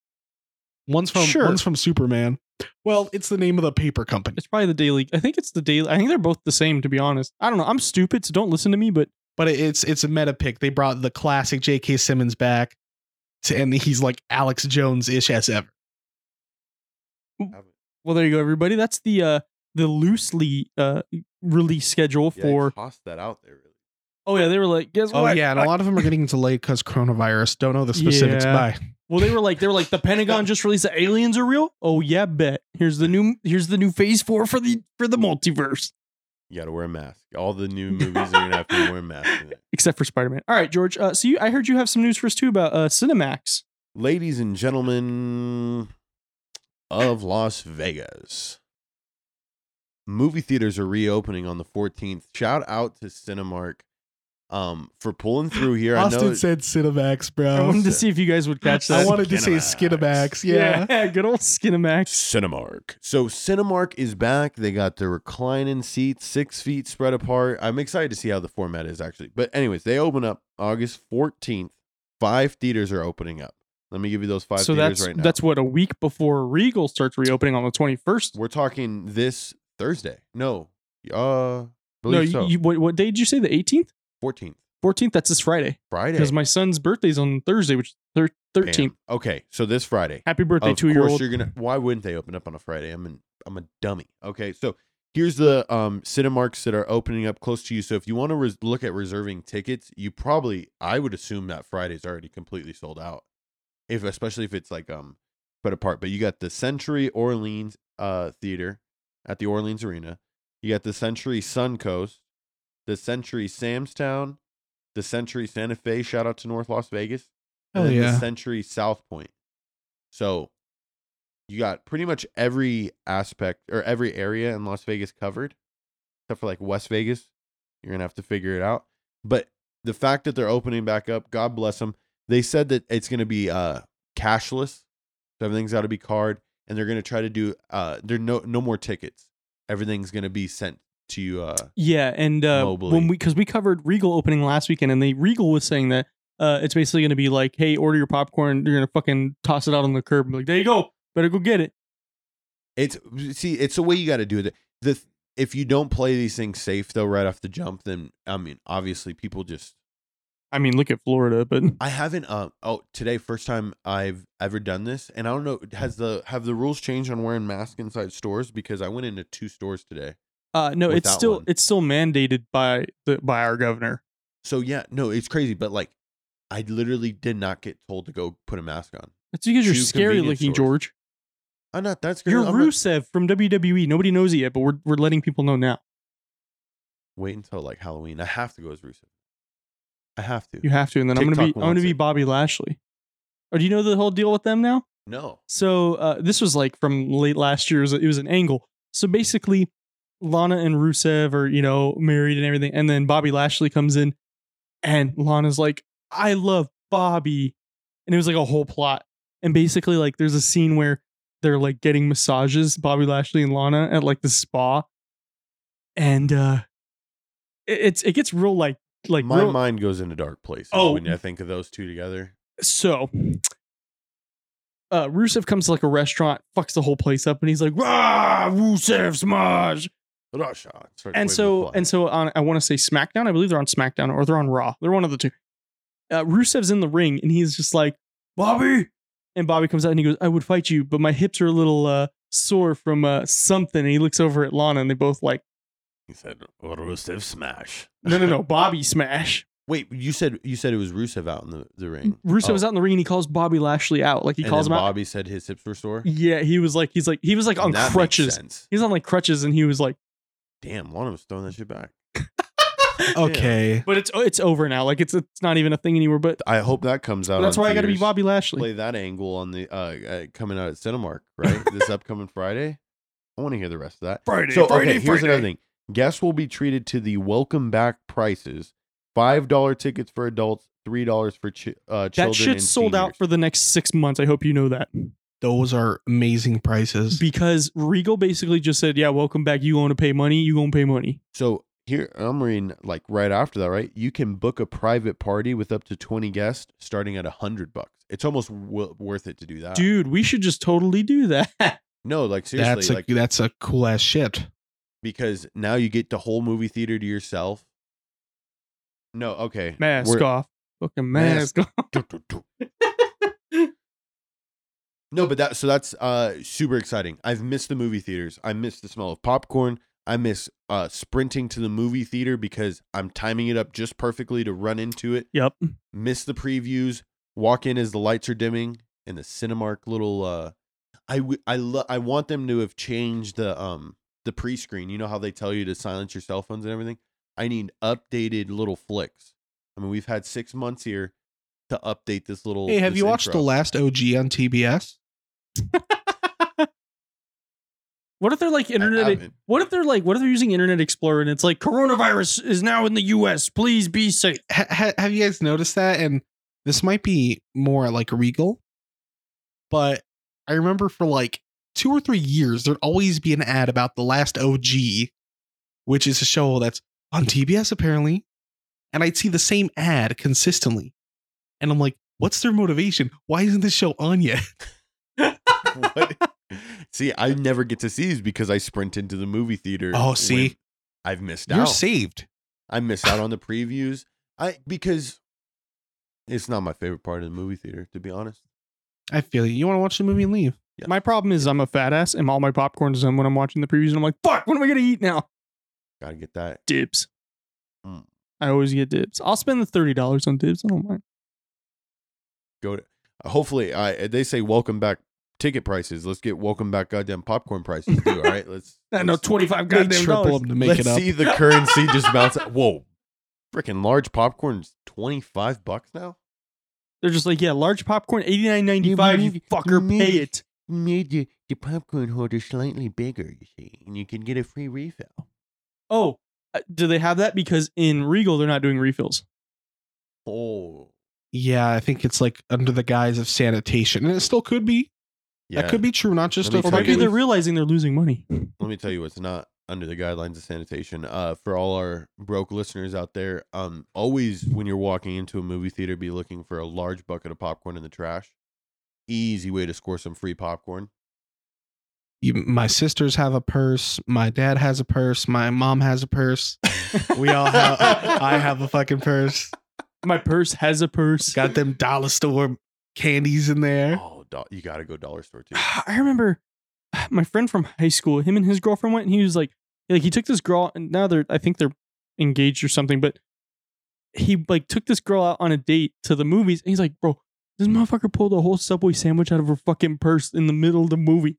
[SPEAKER 4] One's from
[SPEAKER 2] Sure.
[SPEAKER 4] one's from Superman. Well, it's the name of the paper company.
[SPEAKER 2] It's probably the daily. I think it's the daily. I think they're both the same. To be honest, I don't know. I'm stupid, so don't listen to me. But
[SPEAKER 4] but it- it's it's a meta pick. They brought the classic J.K. Simmons back, and he's like Alex Jones ish as ever.
[SPEAKER 2] Well, there you go, everybody. That's the uh the loosely uh release schedule
[SPEAKER 3] Yeah,
[SPEAKER 2] for.
[SPEAKER 3] toss that out there. Really.
[SPEAKER 2] Oh yeah, they were like, guess
[SPEAKER 4] Oh
[SPEAKER 2] what?
[SPEAKER 4] yeah, and a lot of them are getting delayed because coronavirus. Don't know the specifics.
[SPEAKER 2] Yeah.
[SPEAKER 4] Bye.
[SPEAKER 2] Well, they were like, they were like, the
[SPEAKER 4] [LAUGHS]
[SPEAKER 2] Pentagon just released that aliens are real. Oh yeah, bet. Here's the new, here's the new Phase Four for the for the multiverse,
[SPEAKER 3] You got to wear a mask. All the new movies are gonna have to wear
[SPEAKER 2] [LAUGHS]
[SPEAKER 3] masks. In it.
[SPEAKER 2] except for Spider Man. All right, George. Uh, so you, I heard you have some news for us too about uh Cinemax.
[SPEAKER 3] Ladies and gentlemen of Las Vegas, movie theaters are reopening on the 14th. Shout out to Cinemark um, for pulling through here. I know
[SPEAKER 4] said Cinemax,
[SPEAKER 2] I
[SPEAKER 3] Oh,
[SPEAKER 4] bro.
[SPEAKER 2] wanted to see if you guys would
[SPEAKER 3] [LAUGHS]
[SPEAKER 2] catch that. [LAUGHS]
[SPEAKER 4] I wanted to say
[SPEAKER 3] Skinemax.
[SPEAKER 4] Skinemax. Yeah.
[SPEAKER 2] good old Skinemax.
[SPEAKER 3] Cinemark. So Cinemark is back. They got the reclining seats, six feet spread apart. I'm excited to see how the format is actually. But anyways, they open up August 14th. Five theaters are opening up. Let me give you those five
[SPEAKER 2] So
[SPEAKER 3] theaters
[SPEAKER 2] that's
[SPEAKER 3] right now.
[SPEAKER 2] that's what a week before Regal starts reopening on the twenty first.
[SPEAKER 3] We're talking this Thursday. No, uh,
[SPEAKER 2] No,
[SPEAKER 3] believe so.
[SPEAKER 2] you, you, what, what day did you say? The eighteenth,
[SPEAKER 3] 14th,
[SPEAKER 2] fourteenth. That's this Friday
[SPEAKER 3] Friday.
[SPEAKER 2] because my son's birthday's on Thursday, which is
[SPEAKER 3] Bam.
[SPEAKER 2] thirteenth.
[SPEAKER 3] Okay, so this Friday.
[SPEAKER 2] Happy birthday,
[SPEAKER 3] of
[SPEAKER 2] two year
[SPEAKER 3] course
[SPEAKER 2] old.
[SPEAKER 3] you're gonna. Why wouldn't they open up on a Friday? I'm an, I'm a dummy. Okay, so here's the um Cinemarks that are opening up close to you. So if you want to res- look at reserving tickets, you probably I would assume that Friday's already completely sold out. If especially if it's like um put apart, but you got the Century Orleans uh theater at the Orleans Arena. You got the Century Suncoast, the Century Samstown, the Century Santa Fe. Shout out to North Las Vegas. and
[SPEAKER 4] Hell
[SPEAKER 3] then
[SPEAKER 4] yeah.
[SPEAKER 3] The Century South Point. So you got pretty much every aspect or every area in Las Vegas covered, except for like West Vegas. You're gonna have to figure it out. But the fact that they're opening back up, God bless them. They said that it's gonna be uh cashless, so everything's got to be card, and they're gonna try to do uh there no no more tickets. Everything's gonna be sent to you. Uh,
[SPEAKER 2] Yeah, and uh,
[SPEAKER 3] Mobily.
[SPEAKER 2] when we because we covered Regal opening last weekend, and they Regal was saying that uh, it's basically going to be like, hey, order your popcorn, you're gonna fucking toss it out on the curb, and be like there you go, better go get it.
[SPEAKER 3] it's see it's the way you got to do it. The if you don't play these things safe though right off the jump, then I mean obviously people just
[SPEAKER 2] I mean, look at Florida, but
[SPEAKER 3] I haven't. Um. Oh, today first time I've ever done this, and I don't know. Has the have the rules changed on wearing masks inside stores? Because I went into two stores today.
[SPEAKER 2] [LAUGHS] uh, no, it's
[SPEAKER 3] Without
[SPEAKER 2] still
[SPEAKER 3] one.
[SPEAKER 2] it's still mandated by the by our governor.
[SPEAKER 3] So yeah, no, it's crazy. But like, I literally did not get told to go put a mask on.
[SPEAKER 2] It's because you're
[SPEAKER 3] Two
[SPEAKER 2] scary
[SPEAKER 3] convenience
[SPEAKER 2] looking,
[SPEAKER 3] stores.
[SPEAKER 2] George.
[SPEAKER 3] I'm not. That's scary.
[SPEAKER 2] You're
[SPEAKER 3] I'm not-
[SPEAKER 2] Rusev from WWE. Nobody knows it yet, but we're we're letting people know now.
[SPEAKER 3] Wait until like Halloween. I have to go as Rusev. I have to.
[SPEAKER 2] You have to, and then I'm gonna
[SPEAKER 3] TikTok
[SPEAKER 2] be I'm gonna
[SPEAKER 3] wants
[SPEAKER 2] be
[SPEAKER 3] it.
[SPEAKER 2] Bobby Lashley. Or do you know the whole deal with them now?
[SPEAKER 3] no.
[SPEAKER 2] So uh, this was like from late last year. It was, it was an angle. So basically, Lana and Rusev are you know married and everything, and then Bobby Lashley comes in, and Lana's like, "I love Bobby," and it was like a whole plot. And basically, like there's a scene where they're like getting massages, Bobby Lashley and Lana at like the spa, and uh, it, it's it gets real like like
[SPEAKER 3] my
[SPEAKER 2] real,
[SPEAKER 3] mind goes into dark places
[SPEAKER 2] Oh.
[SPEAKER 3] when I think of those two together.
[SPEAKER 2] so uh Rusev comes to like a restaurant, fucks the whole place up, and he's like, Rah, Rusev smash.
[SPEAKER 3] Russia. Start waving
[SPEAKER 2] And
[SPEAKER 3] the
[SPEAKER 2] so
[SPEAKER 3] flag.
[SPEAKER 2] and so on I want to say SmackDown. I believe they're on SmackDown or they're on Raw. They're one of the two. Uh Rusev's in the ring and he's just like, Bobby. And Bobby comes out and he goes, I would fight you, but my hips are a little uh sore from uh something. And he looks over at Lana and they both like,
[SPEAKER 3] he said Rusev smash.
[SPEAKER 2] No,
[SPEAKER 3] [LAUGHS]
[SPEAKER 2] no, no, Bobby smash.
[SPEAKER 3] Wait, you said you said it was Rusev out in the, the ring.
[SPEAKER 2] Rusev
[SPEAKER 3] Oh.
[SPEAKER 2] was out in the ring and he calls Bobby Lashley out. Like he
[SPEAKER 3] and
[SPEAKER 2] calls him
[SPEAKER 3] then
[SPEAKER 2] out.
[SPEAKER 3] Bobby said his hips were sore.
[SPEAKER 2] Yeah, he was like he's like he was like on
[SPEAKER 3] That makes
[SPEAKER 2] crutches.
[SPEAKER 3] sense.
[SPEAKER 2] He's on like crutches and he was like,
[SPEAKER 3] Damn, Lana was throwing that shit back.
[SPEAKER 4] Okay.
[SPEAKER 2] but it's oh, it's over now. Like it's it's not even a thing anymore. But
[SPEAKER 3] I hope that comes out.
[SPEAKER 2] that's
[SPEAKER 3] on
[SPEAKER 2] why I got to be
[SPEAKER 3] theaters.
[SPEAKER 2] Bobby Lashley.
[SPEAKER 3] Play that angle on the uh, uh coming out at Cinemark, right? this upcoming Friday. I want to hear the rest of that.
[SPEAKER 2] Friday,
[SPEAKER 3] so okay, here's another thing. Guests will be treated to the welcome back prices: five dollar tickets for adults, three dollars for ch- uh, children.
[SPEAKER 2] That shit's
[SPEAKER 3] and
[SPEAKER 2] sold out
[SPEAKER 3] seniors.
[SPEAKER 2] for the next six months. I hope you know that
[SPEAKER 4] Those are amazing prices.
[SPEAKER 2] because Regal basically just said, "Yeah, welcome back. You going to pay money? You going to pay money?"
[SPEAKER 3] So here I'm reading like right after that, right? You can book a private party with up to 20 guests starting at a hundred bucks. It's almost w- worth it to do that.
[SPEAKER 2] Dude, we should just totally do that. [LAUGHS]
[SPEAKER 3] no, like seriously,
[SPEAKER 4] That's a
[SPEAKER 3] like
[SPEAKER 4] that's a cool ass shit.
[SPEAKER 3] because now you get the whole movie theater to yourself. No, okay.
[SPEAKER 2] mask
[SPEAKER 3] [LAUGHS] We're-
[SPEAKER 2] off, fucking mask, off.
[SPEAKER 3] No, but that so that's uh super exciting. I've missed the movie theaters. I miss the smell of popcorn. I miss uh sprinting to the movie theater because I'm timing it up just perfectly to run into it.
[SPEAKER 2] Yep.
[SPEAKER 3] Miss the previews. Walk in as the lights are dimming and the Cinemark little uh I w- I lo- I want them to have changed the um the pre-screen. You know how they tell you to silence your cell phones and everything? I need updated little flicks. I mean, we've had 6 months here to update this little
[SPEAKER 4] Hey, have
[SPEAKER 3] this
[SPEAKER 4] you watched
[SPEAKER 3] intro.
[SPEAKER 4] the last OG on TBS?
[SPEAKER 2] What if they're like internet?
[SPEAKER 3] haven't.
[SPEAKER 2] What if they're like? What if they're using Internet Explorer and it's like coronavirus is now in the U.S. Please be safe.
[SPEAKER 4] Ha- ha- have you guys noticed that? And this might be more like Regal, but I remember for like two or three years, there'd always be an ad about the last OG, which is a show that's on TBS apparently. And I'd see the same ad consistently. And I'm like, what's their motivation? Why isn't this show on [LAUGHS] yet? [LAUGHS]
[SPEAKER 3] What? See, I never get to see these because I sprint into the movie theater.
[SPEAKER 4] Oh,
[SPEAKER 3] when
[SPEAKER 4] see?
[SPEAKER 3] I've missed
[SPEAKER 4] You're
[SPEAKER 3] out.
[SPEAKER 4] saved.
[SPEAKER 3] I missed out on the previews. I because it's not my favorite part of the movie theater, to be honest.
[SPEAKER 4] I feel you. You want to watch the movie and leave.
[SPEAKER 3] Yeah.
[SPEAKER 2] My problem is I'm a fat ass and all my popcorn's done when I'm watching the previews and I'm like, fuck, what am I gonna eat now?
[SPEAKER 3] Gotta get that.
[SPEAKER 2] Dibs.
[SPEAKER 3] Mm.
[SPEAKER 2] I always get dibs. I'll spend the thirty dollars on dibs. I don't mind.
[SPEAKER 3] Go to. Hopefully, I they say welcome back ticket prices. Let's get welcome back goddamn popcorn prices too. All
[SPEAKER 4] [LAUGHS]
[SPEAKER 3] right, let's.
[SPEAKER 2] I know
[SPEAKER 3] let's-
[SPEAKER 2] twenty five
[SPEAKER 4] They
[SPEAKER 2] goddamn
[SPEAKER 4] triple
[SPEAKER 2] dollars.
[SPEAKER 4] them to make
[SPEAKER 3] let's
[SPEAKER 4] it up.
[SPEAKER 3] see the currency just bounce. Whoa, freaking large popcorn's twenty five bucks now.
[SPEAKER 2] They're just like, yeah, large popcorn, eighty nine ninety five. You
[SPEAKER 3] You
[SPEAKER 2] fucker,
[SPEAKER 3] move-
[SPEAKER 2] pay it.
[SPEAKER 3] made the, the popcorn holder slightly bigger, you see, and you can get a free refill.
[SPEAKER 2] Oh, uh, do they have that? Because in Regal they're not doing refills.
[SPEAKER 3] Oh,
[SPEAKER 4] Yeah, I think it's like under the guise of sanitation. And it still could be.
[SPEAKER 3] yeah.
[SPEAKER 4] That could be true, not just
[SPEAKER 3] Let
[SPEAKER 4] a
[SPEAKER 3] me
[SPEAKER 2] Or
[SPEAKER 3] tell
[SPEAKER 2] maybe
[SPEAKER 3] you-
[SPEAKER 2] they're realizing they're losing money.
[SPEAKER 3] Let me tell you, it's not under the guidelines of sanitation. Uh, for all our broke listeners out there, um, always when you're walking into a movie theater, be looking for a large bucket of popcorn in the trash. Easy way to score some free popcorn.
[SPEAKER 4] you, my sisters have a purse. My dad has a purse. My mom has a purse. We all have. I have a fucking purse.
[SPEAKER 2] My purse has a purse.
[SPEAKER 4] Got them dollar store candies in there.
[SPEAKER 3] Oh, do- you got to go dollar store [SIGHS] too.
[SPEAKER 2] [SIGHS] I remember my friend from high school, him and his girlfriend went, and he was like, like he took this girl, and now they're, I think they're engaged or something, but he like took this girl out on a date to the movies, and he's like, bro, this motherfucker pulled a whole Subway sandwich out of her fucking purse in the middle of the movie.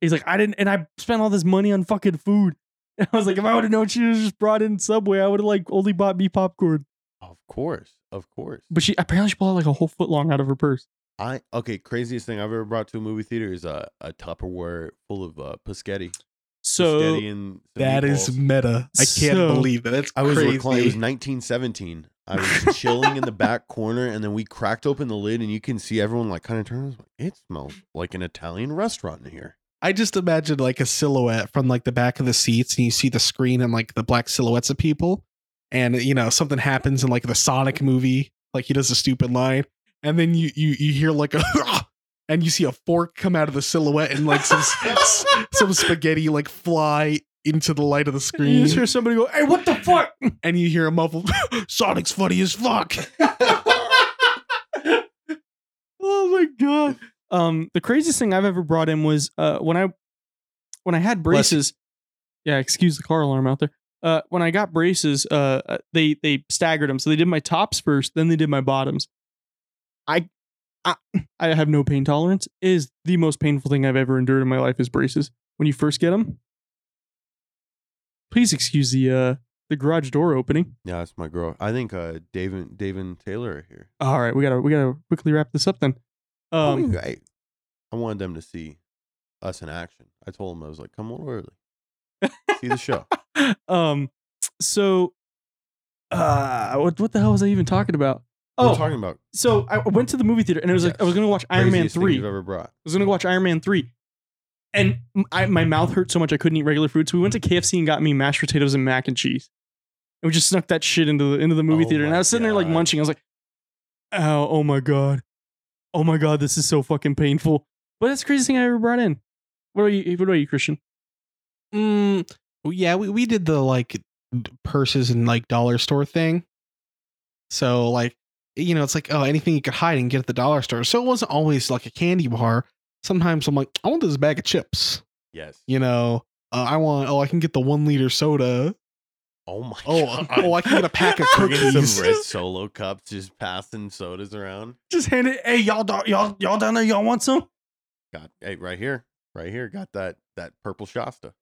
[SPEAKER 2] He's like, I didn't, and I spent all this money on fucking food. [LAUGHS] And I was like, if I would have known she would just brought in Subway, I would have like only bought me popcorn.
[SPEAKER 3] Of course, of course.
[SPEAKER 2] But she apparently she pulled out like a whole foot long out of her purse.
[SPEAKER 3] I okay. Craziest thing I've ever brought to a movie theater is a a Tupperware full of uh, Piscetti.
[SPEAKER 2] So
[SPEAKER 3] Steady and some
[SPEAKER 4] That is
[SPEAKER 3] meatballs.
[SPEAKER 4] meta. I can't
[SPEAKER 2] So-
[SPEAKER 4] believe that. That's
[SPEAKER 3] I was
[SPEAKER 4] crazy.
[SPEAKER 3] reclining. It was 1917. I was chilling in the back corner, and then we cracked open the lid, and you can see everyone like kind of turns. Like, it smells like an Italian restaurant in here.
[SPEAKER 4] I just imagined like a silhouette from like the back of the seats, and you see the screen and like the black silhouettes of people, and you know something happens in like the Sonic movie, like he does a stupid line, and then you you you hear like [LAUGHS] a and you see a fork come out of the silhouette and
[SPEAKER 2] [LAUGHS]
[SPEAKER 4] like
[SPEAKER 3] [LAUGHS]
[SPEAKER 4] some s- some spaghetti like fly into the light of the
[SPEAKER 2] you just
[SPEAKER 4] screen,
[SPEAKER 2] hear somebody go, hey, what the fuck?
[SPEAKER 4] and you hear a muffled [LAUGHS] Sonic's funny as [LAUGHS] fuck.
[SPEAKER 2] oh my god. Um, the craziest thing I've ever brought in was uh when I when I had
[SPEAKER 4] Bless you.
[SPEAKER 2] braces. Yeah, excuse the car alarm out there. Uh, when I got braces, uh, uh, they they staggered them. So they did my tops first, then they did my bottoms. I, I, I have no pain tolerance. It Is the most painful thing I've ever endured in my life is braces. When you first get them, please excuse the uh the garage door opening.
[SPEAKER 3] Yeah, that's my girl. I think uh, Dave and Dave and Taylor are here.
[SPEAKER 2] All right, we gotta we gotta quickly wrap this up then. Um,
[SPEAKER 3] I, I- I wanted them to see us in action. I told them I was like, come on early, see the show.
[SPEAKER 2] um so uh what what the hell was I even talking about?
[SPEAKER 3] We're
[SPEAKER 2] Oh,
[SPEAKER 3] talking about
[SPEAKER 2] so I went to the movie theater and it was like I was going to watch Iron Man
[SPEAKER 3] craziest thing
[SPEAKER 2] 3.
[SPEAKER 3] you've ever brought.
[SPEAKER 2] I was going to watch Iron Man 3. And m- I, my mouth hurt so much I couldn't eat regular food. So we went to KFC and got me mashed potatoes and mac and cheese. And we just snuck that shit into the into the movie
[SPEAKER 3] Oh
[SPEAKER 2] theater. And
[SPEAKER 3] my
[SPEAKER 2] I was sitting there like
[SPEAKER 3] God.
[SPEAKER 2] munching. I was like, "Ow, oh my god. Oh my god, this is so fucking painful." But that's the craziest thing I ever brought in. What about you? What about you, Christian?
[SPEAKER 4] Mm, well, yeah, we, we did the like purses and like dollar store thing. So like you know, it's like oh, anything you could hide and get at the dollar store. So it wasn't always like a candy bar. sometimes I'm like, I want this bag of chips.
[SPEAKER 3] Yes.
[SPEAKER 4] You know, uh, I want. Oh, I can get the one liter soda.
[SPEAKER 3] Oh my.
[SPEAKER 4] Oh, uh,
[SPEAKER 3] God.
[SPEAKER 4] [LAUGHS] oh, I can get a pack of
[SPEAKER 3] [LAUGHS] We're getting
[SPEAKER 4] cookies.
[SPEAKER 3] some red solo cups, just passing sodas around.
[SPEAKER 2] Just hand it. Hey, y'all, do- y'all, y'all down there, y'all want some?
[SPEAKER 3] Got hey, right here, right here. Got that that purple Shasta.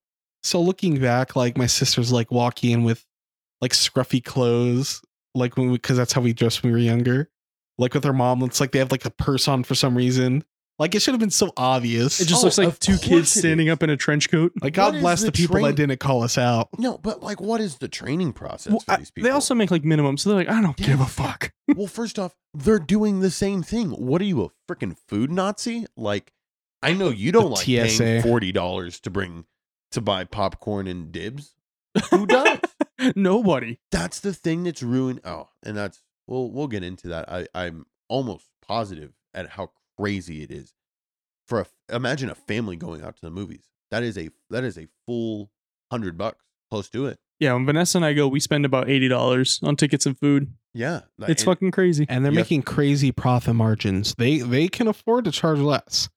[SPEAKER 4] so looking back, like my sister's like walking in with like scruffy clothes, like when because that's how we dressed when we were younger. Like with her mom, it's like they have like a purse on for some reason. Like it should have been so obvious.
[SPEAKER 2] It just
[SPEAKER 3] Oh,
[SPEAKER 2] looks like
[SPEAKER 3] of
[SPEAKER 2] two
[SPEAKER 3] course
[SPEAKER 2] kids
[SPEAKER 3] it
[SPEAKER 2] standing
[SPEAKER 3] is.
[SPEAKER 2] up in a trench coat.
[SPEAKER 4] like
[SPEAKER 3] What
[SPEAKER 4] God
[SPEAKER 3] is
[SPEAKER 4] bless
[SPEAKER 3] the
[SPEAKER 4] the, people
[SPEAKER 3] train-
[SPEAKER 4] that didn't call us out.
[SPEAKER 3] No, but like, what is the training process
[SPEAKER 2] Well,
[SPEAKER 3] for
[SPEAKER 2] I-
[SPEAKER 3] these people?
[SPEAKER 2] they also make like minimum, so they're like, I don't
[SPEAKER 3] Yeah.
[SPEAKER 2] give a fuck. [LAUGHS]
[SPEAKER 3] well, first off, they're doing the same thing. What are you, a freaking food Nazi? Like, I know you don't
[SPEAKER 4] The
[SPEAKER 3] like
[SPEAKER 4] TSA.
[SPEAKER 3] paying forty dollars to bring to buy popcorn
[SPEAKER 2] [LAUGHS]
[SPEAKER 3] and dibs. Who does?
[SPEAKER 2] Nobody.
[SPEAKER 3] that's the thing that's ruined. Oh, and that's we'll we'll get into that. I I'm almost positive at how crazy it is for a imagine a family going out to the movies. That is a that is a full hundred bucks close to it.
[SPEAKER 2] Yeah, when Vanessa and I go, we spend about eighty dollars on tickets and food.
[SPEAKER 3] Yeah, like,
[SPEAKER 2] It's
[SPEAKER 3] and-
[SPEAKER 2] fucking crazy.
[SPEAKER 4] and they're
[SPEAKER 3] You have-
[SPEAKER 4] making crazy profit margins. They they can afford to charge less,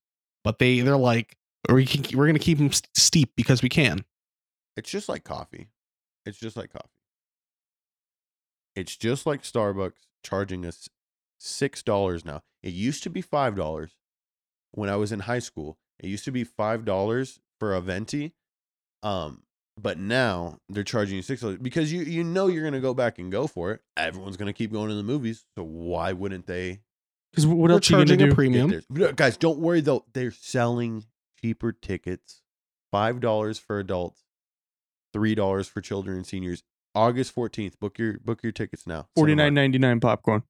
[SPEAKER 4] but they they're like we can, we're gonna keep them steep because we can. [LAUGHS]
[SPEAKER 3] It's just like coffee. It's just like coffee. It's just like Starbucks charging us six dollars now. It used to be five dollars when I was in high school. It used to be five dollars for a venti, um, but now they're charging you six dollars because you you know you're gonna go back and go for it. Everyone's gonna keep going to the movies, so why wouldn't they?
[SPEAKER 2] Because what
[SPEAKER 4] We're
[SPEAKER 2] else are you gonna
[SPEAKER 4] charging
[SPEAKER 2] do?
[SPEAKER 4] a
[SPEAKER 3] get
[SPEAKER 4] premium.
[SPEAKER 3] theirs? Guys, don't worry though. They're selling cheaper tickets. Five dollars for adults, three dollars for children and seniors. August fourteenth. Book your book your tickets now. Send
[SPEAKER 2] Forty
[SPEAKER 3] 'em out.
[SPEAKER 2] nine ninety nine popcorn.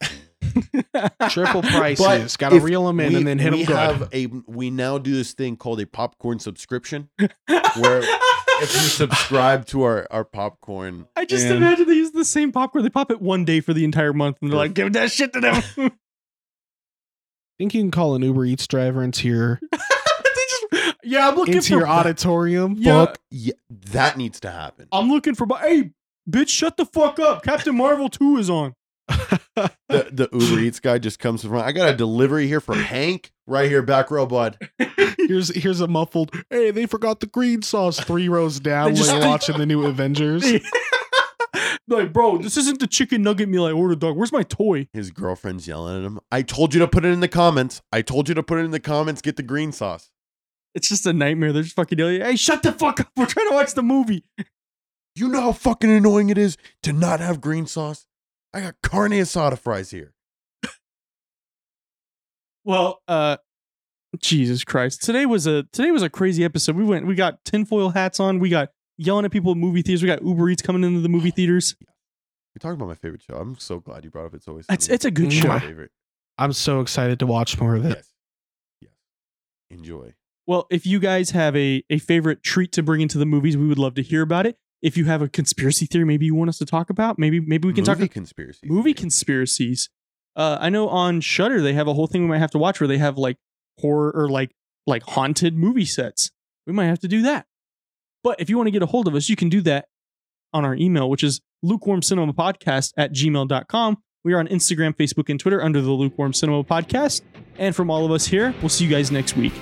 [SPEAKER 2] [LAUGHS]
[SPEAKER 4] Triple
[SPEAKER 3] But
[SPEAKER 4] prices. Got to
[SPEAKER 3] if
[SPEAKER 4] reel them in
[SPEAKER 3] We-
[SPEAKER 4] and then hit them
[SPEAKER 3] we
[SPEAKER 4] good.
[SPEAKER 3] have a we now do this thing called a popcorn subscription.
[SPEAKER 2] [LAUGHS]
[SPEAKER 3] Where if you subscribe to our our popcorn,
[SPEAKER 2] I just
[SPEAKER 4] And-
[SPEAKER 2] imagine they use the same popcorn. They pop it one day for the entire month, and they're like, "Give that shit to them." [LAUGHS] they
[SPEAKER 4] think you can call an Uber Eats driver into your
[SPEAKER 2] just, yeah, I'm looking
[SPEAKER 4] into
[SPEAKER 2] for
[SPEAKER 4] your auditorium.
[SPEAKER 2] Yeah.
[SPEAKER 4] Fuck.
[SPEAKER 3] yeah, that needs to happen.
[SPEAKER 2] I'm looking for. Hey, bitch, shut the fuck up. Captain Marvel two is [LAUGHS] on.
[SPEAKER 3] The, the Uber Eats guy just comes from. I got a delivery here from Hank right here, back row, bud.
[SPEAKER 4] Here's here's a muffled. Hey, they forgot the green sauce three rows down
[SPEAKER 2] They
[SPEAKER 4] when
[SPEAKER 2] just-
[SPEAKER 4] you're watching the new Avengers.
[SPEAKER 2] [LAUGHS] like, bro, this isn't the chicken nugget meal I ordered, dog. Where's my toy?
[SPEAKER 3] His girlfriend's yelling at him. I told you to put it in the comments. I told you to put it in the comments. Get the green sauce.
[SPEAKER 2] It's just a nightmare. They're just fucking yelling. Hey, shut the fuck up. We're trying to watch the movie.
[SPEAKER 3] You know how fucking annoying it is to not have green sauce? I got carne asada fries here.
[SPEAKER 2] Well, uh, Jesus Christ. Today was a today was a crazy episode. We went. We got tinfoil hats on. We got yelling at people at movie theaters. We got Uber Eats coming into the movie theaters.
[SPEAKER 3] We talking about my favorite show. I'm so glad you brought up. It's always
[SPEAKER 2] It's
[SPEAKER 3] Sunny.
[SPEAKER 2] it's a good show.
[SPEAKER 3] my
[SPEAKER 4] Mwah.
[SPEAKER 3] favorite.
[SPEAKER 4] I'm so excited to watch more of it.
[SPEAKER 3] Yes, yes. Enjoy.
[SPEAKER 2] Well, if you guys have a, a favorite treat to bring into the movies, we would love to hear about it. If you have a conspiracy theory, maybe you want us to talk about, maybe maybe we can
[SPEAKER 3] movie
[SPEAKER 2] talk
[SPEAKER 3] conspiracy.
[SPEAKER 2] movie conspiracies. Uh, I know on Shutter they have a whole thing we might have to watch where they have like horror or like like haunted movie sets. We might have to do that. But if you want to get a hold of us, you can do that on our email, which is lukewarmcinemapodcast at gmail.com. We are on Instagram, Facebook, and Twitter under the Lukewarm Cinema Podcast. And from all of us here, we'll see you guys next week.